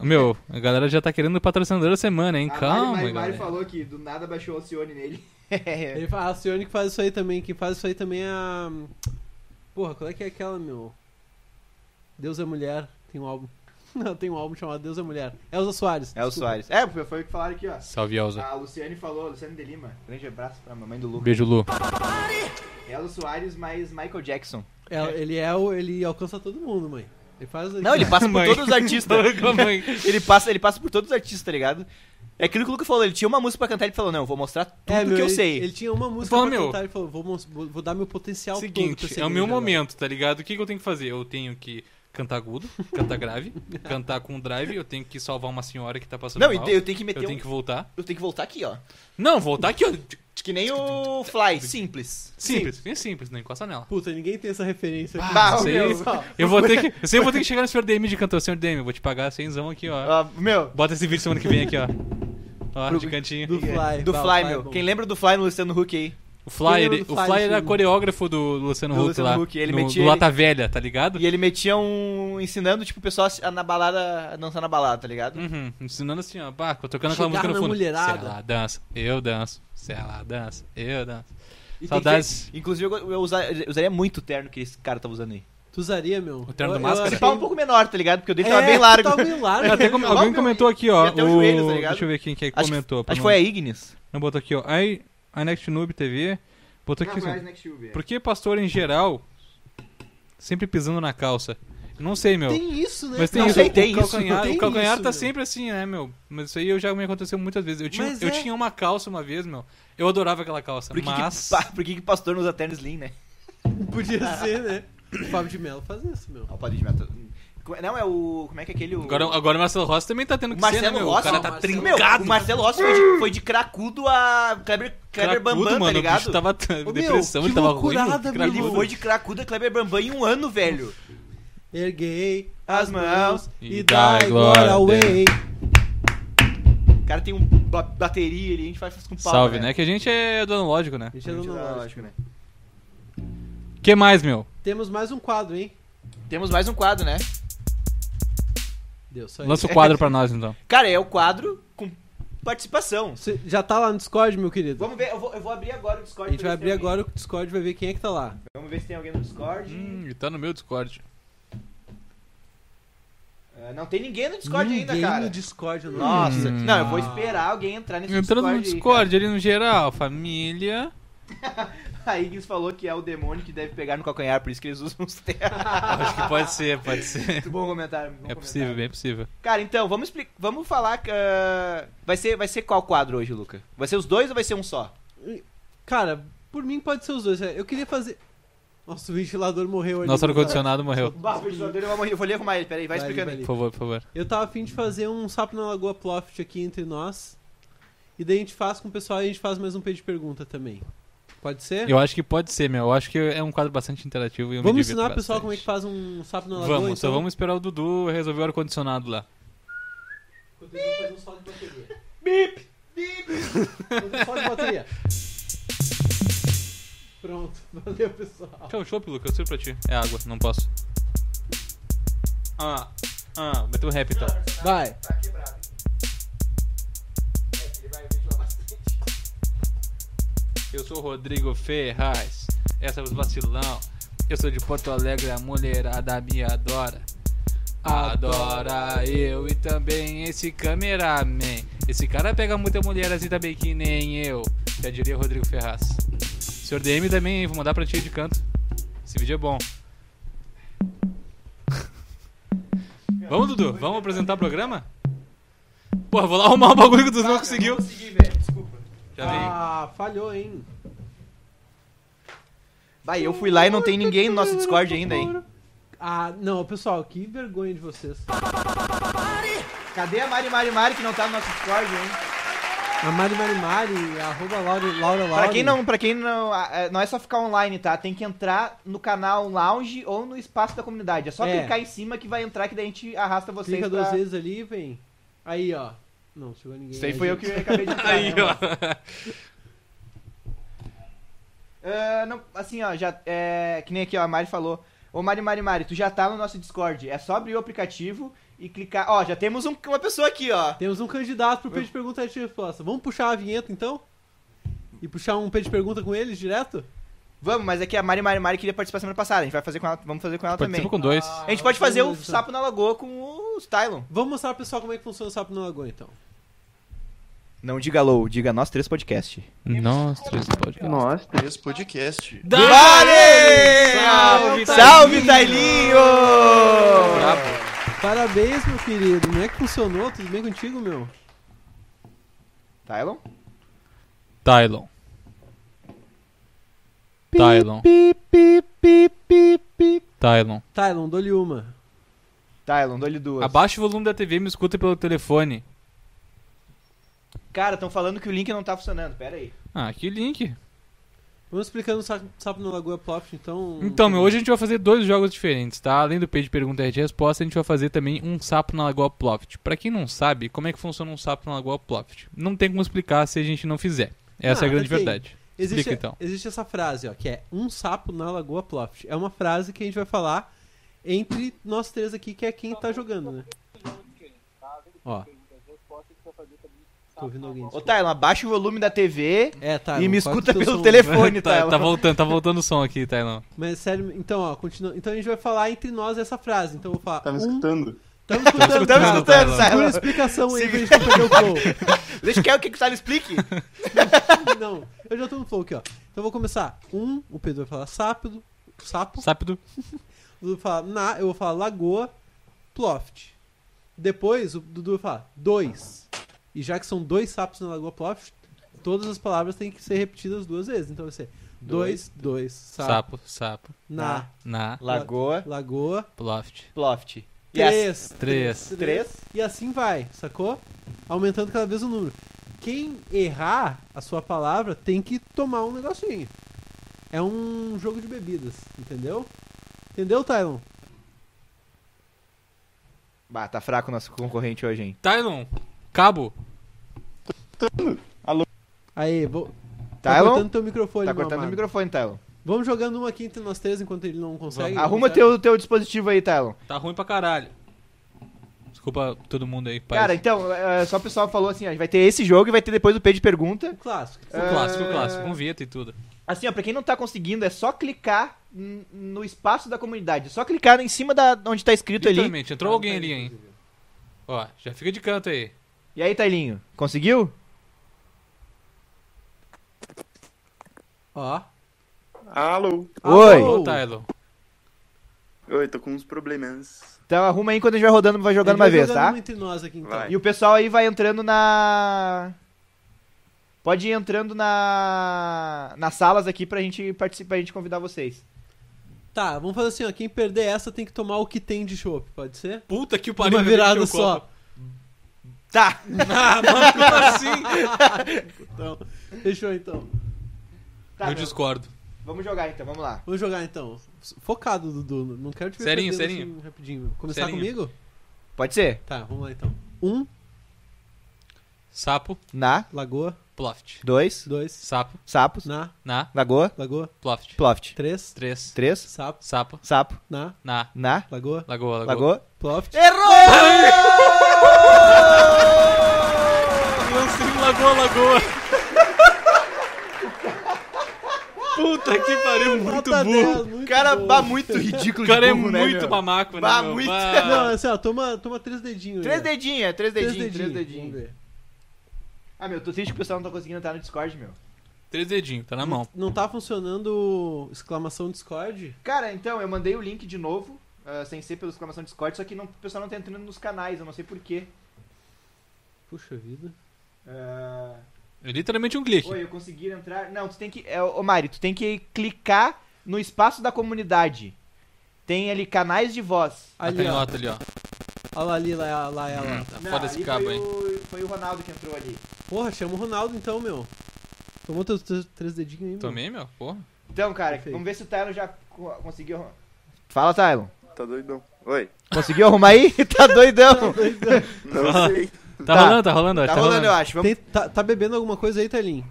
Speaker 4: Meu, a galera já tá querendo o patrocinador da semana,
Speaker 5: Ah,
Speaker 4: hein? Calma, galera.
Speaker 5: falou que do nada baixou o Alcione nele. É.
Speaker 3: Ele fala, a Sione que faz isso aí também, quem faz isso aí também é a. Porra, qual é que é aquela, meu? Deus é Mulher, tem um álbum. Não, tem um álbum chamado Deus é Mulher. Elza Soares.
Speaker 5: é o Soares. É, foi o que falaram aqui, ó.
Speaker 4: Salve, Elza.
Speaker 5: A Luciane falou, Luciane de Lima. Grande abraço pra mamãe do Lucas.
Speaker 4: Beijo, Lu.
Speaker 5: Elo Soares mais Michael Jackson.
Speaker 3: É, ele é o. Ele alcança todo mundo, mãe. Ele faz.
Speaker 5: Não, ele passa por
Speaker 4: Mãe.
Speaker 5: todos os artistas.
Speaker 4: Com a mãe.
Speaker 5: ele, passa, ele passa por todos os artistas, tá ligado? É aquilo que o Lucas falou, ele tinha uma música pra cantar, ele falou, não, eu vou mostrar tudo
Speaker 3: É, meu,
Speaker 5: que eu
Speaker 3: ele-
Speaker 5: sei.
Speaker 3: Ele tinha uma música pra
Speaker 4: Fala, meu.
Speaker 3: cantar, ele falou, vou, mos- vou- vou dar meu potencial todo pra
Speaker 4: Seguinte,
Speaker 3: esse
Speaker 4: é o meu
Speaker 5: né?
Speaker 3: grande agora.
Speaker 4: momento, tá ligado? O que, que eu tenho que fazer? Eu tenho que cantar agudo, cantar grave, cantar com drive, eu tenho que salvar uma senhora que tá passando
Speaker 5: Não, e
Speaker 4: mal.
Speaker 5: te- eu tenho que meter
Speaker 4: Eu tenho
Speaker 5: um-
Speaker 4: que voltar.
Speaker 5: Eu tenho que voltar aqui, ó.
Speaker 4: Não, voltar aqui, ó.
Speaker 5: Que nem o Fly, simples.
Speaker 4: Simples, bem simples, não encosta nela.
Speaker 3: Puta, ninguém tem essa referência aqui.
Speaker 5: Bah,
Speaker 4: sei.
Speaker 5: meu.
Speaker 3: Pessoal,
Speaker 4: Eu vou ter que. Eu sempre vou ter que chegar no senhor DM de cantor, senhor DM, eu vou te pagar 100 aqui, ó.
Speaker 5: Ó, meu,
Speaker 4: Bota esse vídeo semana que vem aqui, ó. Ó, de cantinho.
Speaker 3: do Fly.
Speaker 5: do
Speaker 3: bah, o
Speaker 5: Fly,
Speaker 3: é
Speaker 5: meu.
Speaker 3: bom.
Speaker 5: Quem lembra do Fly no Luciano Huck aí?
Speaker 4: O Fly,
Speaker 3: Quem lembra
Speaker 4: ele-
Speaker 3: do
Speaker 4: o
Speaker 3: Fly,
Speaker 4: Fly era
Speaker 3: sim.
Speaker 4: coreógrafo do Luciano
Speaker 5: Do
Speaker 4: Huck
Speaker 5: Luciano
Speaker 4: lá.
Speaker 5: Huck, ele
Speaker 4: no,
Speaker 5: metia
Speaker 4: do
Speaker 5: ele-
Speaker 4: Lata Velha, tá ligado?
Speaker 5: E ele metia um... ensinando, tipo, o pessoal a- na balada, a dançar na balada, tá ligado?
Speaker 4: Uhum, ensinando assim, ó, pá, tocando aquela
Speaker 3: Chegar
Speaker 4: música no
Speaker 3: na
Speaker 4: fundo.
Speaker 3: mulherada.
Speaker 4: Se ela dança, eu danço. Se ela dança, eu danço.
Speaker 5: E tem que ter-
Speaker 4: Saudades.
Speaker 5: Inclusive, eu, eu usa- eu usaria muito o terno que esse cara tava usando aí.
Speaker 3: Tu usaria, meu?
Speaker 4: O terno do
Speaker 3: Eu- eu
Speaker 4: Máscara?
Speaker 3: achei-
Speaker 5: Esse pau um pouco menor, tá ligado? Porque o dele
Speaker 3: É,
Speaker 5: tava bem largo.
Speaker 3: Tava bem largo.
Speaker 4: Até como- alguém
Speaker 5: meu,
Speaker 4: comentou aqui, ó.
Speaker 5: e até os
Speaker 4: o-
Speaker 5: joelhos, tá ligado?
Speaker 4: Deixa eu ver quem que
Speaker 5: Acho que-
Speaker 4: comentou. pra
Speaker 5: Acho que
Speaker 4: não-
Speaker 5: foi a Ignis.
Speaker 4: Não botou aqui, ó. I, a Next Noob TV botou aqui. assim,
Speaker 5: Por-
Speaker 4: Por que pastor em geral sempre pisando na calça? Não sei, meu.
Speaker 3: Tem isso, né?
Speaker 4: Mas tem
Speaker 5: Não,
Speaker 4: isso,
Speaker 5: tem-
Speaker 4: o
Speaker 5: tem isso,
Speaker 4: calcanhar,
Speaker 3: tem
Speaker 4: o calcanhar
Speaker 3: isso,
Speaker 4: tá
Speaker 3: meu.
Speaker 4: sempre assim, né, meu? Mas isso aí eu já me aconteceu muitas vezes. Eu tinha,
Speaker 3: Mas
Speaker 4: eu
Speaker 3: é.
Speaker 4: tinha uma calça uma vez, meu. Eu adorava aquela calça,
Speaker 5: Por que,
Speaker 4: mas
Speaker 5: que, pa- por que que pastor não usa terno slim, né? Ah.
Speaker 3: Podia ser, né? O Fábio de Mello faz isso, meu.
Speaker 5: Ó, o Padre de Mata- Como- Não, é o... Como é que é aquele... O...
Speaker 4: agora, agora o Marcelo Rossi também tá tendo
Speaker 5: O
Speaker 4: que
Speaker 5: Marcelo
Speaker 4: ser, né, meu?
Speaker 5: Rossi,
Speaker 4: o cara tá
Speaker 3: Marcelo-
Speaker 5: Meu,
Speaker 4: trincado.
Speaker 5: o Marcelo Rossi foi de, foi de cracudo a Kleber, Kleber
Speaker 4: Cracudo, mano,
Speaker 5: Bambam, tá
Speaker 4: O bicho
Speaker 5: ligado?
Speaker 4: tava t-
Speaker 3: meu,
Speaker 4: depressão,
Speaker 3: que
Speaker 4: ele tava ruim.
Speaker 3: loucurada, meu.
Speaker 4: cracudo.
Speaker 5: Ele foi de cracudo a Kleber Bambam em um ano, velho.
Speaker 3: Erguei
Speaker 5: As mãos
Speaker 3: e dai glória ao
Speaker 4: Deus.
Speaker 3: Ei.
Speaker 5: O cara tem um ba- bateria ali, a gente faz com palma,
Speaker 4: Salve, né? Que a gente é dono lógico, né?
Speaker 3: A gente
Speaker 5: Gente,
Speaker 3: é
Speaker 5: é
Speaker 3: dono lógico.
Speaker 5: lógico, né?
Speaker 4: que mais, meu?
Speaker 3: Temos mais um quadro, hein?
Speaker 5: Temos mais um quadro, né?
Speaker 3: Deus, só isso.
Speaker 5: É.
Speaker 4: Lança o quadro pra nós, então.
Speaker 5: Cara, é o quadro com participação.
Speaker 3: Você já tá lá no Discord, meu querido?
Speaker 5: Vamos ver, eu vou, eu vou abrir agora o Discord.
Speaker 3: A gente
Speaker 5: pra
Speaker 3: vai
Speaker 5: ver se
Speaker 3: abrir
Speaker 5: tem alguém.
Speaker 3: agora o Discord e vai ver quem é que tá lá.
Speaker 5: Vamos ver se tem alguém no Discord.
Speaker 4: Hum, tá no meu Discord.
Speaker 5: Ah, não tem ninguém no Discord ainda,
Speaker 3: Ninguém
Speaker 5: cara.
Speaker 3: no Discord, eu não Ah.
Speaker 5: Nossa,
Speaker 4: Hum.
Speaker 5: não, eu vou esperar alguém entrar nesse
Speaker 4: Entrando
Speaker 5: Discord.
Speaker 4: no
Speaker 5: aí,
Speaker 4: Discord, ali no geral, família.
Speaker 5: cara. A Ignis falou que é o demônio que deve pegar no calcanhar, por isso que eles usam os ternos.
Speaker 4: Acho que pode ser, pode ser.
Speaker 5: Muito bom comentário. muito bom
Speaker 4: É possível,
Speaker 5: comentário.
Speaker 4: bem possível.
Speaker 5: Cara, então, vamos explicar. Vamos falar. ah, vai, ser, vai ser qual quadro hoje, Luca? Vai ser os dois ou vai ser um só?
Speaker 3: Cara, por mim pode ser os dois. né? Eu queria fazer. Nossa, o ventilador morreu ali.
Speaker 4: Nosso ar-condicionado morreu.
Speaker 5: Bah, o ventilador, eu vou morrer. Eu vou ler arrumar ele, peraí, vai,
Speaker 3: Vai ali,
Speaker 5: explicando
Speaker 3: vai
Speaker 4: Por favor, por favor.
Speaker 3: Eu tava afim de fazer um sapo na lagoa ploft aqui entre nós. E daí a gente faz com o pessoal e a gente faz mais um page de pergunta também. Pode ser?
Speaker 4: Eu acho que pode ser, meu. Eu acho que é um quadro bastante interativo e eu me
Speaker 3: Vamos
Speaker 4: divirto
Speaker 3: ensinar o pessoal
Speaker 4: bastante.
Speaker 3: como é que faz um sapo na lagoa?
Speaker 4: Vamos, só
Speaker 3: então?
Speaker 4: vamos esperar o Dudu resolver o ar-condicionado lá.
Speaker 3: Enquanto isso, eu vou fazer um solo de bateria. Bip! Bip! solo de bateria. Pronto. Valeu, pessoal.
Speaker 4: Quer um chopp, Luca? Eu sirvo pra ti. É água, não posso. Ah, ah, meteu um rap então.
Speaker 3: Vai.
Speaker 5: É,
Speaker 4: Eu sou o Rodrigo Ferraz, essa é os vacilão. Eu sou de Porto Alegre, a mulherada me adora. Adora eu e também esse cameraman. Esse cara pega muita mulher assim também que nem eu. Já diria o Rodrigo Ferraz. Senhor DM também, hein? vou mandar pra ti de canto. Esse vídeo é bom. Vamos, Dudu, vamos apresentar o programa? Porra, vou lá arrumar um bagulho que tu não conseguiu.
Speaker 7: Consegui, velho, desculpa.
Speaker 4: Já vem.
Speaker 3: Ah, falhou, hein?
Speaker 5: Bah, eu fui lá e não tem ninguém no nosso Discord ainda, hein?
Speaker 3: Ah, não, pessoal, que vergonha de vocês.
Speaker 5: Cadê a Mari Mari Mari que não tá no nosso Discord, hein?
Speaker 3: A Mari Mari Mari, arroba Laura Laura Laura.
Speaker 5: Pra quem não, pra quem não, ah, é, não é só ficar online, tá? Tem que entrar no canal Lounge ou no espaço da comunidade. É só
Speaker 3: É.
Speaker 5: clicar em cima que vai entrar que daí a gente arrasta vocês
Speaker 3: Clica
Speaker 5: pra...
Speaker 3: duas vezes ali e vem. Aí, ó. Não, chegou ninguém.
Speaker 5: Isso aí
Speaker 3: né,
Speaker 5: foi eu
Speaker 3: gente?
Speaker 5: que acabei de entrar,
Speaker 4: Aí,
Speaker 5: né, mano?
Speaker 4: ó.
Speaker 5: Ah, não, assim, ó, já. É, que nem aqui, ó, a Mari falou. Ô Mari Mari Mari, tu já tá no nosso Discord. É só abrir o aplicativo e clicar. Ó, já temos um- uma pessoa aqui, ó.
Speaker 3: Temos um candidato pro peixe de pergunta e de resposta. Vamos puxar a vinheta então? E puxar um peixe de pergunta com eles direto?
Speaker 5: Vamos, mas é que a Mari Mari Mari queria participar semana passada. A gente vai fazer com ela. Vamos fazer com ela também.
Speaker 4: Participa com dois.
Speaker 5: A gente pode fazer o
Speaker 3: Beleza.
Speaker 5: Sapo na Lagoa com o Stylon.
Speaker 3: Vamos mostrar pro pessoal como é que funciona o sapo na lagoa então.
Speaker 5: Não diga low, diga nós três podcast.
Speaker 4: Nossa, três podcasts.
Speaker 7: Nós três podcast.
Speaker 5: Vale!
Speaker 3: Salve,
Speaker 5: Salve, Tailinho!
Speaker 4: Brabo.
Speaker 3: Parabéns, meu querido. Como é que funcionou? Tudo bem contigo, meu?
Speaker 5: Tylon?
Speaker 4: Tylon. Tylon.
Speaker 3: Tylon,
Speaker 4: Tylon.
Speaker 3: Tá, dou-lhe uma.
Speaker 5: Tylon, dou-lhe duas.
Speaker 4: Abaixa o volume da TV e me escuta pelo telefone.
Speaker 5: Cara, estão falando que o link não tá funcionando. Pera aí.
Speaker 4: Ah, que link.
Speaker 3: Vamos explicando o sa- sapo na lagoa Plop, então.
Speaker 4: Então, meu, hoje a gente vai fazer dois jogos diferentes, tá? Além do page pergunta e resposta, a gente vai fazer também um sapo na Lagoa Ploft. Pra quem não sabe, como é que funciona um sapo na Lagoa Ploft? Não tem como explicar se a gente não fizer. Essa é
Speaker 3: Ah,
Speaker 4: a grande
Speaker 3: assim,
Speaker 4: verdade.
Speaker 3: Existe,
Speaker 4: Explica então.
Speaker 3: existe essa frase, ó, que é um sapo na Lagoa Ploft. É uma frase que a gente vai falar entre nós três aqui, que é quem tá jogando, né? Ó. Tô ouvindo alguém.
Speaker 5: Ô, Tylon, abaixa o volume da TV
Speaker 3: É, tá.
Speaker 5: e me
Speaker 3: corta
Speaker 5: escuta
Speaker 3: o teu
Speaker 5: pelo
Speaker 3: som.
Speaker 5: telefone,
Speaker 4: tá,
Speaker 5: Tylon.
Speaker 4: tá voltando, tá voltando o som aqui, Tylon.
Speaker 3: Mas sério, então, ó, continua. Então a gente vai falar entre nós essa frase. Então eu vou falar.
Speaker 7: Tá me
Speaker 3: um...
Speaker 7: escutando? Tá
Speaker 3: Tamo escutando,
Speaker 5: Estamos
Speaker 3: cara.
Speaker 5: escutando,
Speaker 4: Tylon.
Speaker 3: Segura a
Speaker 5: Tylon.
Speaker 3: explicação aí pra gente não perder o flow.
Speaker 5: Deixa eu quero que o Tylon explique.
Speaker 3: Não, eu já tô no flow aqui, ó. Então eu vou começar. Um, o Pedro vai falar sápido, sapo.
Speaker 4: Sápido.
Speaker 3: O Dudu fala na, eu vou falar lagoa, ploft. Depois o Dudu vai falar dois. E já que são dois sapos na lagoa ploft, todas as palavras têm que ser repetidas duas vezes. Então vai ser dois, dois, sapo,
Speaker 4: Sapo, sapo.
Speaker 3: na
Speaker 4: Na
Speaker 5: Lagoa,
Speaker 3: lagoa,
Speaker 4: Ploft.
Speaker 5: Ploft. E
Speaker 3: três,
Speaker 5: as
Speaker 4: Três.
Speaker 5: três?
Speaker 3: E assim vai, sacou? Aumentando cada vez o número. Quem errar a sua palavra tem que tomar um negocinho. É um jogo de bebidas, entendeu? Entendeu, Tylon?
Speaker 5: Bah, tá fraco o nosso concorrente hoje, hein?
Speaker 4: Tylon. Cabo.
Speaker 3: Aí, vou. Tá
Speaker 5: Tylon?
Speaker 3: cortando teu microfone,
Speaker 5: Tá
Speaker 3: meu
Speaker 5: cortando o
Speaker 3: amado.
Speaker 5: microfone, Tylon.
Speaker 3: Vamos jogando um aqui entre nós três enquanto ele não consegue.
Speaker 5: Arruma
Speaker 3: Consegue?
Speaker 5: teu, teu dispositivo aí, Tylon.
Speaker 4: Tá ruim pra caralho. Desculpa todo mundo aí, pai.
Speaker 5: Cara, então, é, só o pessoal falou assim, ó, vai ter esse jogo e vai ter depois o P de pergunta.
Speaker 3: O um clássico.
Speaker 5: é,
Speaker 4: o clássico, o clássico. Com vinheta e tudo.
Speaker 5: Assim, ó, pra quem não tá conseguindo, é só clicar n- no espaço da comunidade. É só clicar em cima da onde tá escrito ali.
Speaker 4: Literalmente, entrou alguém ali, hein? Ó, já fica de canto aí.
Speaker 5: E aí, Tailinho, conseguiu?
Speaker 3: Ó.
Speaker 7: Alô?
Speaker 5: Oi.
Speaker 3: Alô,
Speaker 4: Ô, Tylon.
Speaker 7: Oi, tô com uns problemas.
Speaker 5: Então arruma aí quando a gente vai rodando, vai jogando
Speaker 3: A
Speaker 5: uma
Speaker 3: gente vai
Speaker 5: vez,
Speaker 3: jogando
Speaker 5: tá?
Speaker 3: um entre nós aqui então.
Speaker 7: Vai.
Speaker 5: E o pessoal aí vai entrando na. Pode ir entrando na. nas salas aqui pra gente participar, a gente convidar vocês.
Speaker 3: Tá, vamos fazer assim, ó. Quem perder essa tem que tomar o que tem de chopp, pode ser?
Speaker 4: Puta que
Speaker 3: Uma virada só.
Speaker 5: Tá!
Speaker 4: Ah, mano, como assim?
Speaker 3: Então, fechou então.
Speaker 5: tá
Speaker 4: Eu
Speaker 5: meu.
Speaker 4: discordo.
Speaker 5: Vamos jogar então, vamos lá.
Speaker 3: Vamos jogar então. Focado, Dudu. Não quero te ver
Speaker 4: Serinho,
Speaker 3: perdendo
Speaker 4: serinho.
Speaker 3: assim rapidinho. meu. Começar
Speaker 4: Serinho.
Speaker 3: comigo?
Speaker 5: Pode ser?
Speaker 3: Tá, vamos lá então. Um,
Speaker 4: Sapo,
Speaker 5: Na,
Speaker 3: lagoa.
Speaker 4: ploft.
Speaker 5: dois,
Speaker 3: Dois,
Speaker 4: Sapo,
Speaker 5: sapos,
Speaker 3: na,
Speaker 4: na,
Speaker 5: lagoa,
Speaker 3: lagoa.
Speaker 4: ploft.
Speaker 5: ploft.
Speaker 3: Três,
Speaker 4: Três,
Speaker 5: Três,
Speaker 3: sapo,
Speaker 4: sapo,
Speaker 5: sapo,
Speaker 3: na,
Speaker 4: na,
Speaker 5: na,
Speaker 3: lagoa,
Speaker 4: lagoa, lagoa.
Speaker 5: lagoa.
Speaker 3: ploft.
Speaker 5: É,
Speaker 4: Lancinho, lagoa, lagoa. Puta que pariu, muito
Speaker 3: Nota
Speaker 4: burro.
Speaker 3: 10, muito
Speaker 5: O cara
Speaker 3: boa.
Speaker 5: bah, muito ridículo
Speaker 4: O cara
Speaker 5: de
Speaker 4: é
Speaker 5: burro, né,
Speaker 4: muito
Speaker 5: meu?
Speaker 4: mamaco, né?
Speaker 5: Bah,
Speaker 4: meu?
Speaker 5: muito.
Speaker 4: Bah.
Speaker 3: Não, assim, ó, toma, toma três dedinhos.
Speaker 5: Tá. Três
Speaker 3: aí, ó.
Speaker 5: dedinhos, é, três
Speaker 3: Três
Speaker 5: dedinhos, três
Speaker 3: vamos
Speaker 5: dedinhos.
Speaker 3: ver.
Speaker 5: Ah, meu, tô triste que o pessoal não tá conseguindo entrar no Discord, meu.
Speaker 4: Três dedinhos, tá na mão.
Speaker 3: Não tá funcionando o exclamação Discord?
Speaker 5: Cara, então, eu mandei o link de novo, eh, ah, sem ser pela exclamação Discord, só que não, o pessoal não tá entrando nos canais, eu não sei porquê.
Speaker 3: Puxa vida.
Speaker 5: Ah,
Speaker 4: É literalmente um clique.
Speaker 5: Oi, eu consegui entrar. Não, tu tem que. É, ô Mari, tu tem que clicar no espaço da comunidade. Tem ali canais de voz.
Speaker 4: Ah,
Speaker 3: Ali,
Speaker 4: tem
Speaker 3: ó.
Speaker 4: nota ali, ó.
Speaker 3: Olha lá, ali, lá, lá, ela.
Speaker 4: Tá
Speaker 5: Não,
Speaker 4: foda esse
Speaker 5: ali
Speaker 4: cabo
Speaker 5: foi
Speaker 4: aí.
Speaker 5: O, foi o Ronaldo que entrou ali.
Speaker 3: Porra, chama o Ronaldo então, meu. Tomou teus, teus três dedinhos aí, meu.
Speaker 4: Também, meu? Porra.
Speaker 5: Então, cara,
Speaker 3: Perfeito.
Speaker 5: vamos ver se o Tylon já co- conseguiu. Fala, Tylon.
Speaker 7: Tá doidão. Oi.
Speaker 5: Conseguiu arrumar aí? tá doidão.
Speaker 7: Não
Speaker 4: Ah.
Speaker 7: sei.
Speaker 4: Tá,
Speaker 5: Tá.
Speaker 4: rolando, tá rolando, ó,
Speaker 5: tá rolando, eu acho. Vamos...
Speaker 3: Tem- tá, tá bebendo alguma coisa aí, Thalin?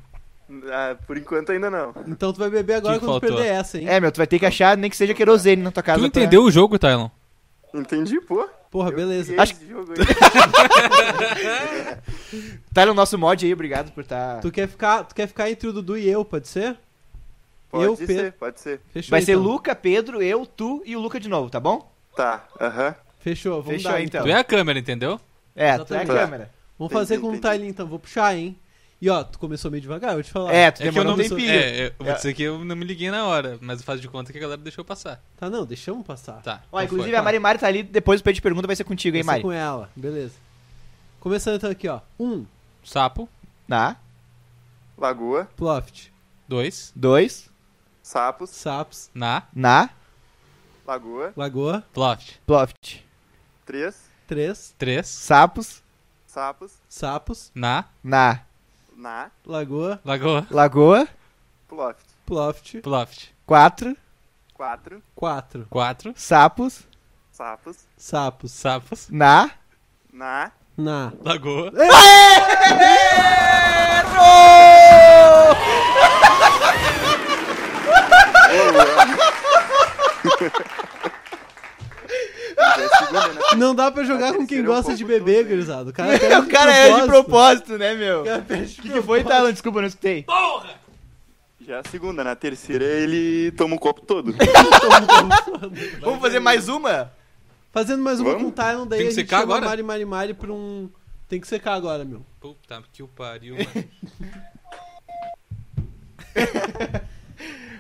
Speaker 7: Ah, por enquanto ainda não.
Speaker 3: Então tu vai beber agora
Speaker 4: Que que
Speaker 3: quando tu
Speaker 4: faltou?
Speaker 3: perder essa, hein?
Speaker 5: É, meu, tu vai ter que achar nem que seja querosene na tua casa. é-
Speaker 4: Tu
Speaker 5: pra-
Speaker 4: entendeu o jogo, Tylon?
Speaker 7: Entendi, pô.
Speaker 3: Porra, beleza.
Speaker 7: Eu
Speaker 5: Acho
Speaker 7: criei esse jogo aí.
Speaker 5: Tá no nosso mod aí, obrigado por tá.
Speaker 3: Tu quer, ficar, tu quer ficar entre o Dudu e eu, pode ser?
Speaker 7: Pode
Speaker 3: Eu,
Speaker 7: ser,
Speaker 3: Pedro.
Speaker 7: pode ser.
Speaker 3: Fechou.
Speaker 5: Vai ser
Speaker 3: então.
Speaker 5: Luca, Pedro, eu, tu e o Luca de novo, tá bom?
Speaker 7: Tá, aham.
Speaker 3: Fechou, vamos
Speaker 5: Fechou,
Speaker 3: dar
Speaker 5: então.
Speaker 4: Tu é a câmera, entendeu?
Speaker 5: É, tu é a
Speaker 3: Exatamente.
Speaker 5: câmera.
Speaker 3: Vamos
Speaker 7: Entendi,
Speaker 3: fazer com o
Speaker 7: entendi.
Speaker 3: Thalin então, vou puxar, hein? E ó, tu começou meio devagar, Tá. eu vou te falar.
Speaker 5: É, tu
Speaker 4: É que eu
Speaker 5: demorou
Speaker 4: não
Speaker 5: um
Speaker 4: me
Speaker 5: tempinho.
Speaker 4: é, eu vou dizer que eu não me liguei na hora, mas faz de conta que a galera deixou passar.
Speaker 3: Tá, não, deixamos passar.
Speaker 4: Tá.
Speaker 5: Ó,
Speaker 4: então
Speaker 5: inclusive
Speaker 4: foi.
Speaker 5: a Mari Mari tá ali, depois o pé de pergunta vai ser contigo, hein,
Speaker 3: Começa
Speaker 5: Mari?
Speaker 3: com ela, beleza. Começando então aqui, ó. Um,
Speaker 4: Sapo,
Speaker 5: Tá.
Speaker 7: Lagoa,
Speaker 3: Ploft,
Speaker 4: dois,
Speaker 5: Dois.
Speaker 7: sapos,
Speaker 3: Saps,
Speaker 4: na,
Speaker 5: Na.
Speaker 7: lagoa,
Speaker 3: Lagoa,
Speaker 4: loft.
Speaker 5: Ploft.
Speaker 7: três,
Speaker 3: três,
Speaker 4: Três,
Speaker 5: Sapos.
Speaker 7: sapos,
Speaker 3: Sapos,
Speaker 4: na,
Speaker 5: Na.
Speaker 7: na,
Speaker 3: Lagoa,
Speaker 4: lagoa,
Speaker 5: Lagoa.
Speaker 7: ploft.
Speaker 3: Ploft,
Speaker 4: loft.
Speaker 5: Quatro.
Speaker 7: Quatro,
Speaker 3: quatro,
Speaker 4: Quatro,
Speaker 5: Sapos.
Speaker 7: sapos,
Speaker 3: Sapos,
Speaker 4: sapos,
Speaker 5: Na.
Speaker 7: na,
Speaker 3: Na.
Speaker 4: lagoa.
Speaker 7: já é segunda, né?
Speaker 3: Não dá pra jogar
Speaker 7: Vai
Speaker 3: com quem
Speaker 7: terceiro
Speaker 3: gosta
Speaker 7: ponto
Speaker 3: de beber,
Speaker 7: tudo, hein?
Speaker 3: gurizada. O cara,
Speaker 5: o cara é de propósito, né, meu?
Speaker 3: Cara,
Speaker 5: O
Speaker 3: perde de
Speaker 5: que, que foi, tá? Talon? Desculpa, eu não escutei.
Speaker 7: Já é a segunda, na terceira ele toma o copo todo.
Speaker 5: Vamos fazer mais uma?
Speaker 3: Fazendo mais uma
Speaker 7: Vamos?
Speaker 3: com o Tylon, daí
Speaker 4: Tem que
Speaker 3: a gente
Speaker 4: secar
Speaker 3: chama
Speaker 4: agora?
Speaker 3: a Mari Mari Mari pra um... Tem que secar agora, meu.
Speaker 4: Puta que o pariu, mano.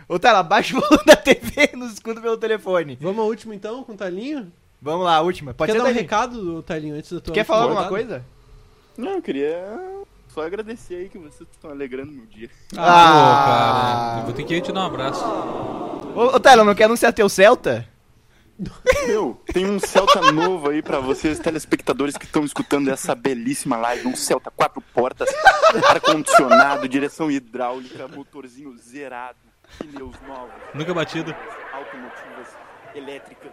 Speaker 5: Ô, Talon, abaixa o volume da TV e nos escuta pelo telefone.
Speaker 3: Vamos à última então, com o Talinho?
Speaker 5: Vamos lá, a última. Pode
Speaker 3: Quer
Speaker 5: ser
Speaker 3: dar um
Speaker 5: também.
Speaker 3: recado do Talinho antes da tua
Speaker 5: Quer
Speaker 3: última
Speaker 5: falar alguma
Speaker 3: rodada?
Speaker 5: coisa?
Speaker 7: Não, eu queria só agradecer aí que vocês estão alegrando meu dia.
Speaker 4: Ah, cara. Eu vou ter que ir te dar um abraço.
Speaker 5: Ô, ô Tylon, não quer anunciar teu Celta?
Speaker 7: Meu, tem um Celta novo aí pra vocês, telespectadores que estão escutando essa belíssima live. Um Celta quatro portas, ar-condicionado, direção hidráulica, motorzinho zerado, pneus novos,
Speaker 4: Nunca batido.
Speaker 7: automotivas elétricas.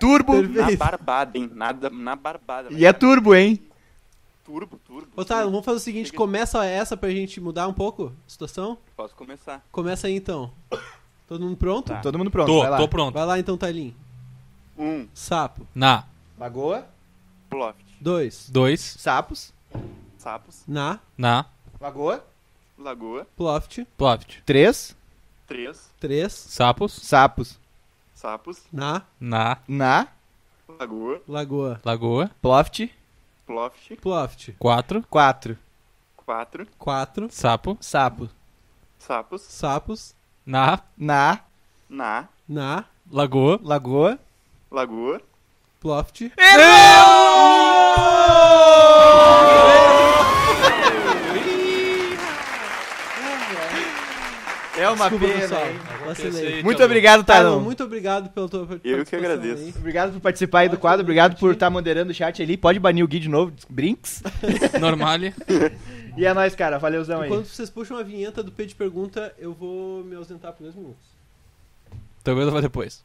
Speaker 5: Turbo.
Speaker 7: Na
Speaker 3: Perfeito.
Speaker 7: barbada, hein? Nada, na barbada.
Speaker 5: E é turbo, hein?
Speaker 7: turbo, turbo.
Speaker 3: Ô, Tylon, vamos fazer o seguinte, começa essa pra gente mudar um pouco a situação?
Speaker 7: Posso começar?
Speaker 3: Começa aí então. Todo mundo pronto?
Speaker 5: Todo mundo pronto, vai
Speaker 4: Tá. Tô,
Speaker 5: lá.
Speaker 4: tô pronto.
Speaker 3: Vai lá então, Talinho.
Speaker 7: Um,
Speaker 3: Sapo,
Speaker 4: Na,
Speaker 5: Lagoa.
Speaker 7: ploft,
Speaker 3: dois,
Speaker 4: dois,
Speaker 5: Sapos.
Speaker 7: sapos,
Speaker 3: na,
Speaker 4: na,
Speaker 5: Lagoa.
Speaker 7: lagoa,
Speaker 3: ploft,
Speaker 4: loft.
Speaker 5: Três.
Speaker 7: três,
Speaker 3: três,
Speaker 4: Sapos,
Speaker 5: Sapos.
Speaker 7: sapos,
Speaker 3: na,
Speaker 4: na,
Speaker 5: Na.
Speaker 7: lagoa,
Speaker 3: lagoa,
Speaker 4: lagoa.
Speaker 5: Ploft.
Speaker 7: ploft,
Speaker 3: ploft,
Speaker 4: Quatro,
Speaker 5: Quatro.
Speaker 7: quatro,
Speaker 3: quatro,
Speaker 4: sapo,
Speaker 5: Sapo.
Speaker 7: sapos,
Speaker 3: sapos,
Speaker 4: na,
Speaker 5: Na.
Speaker 7: na,
Speaker 3: na,
Speaker 4: lagoa.
Speaker 5: Lagoa.
Speaker 7: lagoa,
Speaker 3: ploft,
Speaker 5: É É uma
Speaker 3: Desculpa,
Speaker 5: pena,
Speaker 3: pessoal.
Speaker 5: hein? Tá,
Speaker 3: Vacilei.
Speaker 5: Muito obrigado,
Speaker 3: Tylon,
Speaker 5: Talon.
Speaker 3: muito obrigado pelo tua
Speaker 7: Eu que
Speaker 3: participação
Speaker 7: agradeço.
Speaker 3: aí.
Speaker 5: Obrigado por participar aí do quadro, obrigado por estar moderando o chat ali. Pode banir o Gui de novo, Brinks.
Speaker 4: Normale.
Speaker 5: E é nóis, cara. Valeuzão aí.
Speaker 3: Enquanto vocês puxam a vinheta do P de pergunta, eu vou me ausentar por dois minutos.
Speaker 4: Também vai depois.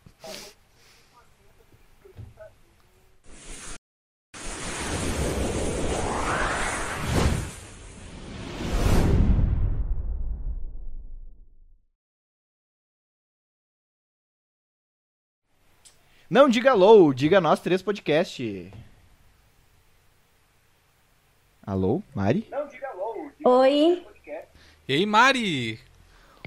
Speaker 5: Não diga alô, diga nós três podcast. Alô, Mari?
Speaker 8: Oi,
Speaker 4: E aí, Mari?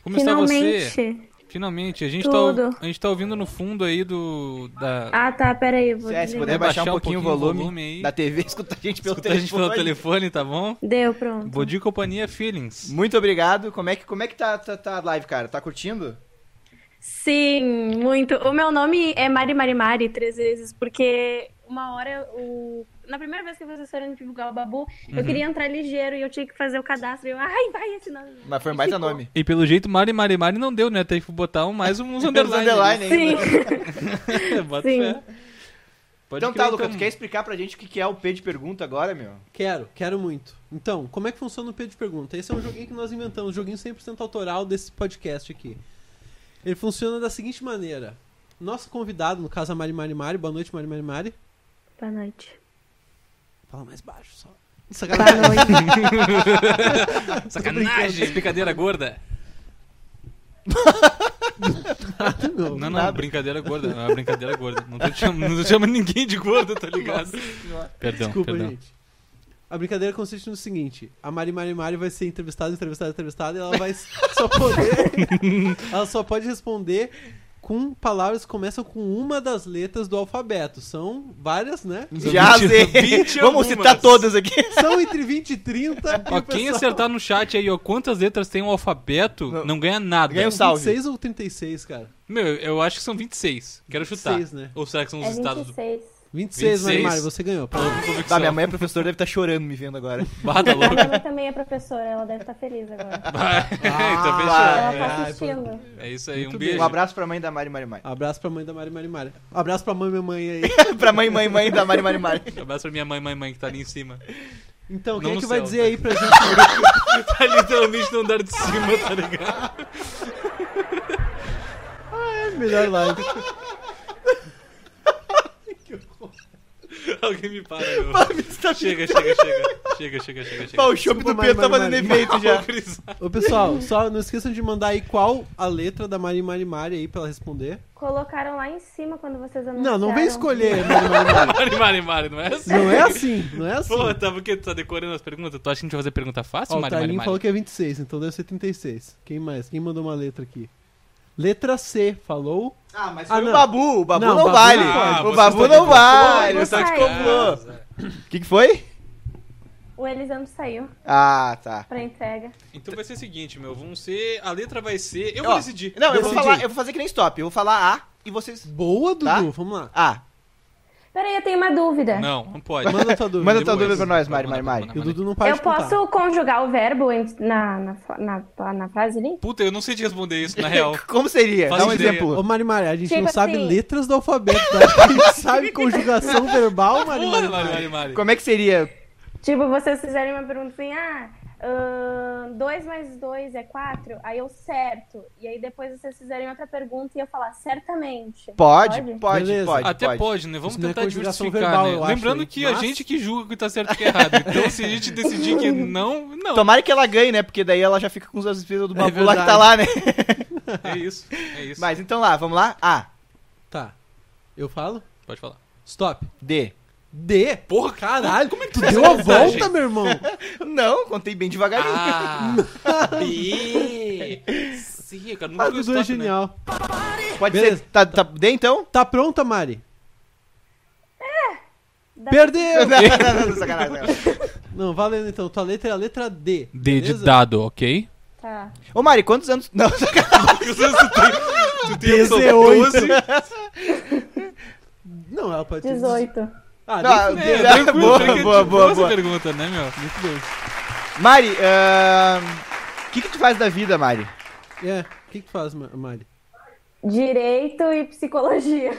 Speaker 4: Como está você?
Speaker 8: finalmente.
Speaker 4: Finalmente. A gente,
Speaker 8: Tudo.
Speaker 4: tá, a gente tá ouvindo no fundo aí do... Da...
Speaker 8: Ah, tá, peraí, vou
Speaker 5: É, se
Speaker 8: desligar.
Speaker 5: puder baixar um pouquinho, o volume,
Speaker 4: aí.
Speaker 5: da TV, escuta a gente pelo
Speaker 4: Escuta a
Speaker 5: telefone.
Speaker 4: gente pelo telefone, tá bom?
Speaker 8: Deu, pronto.
Speaker 4: Bom dia, companhia Feelings.
Speaker 5: Muito obrigado. Como é que, como é que tá, tá, tá a live, cara? Tá curtindo?
Speaker 8: Sim, muito. O meu nome é Mari Mari Mari três vezes, porque
Speaker 9: uma hora, o... na primeira vez que vocês foram divulgar o Babu, eu queria entrar ligeiro e eu tinha que fazer o cadastro. E eu, ai, vai, esse nome.
Speaker 5: Mas foi um baita nome.
Speaker 4: E pelo jeito, Mari Mari Mari não deu, né? Teve que botar um, mais uns underline.
Speaker 5: Underline
Speaker 8: Sim.
Speaker 5: ainda.
Speaker 4: né? Bota
Speaker 8: Sim.
Speaker 4: fé. Pode
Speaker 5: Então
Speaker 4: crer,
Speaker 5: tá, Luca, tu quer explicar pra gente o que que é o P de pergunta agora, meu?
Speaker 3: Quero, quero muito. Então, como é que funciona o P de pergunta? Esse é um joguinho que nós inventamos, um joguinho 100% autoral desse podcast aqui. Ele funciona da seguinte maneira. Nosso convidado, no caso a Mari Mari Mari, boa noite Mari Mari Mari.
Speaker 8: Boa noite.
Speaker 3: Fala mais baixo só. tá
Speaker 8: Boa
Speaker 3: Sacanagem.
Speaker 8: noite.
Speaker 4: Sacanagem! Brincadeira gorda.
Speaker 3: Não,
Speaker 4: Não, não,
Speaker 5: Nada.
Speaker 4: brincadeira gorda. Não, é brincadeira gorda. Não tô chamando, não tô chamando ninguém de gordo, tá ligado? perdão,
Speaker 3: Desculpa,
Speaker 4: perdão.
Speaker 3: gente. A brincadeira consiste no seguinte: a Mari Mari Mari vai ser entrevistada, entrevistada, entrevistada, e ela vai só poder. ela só pode responder com palavras que começam com uma das letras do alfabeto. São várias, né?
Speaker 5: Já sei.
Speaker 4: 20
Speaker 5: Vamos citar
Speaker 4: algumas.
Speaker 5: todas aqui.
Speaker 3: São entre 20 e 30.
Speaker 4: Ó, quem acertar no chat aí, ó, quantas letras tem um alfabeto, não,
Speaker 5: Não.
Speaker 4: ganha nada.
Speaker 5: Ganha um
Speaker 3: São
Speaker 5: salve.
Speaker 3: 26 ou 36, cara?
Speaker 4: Meu, eu acho que são 26. Quero chutar.
Speaker 3: 26, né?
Speaker 4: Ou será que são os
Speaker 8: É
Speaker 4: estados do
Speaker 8: 26.
Speaker 3: 26, Mari
Speaker 4: 26.
Speaker 3: Mari, você ganhou. Pronto.
Speaker 5: Tá,
Speaker 4: convicção?
Speaker 5: minha mãe é professora, deve estar chorando me vendo agora.
Speaker 4: Bah, tá
Speaker 8: A
Speaker 4: louco.
Speaker 8: minha mãe também é professora, ela deve estar feliz agora.
Speaker 4: Vai. Então, fechou.
Speaker 8: Ela
Speaker 3: Ah,
Speaker 8: tá
Speaker 3: é,
Speaker 8: assistindo.
Speaker 4: É isso aí, um
Speaker 3: Muito bem.
Speaker 4: beijo.
Speaker 5: Um abraço pra mãe da Mari Mari Mari.
Speaker 3: Abraço pra mãe da Mari Mari Mari. Abraço pra mãe, minha mãe aí.
Speaker 5: pra mãe, mãe, mãe da Mari Mari Mari.
Speaker 4: Um abraço pra minha mãe, mãe, mãe, que tá ali em cima.
Speaker 3: Então,
Speaker 4: Não
Speaker 3: quem é
Speaker 4: no
Speaker 3: que vai
Speaker 4: céu,
Speaker 3: dizer
Speaker 4: tá?
Speaker 3: aí pra gente?
Speaker 4: Tá literalmente no andar de cima, tá ligado?
Speaker 3: É Melhor live.
Speaker 4: Alguém me para, meu. Tá Chega, chega, chega. Chega, chega, chega, chega.
Speaker 5: Pá, o chopp do
Speaker 3: Mari
Speaker 5: Pedro tá
Speaker 3: Mari
Speaker 5: fazendo
Speaker 3: Mari.
Speaker 5: efeito já.
Speaker 4: Grisado.
Speaker 3: Ô pessoal, só não esqueçam de mandar aí qual a letra da Mari Mari Mari aí pra ela responder.
Speaker 8: Colocaram lá em cima quando vocês anunciaram.
Speaker 3: Não, não vem escolher, Mari Mari Mari.
Speaker 4: Mari, Mari, Mari, não é assim?
Speaker 3: Não é assim, não é assim.
Speaker 4: Pô, tá porque tu tá decorando as perguntas. Tu acha que a gente vai fazer pergunta fácil,
Speaker 3: Ó, o
Speaker 4: Mari, Mari,
Speaker 3: Tarim
Speaker 4: Mari?
Speaker 3: falou que é 26, então deve ser 36. Quem mais? Quem mandou uma letra aqui? Letra C, falou?
Speaker 5: Ah, mas
Speaker 3: foi o
Speaker 5: o Babu. O Babu
Speaker 3: Não,
Speaker 5: não,
Speaker 3: o Babu
Speaker 5: vale.
Speaker 3: não
Speaker 4: pode.
Speaker 5: o
Speaker 4: Vocês
Speaker 5: Babu
Speaker 4: estão
Speaker 5: não
Speaker 4: de complô,
Speaker 5: vale.
Speaker 8: vocês
Speaker 5: Você
Speaker 8: estão
Speaker 5: que
Speaker 8: de
Speaker 5: comprou. O que, que foi?
Speaker 8: O Elisandro saiu
Speaker 5: Ah, tá.
Speaker 8: pra entrega.
Speaker 4: Então vai ser o seguinte, meu. Vão ser. A letra vai ser. Eu
Speaker 5: Ó,
Speaker 4: vou decidir.
Speaker 5: Não, eu vou,
Speaker 3: Decidi.
Speaker 5: falar, eu vou fazer que nem stop. Eu vou falar A e vocês.
Speaker 3: Boa, Dudu,
Speaker 5: Tá.
Speaker 3: vamos lá.
Speaker 5: A.
Speaker 8: Peraí, eu tenho uma dúvida.
Speaker 4: Não, não pode.
Speaker 3: Manda tua dúvida.
Speaker 5: Manda tua
Speaker 4: depois.
Speaker 5: dúvida pra nós,
Speaker 4: Vai,
Speaker 5: Mari
Speaker 4: manda,
Speaker 5: Mari
Speaker 4: manda,
Speaker 5: Mari.
Speaker 3: E o Dudu não para
Speaker 8: Eu
Speaker 3: de contar.
Speaker 8: posso conjugar o verbo em- na, na, na, na frase ali?
Speaker 4: Puta, eu não sei te responder isso, na real.
Speaker 5: Como seria?
Speaker 4: Faz
Speaker 5: Dá um
Speaker 4: ideia.
Speaker 5: exemplo.
Speaker 3: Ô Mari Mari, a gente
Speaker 8: Tipo
Speaker 3: não sabe
Speaker 8: assim.
Speaker 3: letras do alfabeto, tá? a gente sabe conjugação verbal, Mari
Speaker 4: Porra,
Speaker 3: Mari.
Speaker 4: Mari,
Speaker 3: Mari.
Speaker 4: Mari, Mari.
Speaker 5: Como é que seria?
Speaker 8: Tipo, vocês fizerem uma pergunta assim, ah, 2 mais 2 é 4? Aí eu certo. E aí depois vocês fizerem outra pergunta e eu falar, certamente.
Speaker 5: Pode, pode,
Speaker 3: Beleza.
Speaker 5: pode. pode.
Speaker 4: Até pode. né? Vamos
Speaker 3: Isso não é
Speaker 4: tentar
Speaker 3: conjugação verbal,
Speaker 4: diversificar, né?
Speaker 3: eu acho,
Speaker 4: Lembrando
Speaker 3: hein?
Speaker 4: que a
Speaker 3: Mas-
Speaker 4: gente que julga o que tá certo e o que é errado. Então, se a gente decidir que não, não.
Speaker 5: Tomara que ela ganhe, né? Porque daí ela já fica com os aspectos do Babu lá que
Speaker 3: verdade.
Speaker 5: tá lá, né?
Speaker 4: É isso, é isso.
Speaker 5: Mas então lá, vamos lá? A,
Speaker 3: Tá. Eu falo?
Speaker 4: Pode falar.
Speaker 3: Stop.
Speaker 5: D.
Speaker 3: D.
Speaker 4: Porra,
Speaker 3: Caralho, como é que tu
Speaker 4: essa
Speaker 3: deu a
Speaker 4: vantagem?
Speaker 3: volta, meu irmão?
Speaker 5: Não, contei bem devagarinho.
Speaker 4: Ah, B. Sim, cara,
Speaker 3: Ah,
Speaker 4: nunca
Speaker 3: Dudu é genial.
Speaker 5: Pode
Speaker 3: beleza.
Speaker 5: ser. Tá, tá, D então?
Speaker 3: Tá pronta, Mari?
Speaker 8: É.
Speaker 5: Não,
Speaker 8: Dá-
Speaker 3: Perdeu!
Speaker 5: não, não, sacanagem, sacanagem.
Speaker 3: Não, valendo então. Tua letra é a letra D.
Speaker 4: D de
Speaker 3: beleza?
Speaker 4: dado, ok?
Speaker 8: Tá.
Speaker 5: Ô Mari, quantos anos. Não, sacanagem.
Speaker 4: Tu tem, tu tem
Speaker 3: 18. Não, ela pode ter
Speaker 8: 18.
Speaker 3: Ah,
Speaker 5: Não,
Speaker 3: D.
Speaker 4: É,
Speaker 5: Ah,
Speaker 4: tranquilo,
Speaker 5: boa,
Speaker 4: tranquilo,
Speaker 5: boa,
Speaker 4: tipo,
Speaker 5: boa,
Speaker 4: essa
Speaker 5: boa.
Speaker 4: pergunta, né, meu?
Speaker 3: Muito bem.
Speaker 5: Mari, ahn, o que, que tu faz da vida, Mari?
Speaker 3: É, o que que faz, Ma- Mari?
Speaker 8: Direito e psicologia.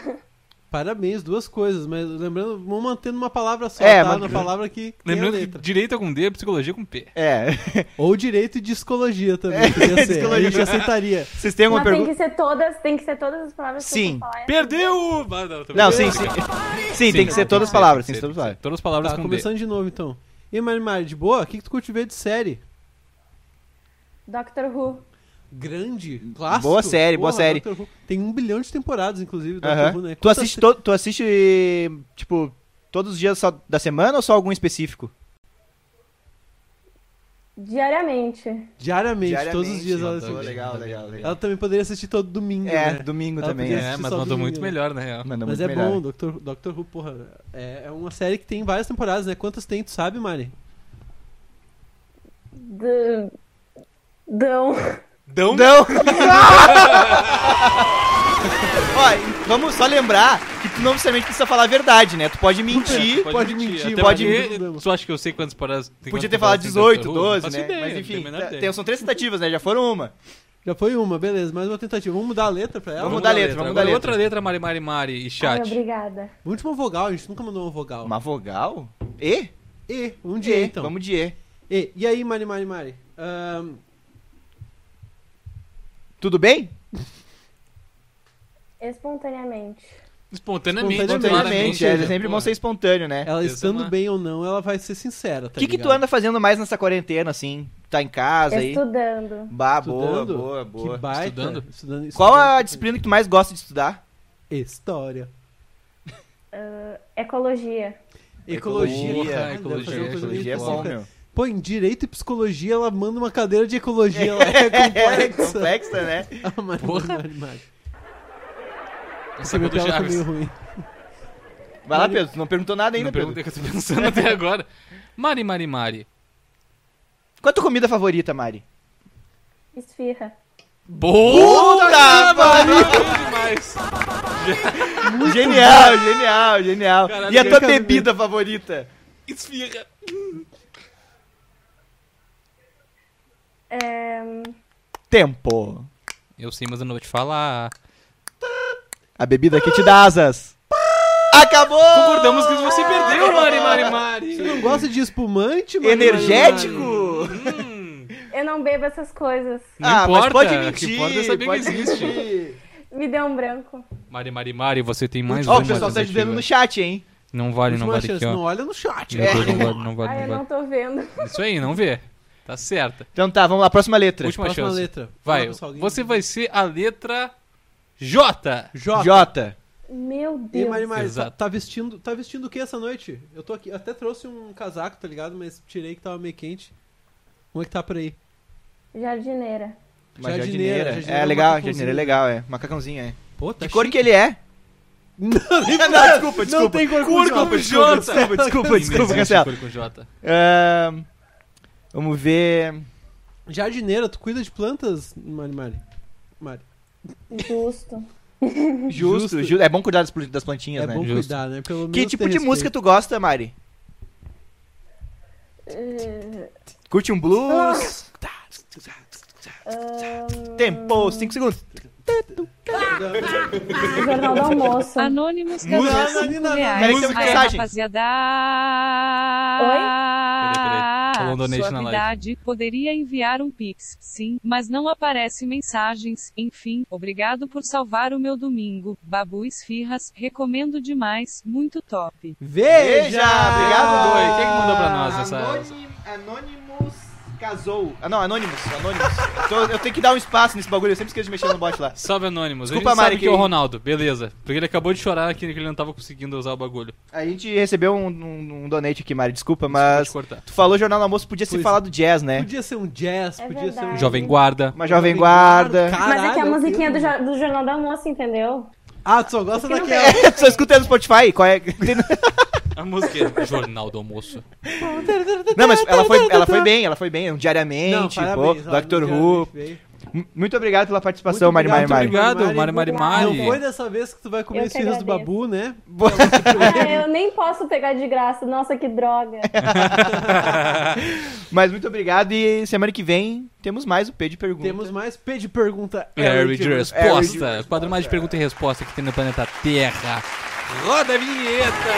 Speaker 3: Parabéns, duas coisas, mas lembrando, vamos mantendo uma palavra só,
Speaker 5: É,
Speaker 3: tá?
Speaker 5: mas-
Speaker 3: Uma palavra que tem a
Speaker 4: Lembrando que
Speaker 3: letra.
Speaker 4: direito é com D, psicologia é com P.
Speaker 5: É.
Speaker 3: Ou direito e discologia também, podia ser. A gente
Speaker 5: discologia.
Speaker 3: aceitaria.
Speaker 5: Vocês têm alguma
Speaker 8: Mas tem que
Speaker 5: pergunta?
Speaker 8: ser todas, tem que ser todas as palavras que
Speaker 5: Sim.
Speaker 8: eu vou falar. é
Speaker 4: Perdeu! Ah, não, tô
Speaker 5: Não,
Speaker 4: brincando.
Speaker 5: sim, sim. Sim, tem que ser todas as palavras. Tem que ser todas as palavras.
Speaker 4: Todas as palavras
Speaker 3: Tá,
Speaker 4: com D.
Speaker 3: começando de novo então. E aí, Mari Mari, de boa? O que que tu curte ver de série?
Speaker 8: Doctor Who.
Speaker 3: Grande, clássico.
Speaker 5: Boa série, boa série.
Speaker 3: Doctor Who. Tem um bilhão de temporadas, inclusive, do
Speaker 5: Aham.
Speaker 3: Doctor Who, né?
Speaker 5: Tu
Speaker 3: Quantas
Speaker 5: assiste, to- tu assiste, tipo, todos os dias só da semana ou só algum específico?
Speaker 8: Diariamente.
Speaker 3: Diariamente, todos os dias ela
Speaker 5: Diariamente.
Speaker 3: assiste.
Speaker 5: Legal, legal, legal.
Speaker 3: Ela também poderia assistir todo domingo,
Speaker 5: É,
Speaker 3: né?
Speaker 5: domingo
Speaker 3: Ela
Speaker 5: também.
Speaker 3: podia
Speaker 5: é.
Speaker 4: É,
Speaker 3: assistir
Speaker 4: mas
Speaker 3: só
Speaker 4: mandou
Speaker 3: domingo,
Speaker 4: muito
Speaker 3: né?
Speaker 4: melhor, na real.
Speaker 5: Manda
Speaker 3: Mas é
Speaker 5: muito melhor.
Speaker 3: bom, Doctor, Doctor Who, porra. É, é uma série que tem várias temporadas, né? Quantas tem, tu sabe, Mari?
Speaker 8: D... Dão.
Speaker 4: Dão
Speaker 5: Não! Ó, vamos só lembrar que tu não necessariamente precisa falar a verdade, né? Tu pode mentir.
Speaker 3: Pode mentir,
Speaker 4: até
Speaker 5: pode
Speaker 4: porque
Speaker 3: mentir.
Speaker 4: Tu acha que eu sei quantas paradas tem
Speaker 5: Podia
Speaker 4: quantas
Speaker 5: ter falado
Speaker 4: temporadas tem
Speaker 5: 18,
Speaker 4: Doctor Who?
Speaker 5: 12,
Speaker 4: Não
Speaker 5: né?
Speaker 4: faço ideia,
Speaker 5: Mas
Speaker 4: não
Speaker 5: enfim,
Speaker 4: tenho a menor
Speaker 5: tá-
Speaker 4: ideia.
Speaker 5: tem- são três tentativas, né? Já foram uma.
Speaker 3: Já foi uma, beleza, mais uma tentativa. Vamos mudar a letra pra ela?
Speaker 5: Vamos mudar a letra, vamos mudar a
Speaker 4: Agora
Speaker 5: letra.
Speaker 4: Outra letra, Mari Mari Mari e
Speaker 9: Ai,
Speaker 4: chat.
Speaker 9: obrigada.
Speaker 3: Última vogal, a gente nunca mandou uma vogal.
Speaker 5: Uma vogal? E?
Speaker 3: E, um dia
Speaker 5: E,
Speaker 3: então.
Speaker 5: Vamos de E.
Speaker 3: E, e aí, Mari Mari Mari? Ahn,
Speaker 5: Tudo bem?
Speaker 8: Espontaneamente.
Speaker 4: Espontaneamente,
Speaker 5: Espontaneamente,
Speaker 4: claramente,
Speaker 5: é,
Speaker 4: né,
Speaker 5: é sempre
Speaker 4: pô.
Speaker 5: bom ser espontâneo, né?
Speaker 3: ela
Speaker 4: Essa é
Speaker 3: estando
Speaker 4: uma-
Speaker 3: bem ou não, ela vai ser sincera,
Speaker 5: O
Speaker 3: tá
Speaker 5: que, que tu
Speaker 3: ligado?
Speaker 5: anda fazendo mais nessa quarentena, assim? Tá em casa aí?
Speaker 8: Estudando.
Speaker 5: Bah, Ah, boa,
Speaker 3: Estudando?
Speaker 5: boa, boa.
Speaker 3: Que baita.
Speaker 4: Estudando?
Speaker 3: Estudando,
Speaker 5: Qual a
Speaker 3: estudando.
Speaker 5: disciplina que tu mais gosta de estudar?
Speaker 3: História.
Speaker 8: Ecologia.
Speaker 3: Ecologia.
Speaker 5: Ecologia,
Speaker 3: cara.
Speaker 4: ecologia,
Speaker 3: Não, foi uma coisa meio
Speaker 5: Ecologia é bom,
Speaker 3: específica.
Speaker 5: meu.
Speaker 3: Pô, em direito e psicologia, ela manda uma cadeira de ecologia. Ela é
Speaker 5: É
Speaker 3: complexa.
Speaker 5: complexa, né?
Speaker 3: Ah, mas
Speaker 4: Porra.
Speaker 3: não, Mari Mari.
Speaker 4: Essa
Speaker 3: Você viu
Speaker 4: coisa do
Speaker 3: que ela foi
Speaker 4: Chaves.
Speaker 3: meio ruim.
Speaker 5: Vai lá, Pedro. Tu não perguntou nada ainda,
Speaker 4: Não
Speaker 5: Pedro.
Speaker 4: perguntei o que eu tô pensando até agora. Mari Mari Mari.
Speaker 5: Qual é a tua comida favorita, Mari?
Speaker 8: Esfirra.
Speaker 4: Boa!
Speaker 5: Puta pariu!
Speaker 4: demais.
Speaker 5: Genial, genial, genial.
Speaker 4: Caralho,
Speaker 5: e a tua
Speaker 3: nunca vi
Speaker 5: bebida favorita?
Speaker 4: Esfirra.
Speaker 8: É, hum,
Speaker 5: Tempo.
Speaker 4: Eu sei, mas eu não vou te falar.
Speaker 5: A bebida que te dá asas. Acabou!
Speaker 4: Concordamos que você perdeu, Mari Mari Mari.
Speaker 3: Você não gosta de espumante, Mari Mari Mari?
Speaker 5: Energético?
Speaker 4: Hum,
Speaker 8: eu não bebo essas coisas.
Speaker 4: não
Speaker 5: ah,
Speaker 4: importa.
Speaker 5: mas pode
Speaker 4: o
Speaker 5: mentir.
Speaker 4: que importa é saber
Speaker 5: pode
Speaker 4: que existe.
Speaker 5: mentir.
Speaker 8: Me deu um branco.
Speaker 4: Mari Mari Mari, você tem mais
Speaker 5: Ó,
Speaker 4: uma
Speaker 5: o pessoal tá
Speaker 4: tentativa.
Speaker 5: ajudando no chat, hein?
Speaker 4: Não vale, não
Speaker 3: Última
Speaker 4: vale
Speaker 3: chance,
Speaker 4: aqui,
Speaker 3: não
Speaker 4: ó.
Speaker 3: olha no chat.
Speaker 4: Não vale, não vale, não
Speaker 8: Ai,
Speaker 4: vale,
Speaker 8: Ah, eu
Speaker 4: não
Speaker 8: não
Speaker 4: vale.
Speaker 8: tô vendo.
Speaker 4: Isso aí, não vê. Tá certa.
Speaker 5: Então tá, vamos lá, próxima letra.
Speaker 4: Última
Speaker 3: Próxima
Speaker 4: chance.
Speaker 3: letra.
Speaker 4: Vai,
Speaker 3: Fala, pessoal, alguém-
Speaker 4: você vai ser a letra J.
Speaker 3: J.
Speaker 5: Jota.
Speaker 8: Meu
Speaker 3: E
Speaker 8: Deus.
Speaker 3: Mari Mari, tá,
Speaker 4: Exato.
Speaker 3: tá vestindo, tá vestindo o que essa noite? Eu tô aqui, eu até trouxe um casaco, tá ligado? Mas tirei que tava meio quente. Como é que tá por aí?
Speaker 8: Jardineira.
Speaker 5: Uma
Speaker 3: Jardineira.
Speaker 5: jardineira.
Speaker 3: Jardineira
Speaker 5: É
Speaker 3: é um
Speaker 5: legal,
Speaker 3: macacãozinho.
Speaker 5: jardineira é legal, é. Macacãozinho, é.
Speaker 3: Pô, tá
Speaker 5: Que cor
Speaker 3: chique.
Speaker 5: que ele é?
Speaker 3: Não,
Speaker 5: Não, desculpa,
Speaker 3: não tem cor com J.
Speaker 5: Desculpa, desculpa, desculpa, desculpa, desculpa,
Speaker 4: Inexiste
Speaker 5: cancela.
Speaker 4: cor com J.
Speaker 5: Ahn, Vamos ver.
Speaker 3: Jardineira, tu cuida de plantas, Mari Mari? Mari.
Speaker 8: Justo.
Speaker 5: Justo,
Speaker 3: Justo.
Speaker 5: justo. É bom cuidar das plant- das plantinhas,
Speaker 3: É
Speaker 5: né?
Speaker 3: bom
Speaker 4: Justo.
Speaker 3: cuidar, né? Pelo menos
Speaker 5: Que
Speaker 3: ter
Speaker 5: tipo de
Speaker 3: respeito.
Speaker 5: música tu gosta, Mari?
Speaker 8: Uh,
Speaker 5: Curte um blues?
Speaker 8: hum,
Speaker 5: Tempo, 5 segundos.
Speaker 8: Ah, Jornal do Almoço.
Speaker 4: Então,
Speaker 2: Ah,
Speaker 10: Anônimos
Speaker 5: Música.
Speaker 10: ganhou 5
Speaker 3: Anônimo.
Speaker 10: reais.
Speaker 5: Música.
Speaker 10: Aí,
Speaker 5: Mensagem.
Speaker 10: rapaziada.
Speaker 4: Peraí, peraí. Rolou um donate
Speaker 10: Sua
Speaker 4: na live.
Speaker 10: habilidade poderia enviar um pix, sim, mas não aparece mensagens. Enfim, obrigado por salvar o meu domingo. Babu Esfirras, recomendo demais, muito top.
Speaker 3: Veja!
Speaker 5: Veja, obrigado,
Speaker 4: Oi, quem que mandou pra nós essa-
Speaker 5: Anonym- Anonymous casou. Ah, não, Anonymous, Anonymous. Tô- eu tenho que dar um espaço nesse bagulho, eu sempre esqueço de mexer no bot lá.
Speaker 4: Salve Anônimos. a
Speaker 5: Desculpa,
Speaker 4: gente sabe
Speaker 5: Mari,
Speaker 4: que é o
Speaker 5: quem-
Speaker 4: Ronaldo, beleza. Porque ele acabou de chorar aqui que ele não tava conseguindo usar o bagulho.
Speaker 5: A gente recebeu um, um, um donate aqui, Mari, desculpa,
Speaker 4: Pode
Speaker 5: mas...
Speaker 4: cortar.
Speaker 5: Tu falou Jornal do Almoço, podia se
Speaker 3: Pois é.
Speaker 5: falar do jazz, né?
Speaker 3: Podia ser um jazz,
Speaker 8: É
Speaker 3: podia ser um...
Speaker 8: verdade.
Speaker 4: Jovem Guarda.
Speaker 5: Uma Jovem Guarda...
Speaker 8: Mas é que
Speaker 3: Caralho,
Speaker 8: a
Speaker 3: eu
Speaker 8: musiquinha do,
Speaker 3: tenho-
Speaker 8: jo- do Jornal do Almoço, entendeu?
Speaker 3: Ah, tu só gosta
Speaker 8: Porque não
Speaker 3: daquela.
Speaker 5: É, tu só escuta no Spotify, qual é...
Speaker 4: A música é Jornal do Almoço.
Speaker 5: Não, mas ela foi, ela foi bem, ela foi bem, um diariamente,
Speaker 3: parabéns,
Speaker 5: pô,
Speaker 3: ó,
Speaker 5: Doctor
Speaker 3: no
Speaker 5: Who.
Speaker 3: diariamente veio.
Speaker 5: M- Muito obrigado pela participação, Mari Mari
Speaker 3: Muito
Speaker 5: Mari.
Speaker 4: Obrigado, Mari Mari
Speaker 3: Mari,
Speaker 4: Mari.
Speaker 3: Não foi dessa vez que tu vai comer
Speaker 8: Eu
Speaker 3: os
Speaker 8: que
Speaker 3: filhos do
Speaker 8: agradeço.
Speaker 3: babu, né?
Speaker 8: Ah, eu nem posso pegar de graça. Nossa, que droga.
Speaker 5: Mas muito obrigado e semana que vem temos mais o P de pergunta.
Speaker 3: Temos mais P de pergunta.
Speaker 4: Harry de
Speaker 5: resposta.
Speaker 4: resposta. O quadro mais de pergunta e resposta que tem no planeta Terra. Roda a vinheta!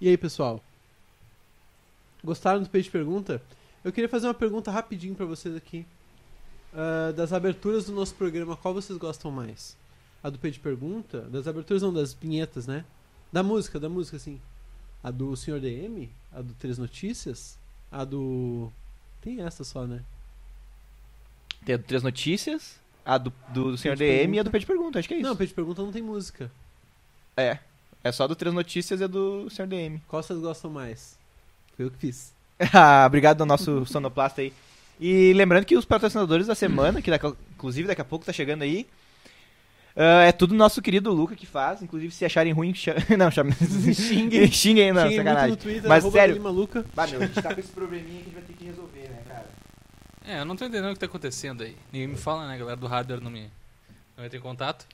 Speaker 3: E aí, pessoal? Gostaram do P de pergunta? Eu queria fazer uma pergunta rapidinho pra vocês aqui. Ah, das aberturas do nosso programa, qual vocês gostam mais? A do P de pergunta? Das aberturas não, das vinhetas, né? Da música, da música, assim. A do Senhor DM? A do Três Notícias? A do. Tem essa só, né?
Speaker 5: Tem a do Três Notícias, a Ah, do, do, do Senhor
Speaker 3: de
Speaker 5: DM
Speaker 3: pergunta.
Speaker 5: e a do P de pergunta, acho que é isso.
Speaker 3: Não, P de pergunta não tem música.
Speaker 5: É. É só a do Três Notícias e a do Senhor DM.
Speaker 3: Qual vocês gostam mais? Foi eu que fiz.
Speaker 5: Ah, obrigado ao nosso sonoplasta aí. E lembrando que os patrocinadores da semana, que daqui a- inclusive daqui a pouco tá chegando aí, Ah, é tudo nosso querido Luca que faz. Inclusive, se acharem ruim, cha- não, chama... xinguem. xinguem, não,
Speaker 3: Cheguei muito
Speaker 5: sacanagem.
Speaker 3: no Twitter,
Speaker 5: Mas
Speaker 3: arroba
Speaker 5: sério,
Speaker 3: Lima Luca.
Speaker 5: bah, meu, a gente tá com esse probleminha que a gente vai ter que resolver, né, cara?
Speaker 4: É, eu não tô entendendo o que tá acontecendo aí. Ninguém me fala, né? A galera do hardware não me. Não entra em contato.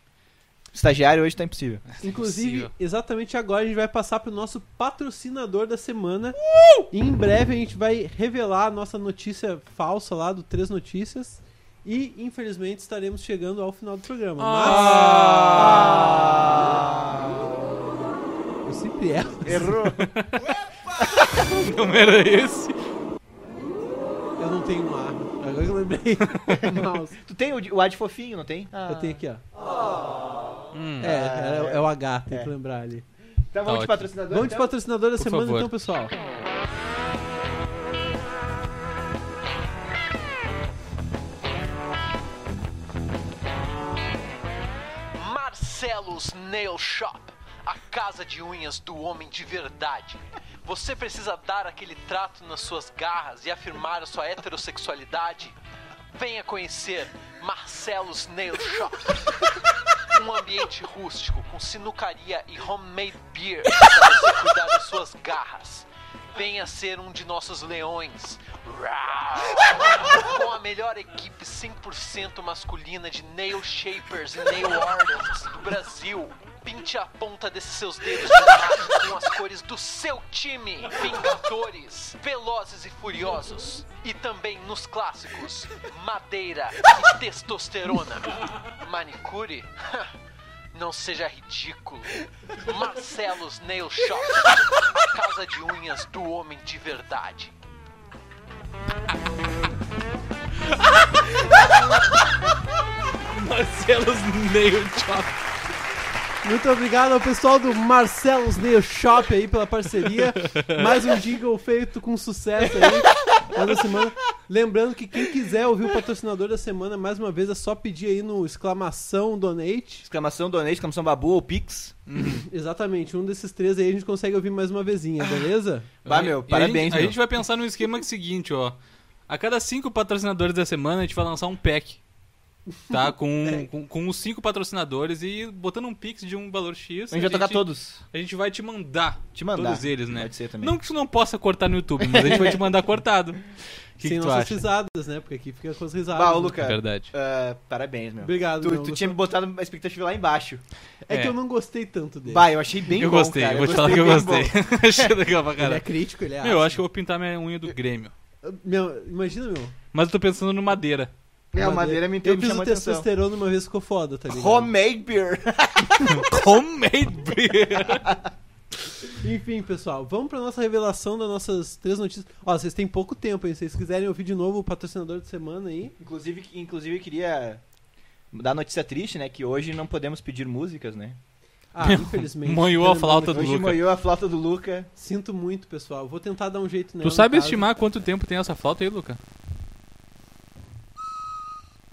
Speaker 5: Estagiário hoje tá impossível.
Speaker 3: Inclusive,
Speaker 4: possível.
Speaker 3: exatamente agora a gente vai passar pro nosso patrocinador da semana. E em breve a gente vai revelar a nossa notícia falsa lá do Três Notícias. E, infelizmente, estaremos chegando ao final do programa.
Speaker 5: Ah!
Speaker 3: Mas. Eu sempre erro.
Speaker 5: Errou.
Speaker 4: Não era esse.
Speaker 3: Eu não tenho um ar. Agora que eu lembrei. Mouse.
Speaker 5: tu tem o, de- o ad fofinho, não tem? Ah.
Speaker 3: Eu tenho aqui, ó.
Speaker 4: Hum.
Speaker 3: É, é, é o H, tem que lembrar ali.
Speaker 5: Então
Speaker 4: Tá
Speaker 5: vamos
Speaker 4: ótimo.
Speaker 5: de patrocinador.
Speaker 3: Vamos de
Speaker 5: então?
Speaker 3: patrocinador da
Speaker 4: Por
Speaker 3: semana,
Speaker 4: favor.
Speaker 3: então, pessoal.
Speaker 1: Marcelos Nail Shop, a casa de unhas do homem de verdade. Você precisa dar aquele trato nas suas garras e afirmar a sua heterossexualidade? Venha conhecer Marcelos Nail Shop. Um ambiente rústico com sinucaria e homemade beer para você cuidar das suas garras. Venha ser um de nossos leões. Rau! com a melhor equipe 100% masculina de nail shapers e nail artists do Brasil. Pinte a ponta desses seus dedos de macho com as cores do seu time. Vingadores, velozes e furiosos. E também nos clássicos, madeira e testosterona. Manicure? Não seja ridículo. Marcelos Nail Shop, a casa de unhas do homem de verdade.
Speaker 4: Marcelos Nail Chop.
Speaker 3: Muito obrigado ao pessoal do Marcelos Nail Shop aí pela parceria. Mais um jingle feito com sucesso aí. Mais uma semana. Lembrando que quem quiser ouvir o patrocinador da semana, mais uma vez, é só pedir aí no exclamação donate.
Speaker 5: Exclamação donate, exclamação babu ou pix.
Speaker 3: Exatamente, um desses três aí a gente consegue ouvir mais uma vezinha, beleza?
Speaker 5: Bah, meu,
Speaker 4: E
Speaker 5: parabéns,
Speaker 4: A gente, a
Speaker 5: meu.
Speaker 4: gente vai pensar no esquema que é o seguinte, ó. A cada cinco patrocinadores da semana, a gente vai lançar um pack. Tá? Com, com, com os cinco patrocinadores e botando um pix de um valor X.
Speaker 5: A gente vai tocar todos.
Speaker 4: A gente vai te mandar.
Speaker 5: Te mandar.
Speaker 4: Todos eles, né?
Speaker 5: Pode ser também.
Speaker 4: Não que tu não possa cortar no YouTube, mas a gente vai te mandar cortado. O que,
Speaker 3: Sem
Speaker 4: que tu
Speaker 3: nossas
Speaker 4: acha?
Speaker 3: risadas, né? Porque aqui fica com as risadas.
Speaker 5: Bah, ô,
Speaker 3: né?
Speaker 5: Luca.
Speaker 4: É verdade.
Speaker 5: ah, parabéns, meu. é
Speaker 3: Obrigado, meu,
Speaker 5: Tu, tu
Speaker 3: Luca.
Speaker 5: tinha me botado a expectativa lá embaixo.
Speaker 3: É que
Speaker 4: É.
Speaker 3: eu não gostei tanto dele.
Speaker 5: Bah, eu achei bem
Speaker 4: eu
Speaker 5: bom,
Speaker 4: gostei,
Speaker 5: cara.
Speaker 4: eu vou te falar que eu
Speaker 5: bem bom.
Speaker 4: gostei. Achei legal pra
Speaker 3: Ele é
Speaker 4: caralho.
Speaker 3: crítico, ele é.
Speaker 4: Meu, eu acho que eu vou pintar minha unha do Grêmio.
Speaker 3: ácido. Meu, imagina, meu.
Speaker 4: Mas eu tô pensando no madeira.
Speaker 5: É, o Madeira me,
Speaker 3: Eu
Speaker 5: me
Speaker 3: fiz
Speaker 5: chamou
Speaker 3: o
Speaker 5: a atenção.
Speaker 3: testosterona uma vez ficou foda, tá ligado?
Speaker 5: Homemade beer.
Speaker 4: Homemade beer.
Speaker 3: Enfim, pessoal, vamos pra nossa revelação das nossas três notícias. Ó, vocês têm pouco tempo, hein? Se vocês quiserem ouvir de novo o patrocinador de semana aí.
Speaker 5: Inclusive, inclusive, eu queria dar notícia triste, né? Que hoje não podemos pedir músicas, né?
Speaker 3: Ah, infelizmente.
Speaker 4: Moiou a flauta do
Speaker 5: hoje
Speaker 4: Luca.
Speaker 5: moiou a flauta do Luca.
Speaker 3: Sinto muito, pessoal. Vou tentar dar um jeito nela.
Speaker 4: Tu
Speaker 3: no
Speaker 4: sabe
Speaker 3: caso.
Speaker 4: estimar quanto tempo tem essa flauta aí, Luca?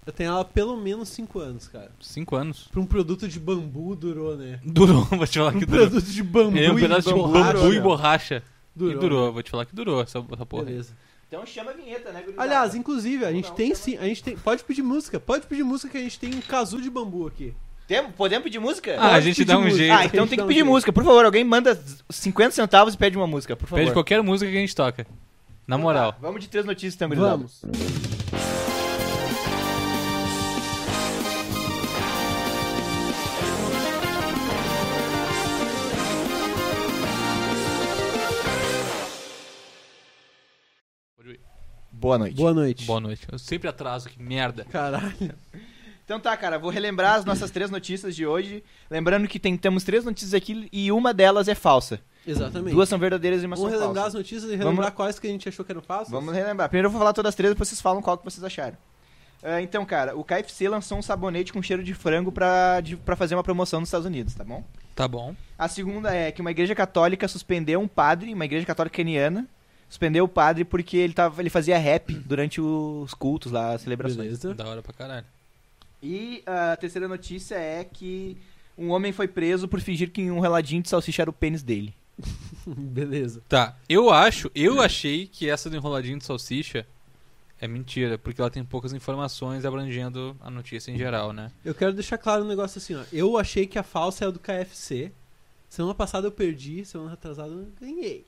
Speaker 3: Eu tenho ela há pelo menos 5 anos, cara.
Speaker 4: Cinco anos.
Speaker 3: Pra um produto de bambu durou, né?
Speaker 4: Durou, vou te falar que
Speaker 3: Um
Speaker 4: durou.
Speaker 3: produto de bambu
Speaker 4: É um
Speaker 3: e
Speaker 4: pedaço de
Speaker 3: borracha.
Speaker 4: bambu e borracha.
Speaker 3: Durou.
Speaker 4: E durou, vou te falar que durou essa, essa porra. aí.
Speaker 3: Beleza.
Speaker 5: Então chama a vinheta, né, gurizada?
Speaker 3: Aliás, inclusive, a gente tem sim, a gente tem, pode pedir música, pode pedir música que a gente tem um casu de bambu aqui.
Speaker 5: Tem- podemos pedir música?
Speaker 4: Ah, a
Speaker 3: Pode
Speaker 4: gente
Speaker 3: pedir
Speaker 4: dá um
Speaker 3: música.
Speaker 4: jeito.
Speaker 5: Ah, então tem que pedir música. Por favor, alguém manda 50 centavos e pede uma música, por favor.
Speaker 4: Pede qualquer música que a gente toca. Na moral.
Speaker 5: Vamos de três notícias, então, gurizada.
Speaker 3: Vamos.
Speaker 5: Boa noite.
Speaker 3: Boa noite.
Speaker 4: Boa noite. Eu sempre atraso, que merda.
Speaker 3: Caralho.
Speaker 5: Então tá, cara, vou relembrar as nossas três notícias de hoje. Lembrando que tem- temos três notícias aqui e uma delas é falsa.
Speaker 3: Exatamente.
Speaker 5: Duas são verdadeiras e uma
Speaker 3: Vamos
Speaker 5: são
Speaker 3: relembrar
Speaker 5: falsa.
Speaker 3: as notícias e relembrar
Speaker 5: Vamos-
Speaker 3: quais que a gente achou que eram falsas?
Speaker 5: Vamos relembrar. Primeiro eu vou falar todas as três, depois vocês falam qual que vocês acharam. Ah, então, cara, o KFC lançou um sabonete com cheiro de frango pra, de- pra fazer uma promoção nos Estados Unidos, tá bom?
Speaker 4: Tá bom.
Speaker 5: A segunda é que uma igreja católica suspendeu um padre, uma igreja católica caniana, suspendeu o padre porque ele, tava, ele fazia rap durante os cultos lá, as celebrações.
Speaker 3: Beleza.
Speaker 4: Da hora pra caralho.
Speaker 5: E a terceira notícia é que um homem foi preso por fingir que um reladinho de salsicha era o pênis dele.
Speaker 3: Beleza.
Speaker 5: né?
Speaker 4: Tá, eu acho, eu achei que essa do enroladinho de salsicha É mentira, porque ela tem poucas informações abrangendo a notícia em geral, né?
Speaker 3: Eu quero deixar claro um negócio assim, ó. Eu achei que a falsa era do KFC. Semana passada eu perdi, semana atrasada eu ganhei.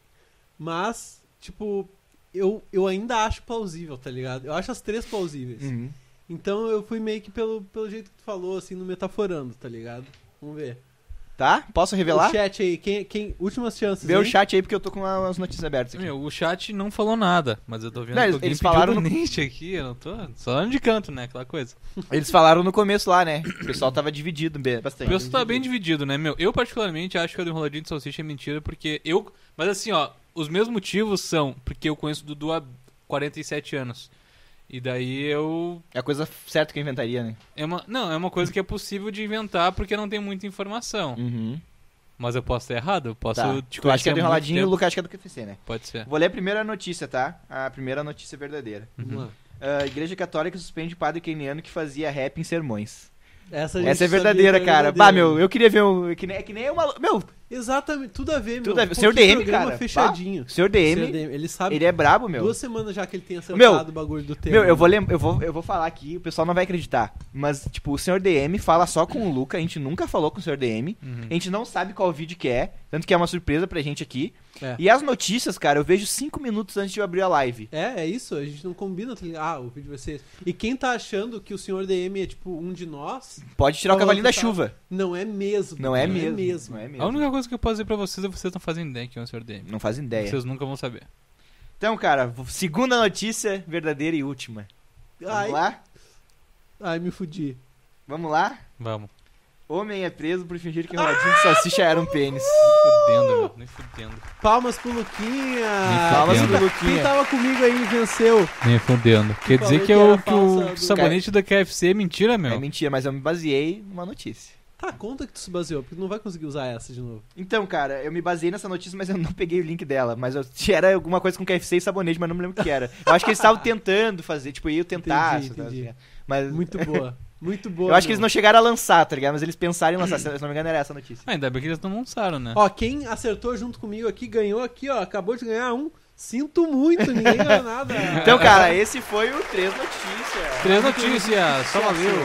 Speaker 3: Mas, tipo, eu, eu ainda acho plausível, tá ligado? Eu acho as três plausíveis.
Speaker 5: Hum.
Speaker 3: Então eu fui meio que pelo, pelo jeito que tu falou, assim, no metaforando, tá ligado? Vamos ver.
Speaker 5: Tá? Posso revelar?
Speaker 3: O chat aí, quem, quem, últimas chances.
Speaker 5: Vê o
Speaker 3: hein?
Speaker 5: chat aí porque eu tô com a- as notícias abertas aqui.
Speaker 4: Meu, o chat não falou nada, mas eu tô vendo
Speaker 5: Não,
Speaker 4: que
Speaker 5: eles-
Speaker 4: alguém
Speaker 5: eles
Speaker 4: pediu
Speaker 5: falaram no-
Speaker 4: donate aqui, eu não tô. Só falando de canto, né? Aquela coisa.
Speaker 5: Eles falaram no começo lá, né? O pessoal tava dividido bem-
Speaker 4: O
Speaker 5: bastante.
Speaker 4: pessoal tá bem dividido, né, meu? Eu, particularmente, acho que a do enroladinho de salsicha é mentira, porque eu. Mas assim, ó, os meus motivos são porque eu conheço o Dudu há 47 anos. E daí eu.
Speaker 5: É a coisa certa que eu inventaria, né?
Speaker 4: É uma... Não, é uma coisa que é possível de inventar porque não tem muita informação.
Speaker 5: Uhum.
Speaker 4: Mas eu posso estar errado, eu posso
Speaker 5: Tá.
Speaker 4: te
Speaker 5: Tu acha que
Speaker 4: conhecer há
Speaker 5: é do
Speaker 4: muito
Speaker 5: enroladinho e o
Speaker 4: tempo.
Speaker 5: Lucas acha que é do KFC, né?
Speaker 4: Pode ser.
Speaker 5: Vou ler a primeira notícia, tá? A primeira notícia verdadeira.
Speaker 3: Vamos lá.
Speaker 5: Ah, igreja Católica suspende padre queniano que fazia rap em sermões.
Speaker 3: Essa, a gente
Speaker 5: Essa é
Speaker 3: sabia
Speaker 5: verdadeira,
Speaker 3: que era
Speaker 5: cara. Bah,
Speaker 3: verdadeira.
Speaker 5: meu, eu queria ver um. É que nem, é que nem uma. Meu,
Speaker 3: Exatamente, tudo a ver, meu.
Speaker 5: tudo a ver.
Speaker 3: Pô,
Speaker 5: Senhor
Speaker 3: que
Speaker 5: DM,
Speaker 3: programa
Speaker 5: cara.
Speaker 3: fechadinho.
Speaker 5: Bah, senhor DM,
Speaker 3: Senhor DM, ele sabe.
Speaker 5: ele é brabo, meu.
Speaker 3: Duas semanas já que ele tem acertado
Speaker 5: Meu,
Speaker 3: o bagulho do tema.
Speaker 5: Meu, eu vou, lem- eu, vou, eu vou falar aqui, o pessoal não vai acreditar. Mas, tipo, o senhor DM fala só com o Luca, a gente nunca falou com o senhor DM. A gente não sabe qual vídeo que é, tanto que é uma surpresa pra gente aqui.
Speaker 3: É.
Speaker 5: E as notícias, cara, eu vejo cinco minutos antes de eu abrir a live.
Speaker 3: É, é isso, a gente não combina. tá ligado? Ah, o vídeo vai ser esse. E quem tá achando que o senhor DM é tipo um de nós,
Speaker 5: Pode tirar o
Speaker 3: Não,
Speaker 5: cavalinho da
Speaker 3: tá.
Speaker 5: chuva.
Speaker 3: não é mesmo.
Speaker 5: Não é mesmo.
Speaker 3: É mesmo.
Speaker 5: Não é mesmo.
Speaker 4: A única coisa que eu posso dizer pra vocês é que vocês não fazem ideia que é o Sr. DM.
Speaker 5: Não faz ideia.
Speaker 4: Vocês nunca vão saber.
Speaker 5: Então, cara, v- segunda notícia, verdadeira e última. Vamos
Speaker 3: Ai,
Speaker 5: lá?
Speaker 3: ai, me fudi.
Speaker 5: Vamos lá?
Speaker 4: Vamos.
Speaker 5: Homem é preso por fingir que enroladinho de salsicha era um pênis.
Speaker 4: Nem fudendo, meu. Nem fudendo.
Speaker 3: Palmas pro Luquinha.
Speaker 5: Palmas
Speaker 3: Quem
Speaker 5: pro
Speaker 3: tá-
Speaker 5: Luquinha.
Speaker 3: Quem tava comigo aí venceu.
Speaker 4: Nem fudendo. Quer
Speaker 3: falou
Speaker 4: dizer
Speaker 3: que
Speaker 4: que, o-
Speaker 3: era
Speaker 4: que o,
Speaker 3: falsa do-
Speaker 4: sabonete da KFC é mentira, meu?
Speaker 5: É mentira, mas eu me baseei numa notícia.
Speaker 3: Tá, conta que tu se baseou, porque tu não vai conseguir usar essa de novo.
Speaker 5: Então, cara, eu me baseei nessa notícia, mas eu não peguei o link dela. Mas eu, era alguma coisa com KFC e sabonete, mas não me lembro o que era. Eu acho que eles estavam tentando fazer, tipo, eu tentar.
Speaker 3: Entendi,
Speaker 5: sabe?
Speaker 3: entendi.
Speaker 5: Mas
Speaker 3: Muito boa. Muito boa.
Speaker 5: eu acho que
Speaker 3: meu.
Speaker 5: eles não chegaram a lançar, tá ligado? Mas eles pensaram em lançar, se eu não me engano era essa a notícia.
Speaker 4: Ah, ainda bem que eles não lançaram, né?
Speaker 3: Ó, quem acertou junto comigo aqui ganhou aqui, ó. Acabou de ganhar um. Sinto muito, ninguém ganhou nada.
Speaker 5: Então, cara, esse foi o Três Notícias.
Speaker 4: Três notícias, só valeu.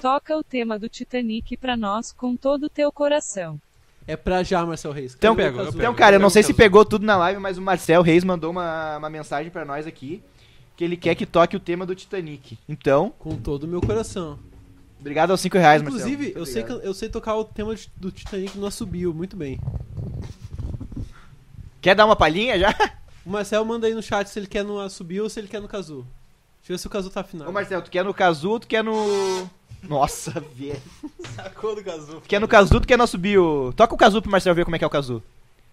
Speaker 10: Toca o tema do Titanic pra nós com todo o teu coração.
Speaker 3: É pra já, Marcel Reis.
Speaker 5: Então,
Speaker 3: Cadê o
Speaker 4: pego, eu
Speaker 3: Cazuza?
Speaker 5: Então, cara, eu não sei se
Speaker 4: Caso.
Speaker 5: pegou tudo na live, mas o Marcel Reis mandou uma, uma mensagem pra nós aqui que ele quer que toque o tema do Titanic. Então,
Speaker 3: Com todo o meu coração.
Speaker 5: obrigado aos 5 reais, Marcel.
Speaker 3: Inclusive,
Speaker 5: Muito
Speaker 3: eu sei,
Speaker 5: obrigado.
Speaker 3: can- eu sei tocar o tema de- do Titanic no Assobio, muito bem.
Speaker 5: Quer dar uma palhinha já?
Speaker 3: O Marcel manda aí no chat se ele quer no Assobio ou se ele quer no Cazu. Deixa eu ver se o Cazu tá afinado.
Speaker 5: Ô, Marcel, tu quer no Cazu ou tu quer no. Nossa, velho.
Speaker 3: Sacou do Cazu.
Speaker 5: Tu quer no Cazu, tu quer nosso bio. Toca o Cazu pro Marcel ver como é que é o Cazu.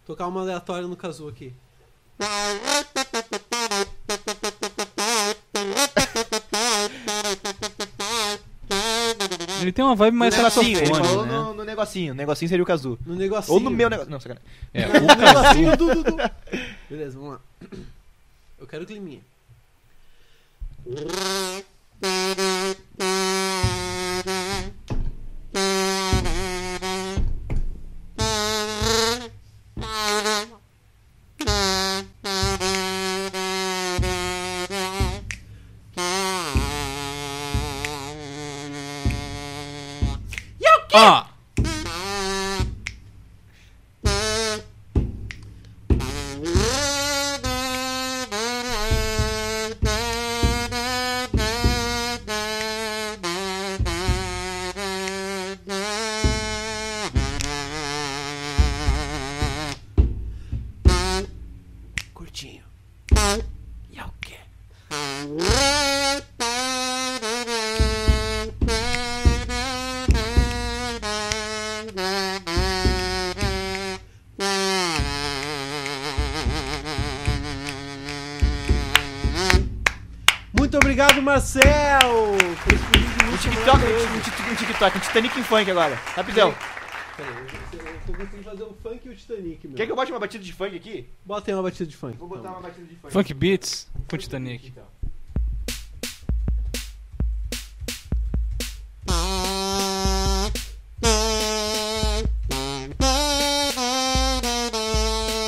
Speaker 3: Tocar uma aleatória no Cazu aqui.
Speaker 4: Ele tem uma vibe mais
Speaker 5: negocinho, ele
Speaker 4: saxofone,
Speaker 5: falou
Speaker 4: é né?
Speaker 5: no, no negocinho. O negocinho seria o Cazu.
Speaker 3: No negocinho.
Speaker 5: Ou no meu negocinho. Não, sacanagem.
Speaker 4: É,
Speaker 3: No negocinho do Dudu. Beleza, vamos lá. Eu quero climinha.
Speaker 4: Ó,
Speaker 3: Curtinho. E é o quê? Muito obrigado, Marcel! Por esse vídeo
Speaker 5: Um
Speaker 3: muito
Speaker 5: TikTok,
Speaker 3: maravilhoso.
Speaker 5: um tic- um TikTok, um Titanic em funk agora. Rapidão.
Speaker 3: Pera aí, eu tô conseguindo fazer o funk e o Titanic, meu.
Speaker 5: Quer que eu bote uma batida de funk aqui?
Speaker 3: Bota aí uma batida de funk. então.
Speaker 5: Vou botar uma batida de funk.
Speaker 4: Funk Beats com Titanic. Ah,
Speaker 1: Thank you.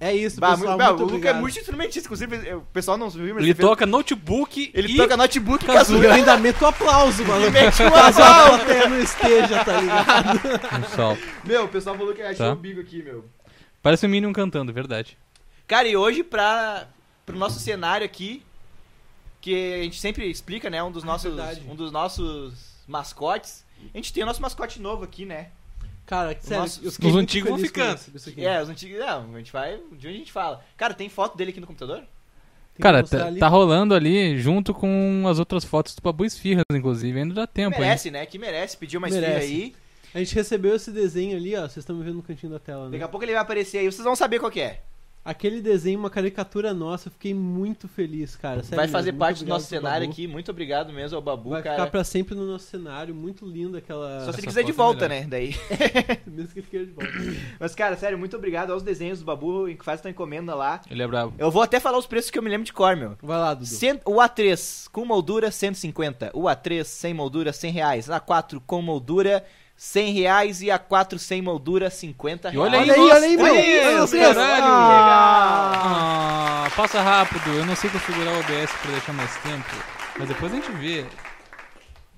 Speaker 3: É isso,
Speaker 5: Bah,
Speaker 3: pessoal.
Speaker 5: muito- bah,
Speaker 3: muito
Speaker 5: o Luca é
Speaker 3: obrigado.
Speaker 5: muito instrumentista, inclusive eu- o pessoal não viu, mas
Speaker 4: Ele toca notebook
Speaker 5: Ele
Speaker 4: e
Speaker 5: toca notebook e
Speaker 3: Eu
Speaker 5: cazuela.
Speaker 3: ainda meto aplauso, maluco.
Speaker 5: mete um
Speaker 3: Caso
Speaker 5: aplauso.
Speaker 3: a plateia não esteja, tá ligado?
Speaker 4: Um sol.
Speaker 5: Meu, o pessoal falou que achou
Speaker 4: Tá.
Speaker 5: o bigo aqui, meu.
Speaker 4: Parece o Minion cantando, verdade.
Speaker 5: Cara, e hoje pra, pro nosso cenário aqui, que a gente sempre explica, né, um dos nossos,
Speaker 3: É verdade.
Speaker 5: um dos nossos mascotes, a gente tem o nosso mascote novo aqui, né?
Speaker 3: Cara, sério,
Speaker 5: Nossa,
Speaker 3: eu fiquei
Speaker 4: os
Speaker 3: muito
Speaker 4: antigos vão
Speaker 3: feliz
Speaker 4: ficando.
Speaker 3: com isso aqui.
Speaker 5: É, os antigos, não, a gente vai, de onde a gente fala. Cara, tem foto dele aqui no computador?
Speaker 3: Tem que
Speaker 4: Cara,
Speaker 3: mostrar
Speaker 4: tá,
Speaker 3: ali.
Speaker 4: tá rolando ali junto com as outras fotos do Babu Esfirras, inclusive. Ainda dá tempo, hein?
Speaker 5: merece, né? Que merece, pediu uma esfirra
Speaker 3: um Merece.
Speaker 5: aí.
Speaker 3: A gente recebeu esse desenho ali, ó. Vocês estão me vendo no cantinho da tela,
Speaker 5: Daqui
Speaker 3: né?
Speaker 5: a pouco ele vai aparecer aí, vocês vão saber qual que é.
Speaker 3: Aquele desenho, uma caricatura nossa, eu fiquei muito feliz, cara. sério
Speaker 5: vai fazer
Speaker 3: mesmo, muito
Speaker 5: parte do
Speaker 3: obrigado
Speaker 5: nosso
Speaker 3: pro
Speaker 5: cenário
Speaker 3: Babu.
Speaker 5: aqui, muito obrigado mesmo ao Babu,
Speaker 3: Vai
Speaker 5: cara.
Speaker 3: ficar pra sempre no nosso cenário, muito lindo aquela.
Speaker 5: Só se ele
Speaker 4: Essa
Speaker 5: quiser de
Speaker 4: foto é
Speaker 5: volta,
Speaker 4: melhor.
Speaker 5: né? Daí.
Speaker 3: Mesmo que ele fique de volta.
Speaker 5: Mas, cara, sério, muito obrigado aos desenhos do Babu, que faz tua encomenda lá.
Speaker 4: Ele é brabo.
Speaker 5: Eu vou até falar os preços que eu me lembro de cor, meu.
Speaker 3: Vai lá, Dudu.
Speaker 5: Cem- o A3 com moldura, 150. O A3 sem moldura, 100 reais. A4 com moldura, 100 reais. E A4 sem moldura, 50
Speaker 4: E
Speaker 5: reais.
Speaker 4: olha aí,
Speaker 3: aí,
Speaker 4: nossa,
Speaker 3: olha aí, meu. Olha os preços.
Speaker 4: caralho.
Speaker 5: Ah.
Speaker 4: Ah, passa rápido. Eu não sei configurar o OBS pra deixar mais tempo. Mas depois a gente vê.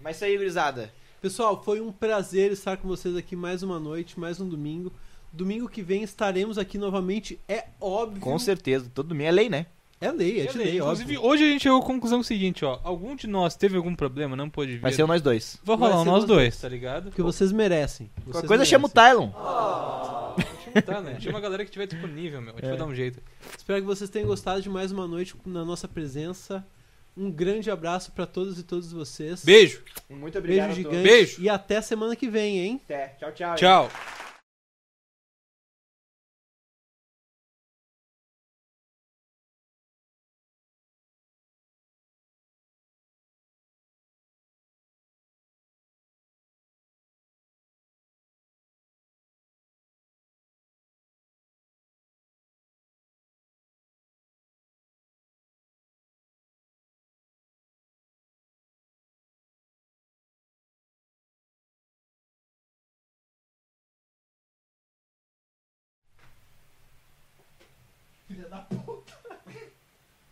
Speaker 5: Mas isso aí, gurizada.
Speaker 3: Pessoal, foi um prazer estar com vocês aqui mais uma noite, mais um domingo. Domingo que vem estaremos aqui novamente, é óbvio.
Speaker 5: Com certeza. Todo mundo é lei, né?
Speaker 3: É lei, é de lei,
Speaker 4: Inclusive,
Speaker 3: óbvio.
Speaker 4: hoje a gente chegou à conclusão seguinte, ó. Algum de nós teve algum problema, não pôde vir.
Speaker 5: Vai ser nós dois.
Speaker 4: Vai
Speaker 3: Vai
Speaker 4: rolar um
Speaker 3: ser
Speaker 4: nós
Speaker 3: nós
Speaker 4: dois, tá ligado?
Speaker 3: Que vocês merecem.
Speaker 5: Qualquer
Speaker 3: Vocês
Speaker 5: coisa chama o
Speaker 3: merecem.
Speaker 5: Tylon.
Speaker 4: Tá, né? Chama a galera que tiver disponível, meu. A
Speaker 3: É.
Speaker 4: gente vai dar um jeito.
Speaker 3: Espero que vocês tenham gostado de mais uma noite na nossa presença. Um grande abraço pra todos e todas vocês.
Speaker 4: Beijo.
Speaker 5: Muito
Speaker 3: Beijo
Speaker 5: a
Speaker 3: gigante.
Speaker 4: Beijo.
Speaker 3: E até semana que vem, hein?
Speaker 5: todos. Até. Tchau, tchau.
Speaker 4: Tchau.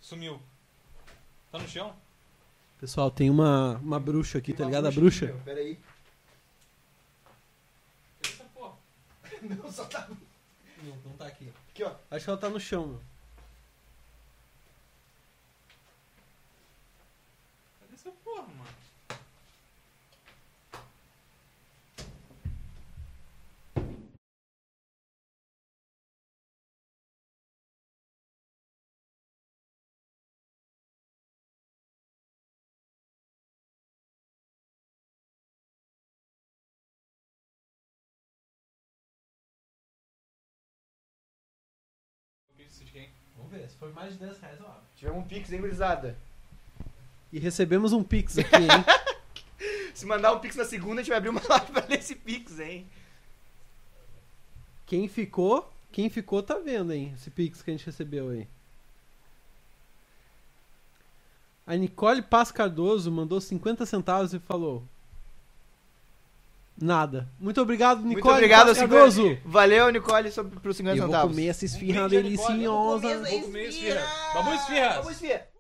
Speaker 4: Sumiu. Tá no chão?
Speaker 3: Pessoal, tem uma, uma bruxa aqui, tá ligado? A bruxa.
Speaker 5: Peraí.
Speaker 3: Não, não tá aqui.
Speaker 5: tá Aqui, ó.
Speaker 3: Acho que ela tá no chão, meu.
Speaker 4: Cadê essa porra, mano?
Speaker 3: Vamos ver, se for mais de 10 reais, eu abro.
Speaker 5: Tivemos um pix, hein, gurizada?
Speaker 3: E recebemos um pix aqui, hein?
Speaker 5: Se mandar um pix na segunda, a gente vai abrir uma live pra ler esse pix, hein?
Speaker 3: quem ficou, quem ficou tá vendo, hein? Esse pix que a gente recebeu aí. A Nicole Paz Cardoso mandou 50 centavos e falou... Nada. Muito obrigado, Nicole
Speaker 5: Muito obrigado,
Speaker 3: Paz Cardoso.
Speaker 5: Valeu, Nicole, sobre, pros 50
Speaker 3: Eu vou
Speaker 5: centavos.
Speaker 3: comer essa esfirra
Speaker 4: Um brinde, Nicole. Eu vou
Speaker 3: deliciosa.
Speaker 4: Vamos comer esfirra. Vamos esfirras.
Speaker 5: Vamos, esfirra.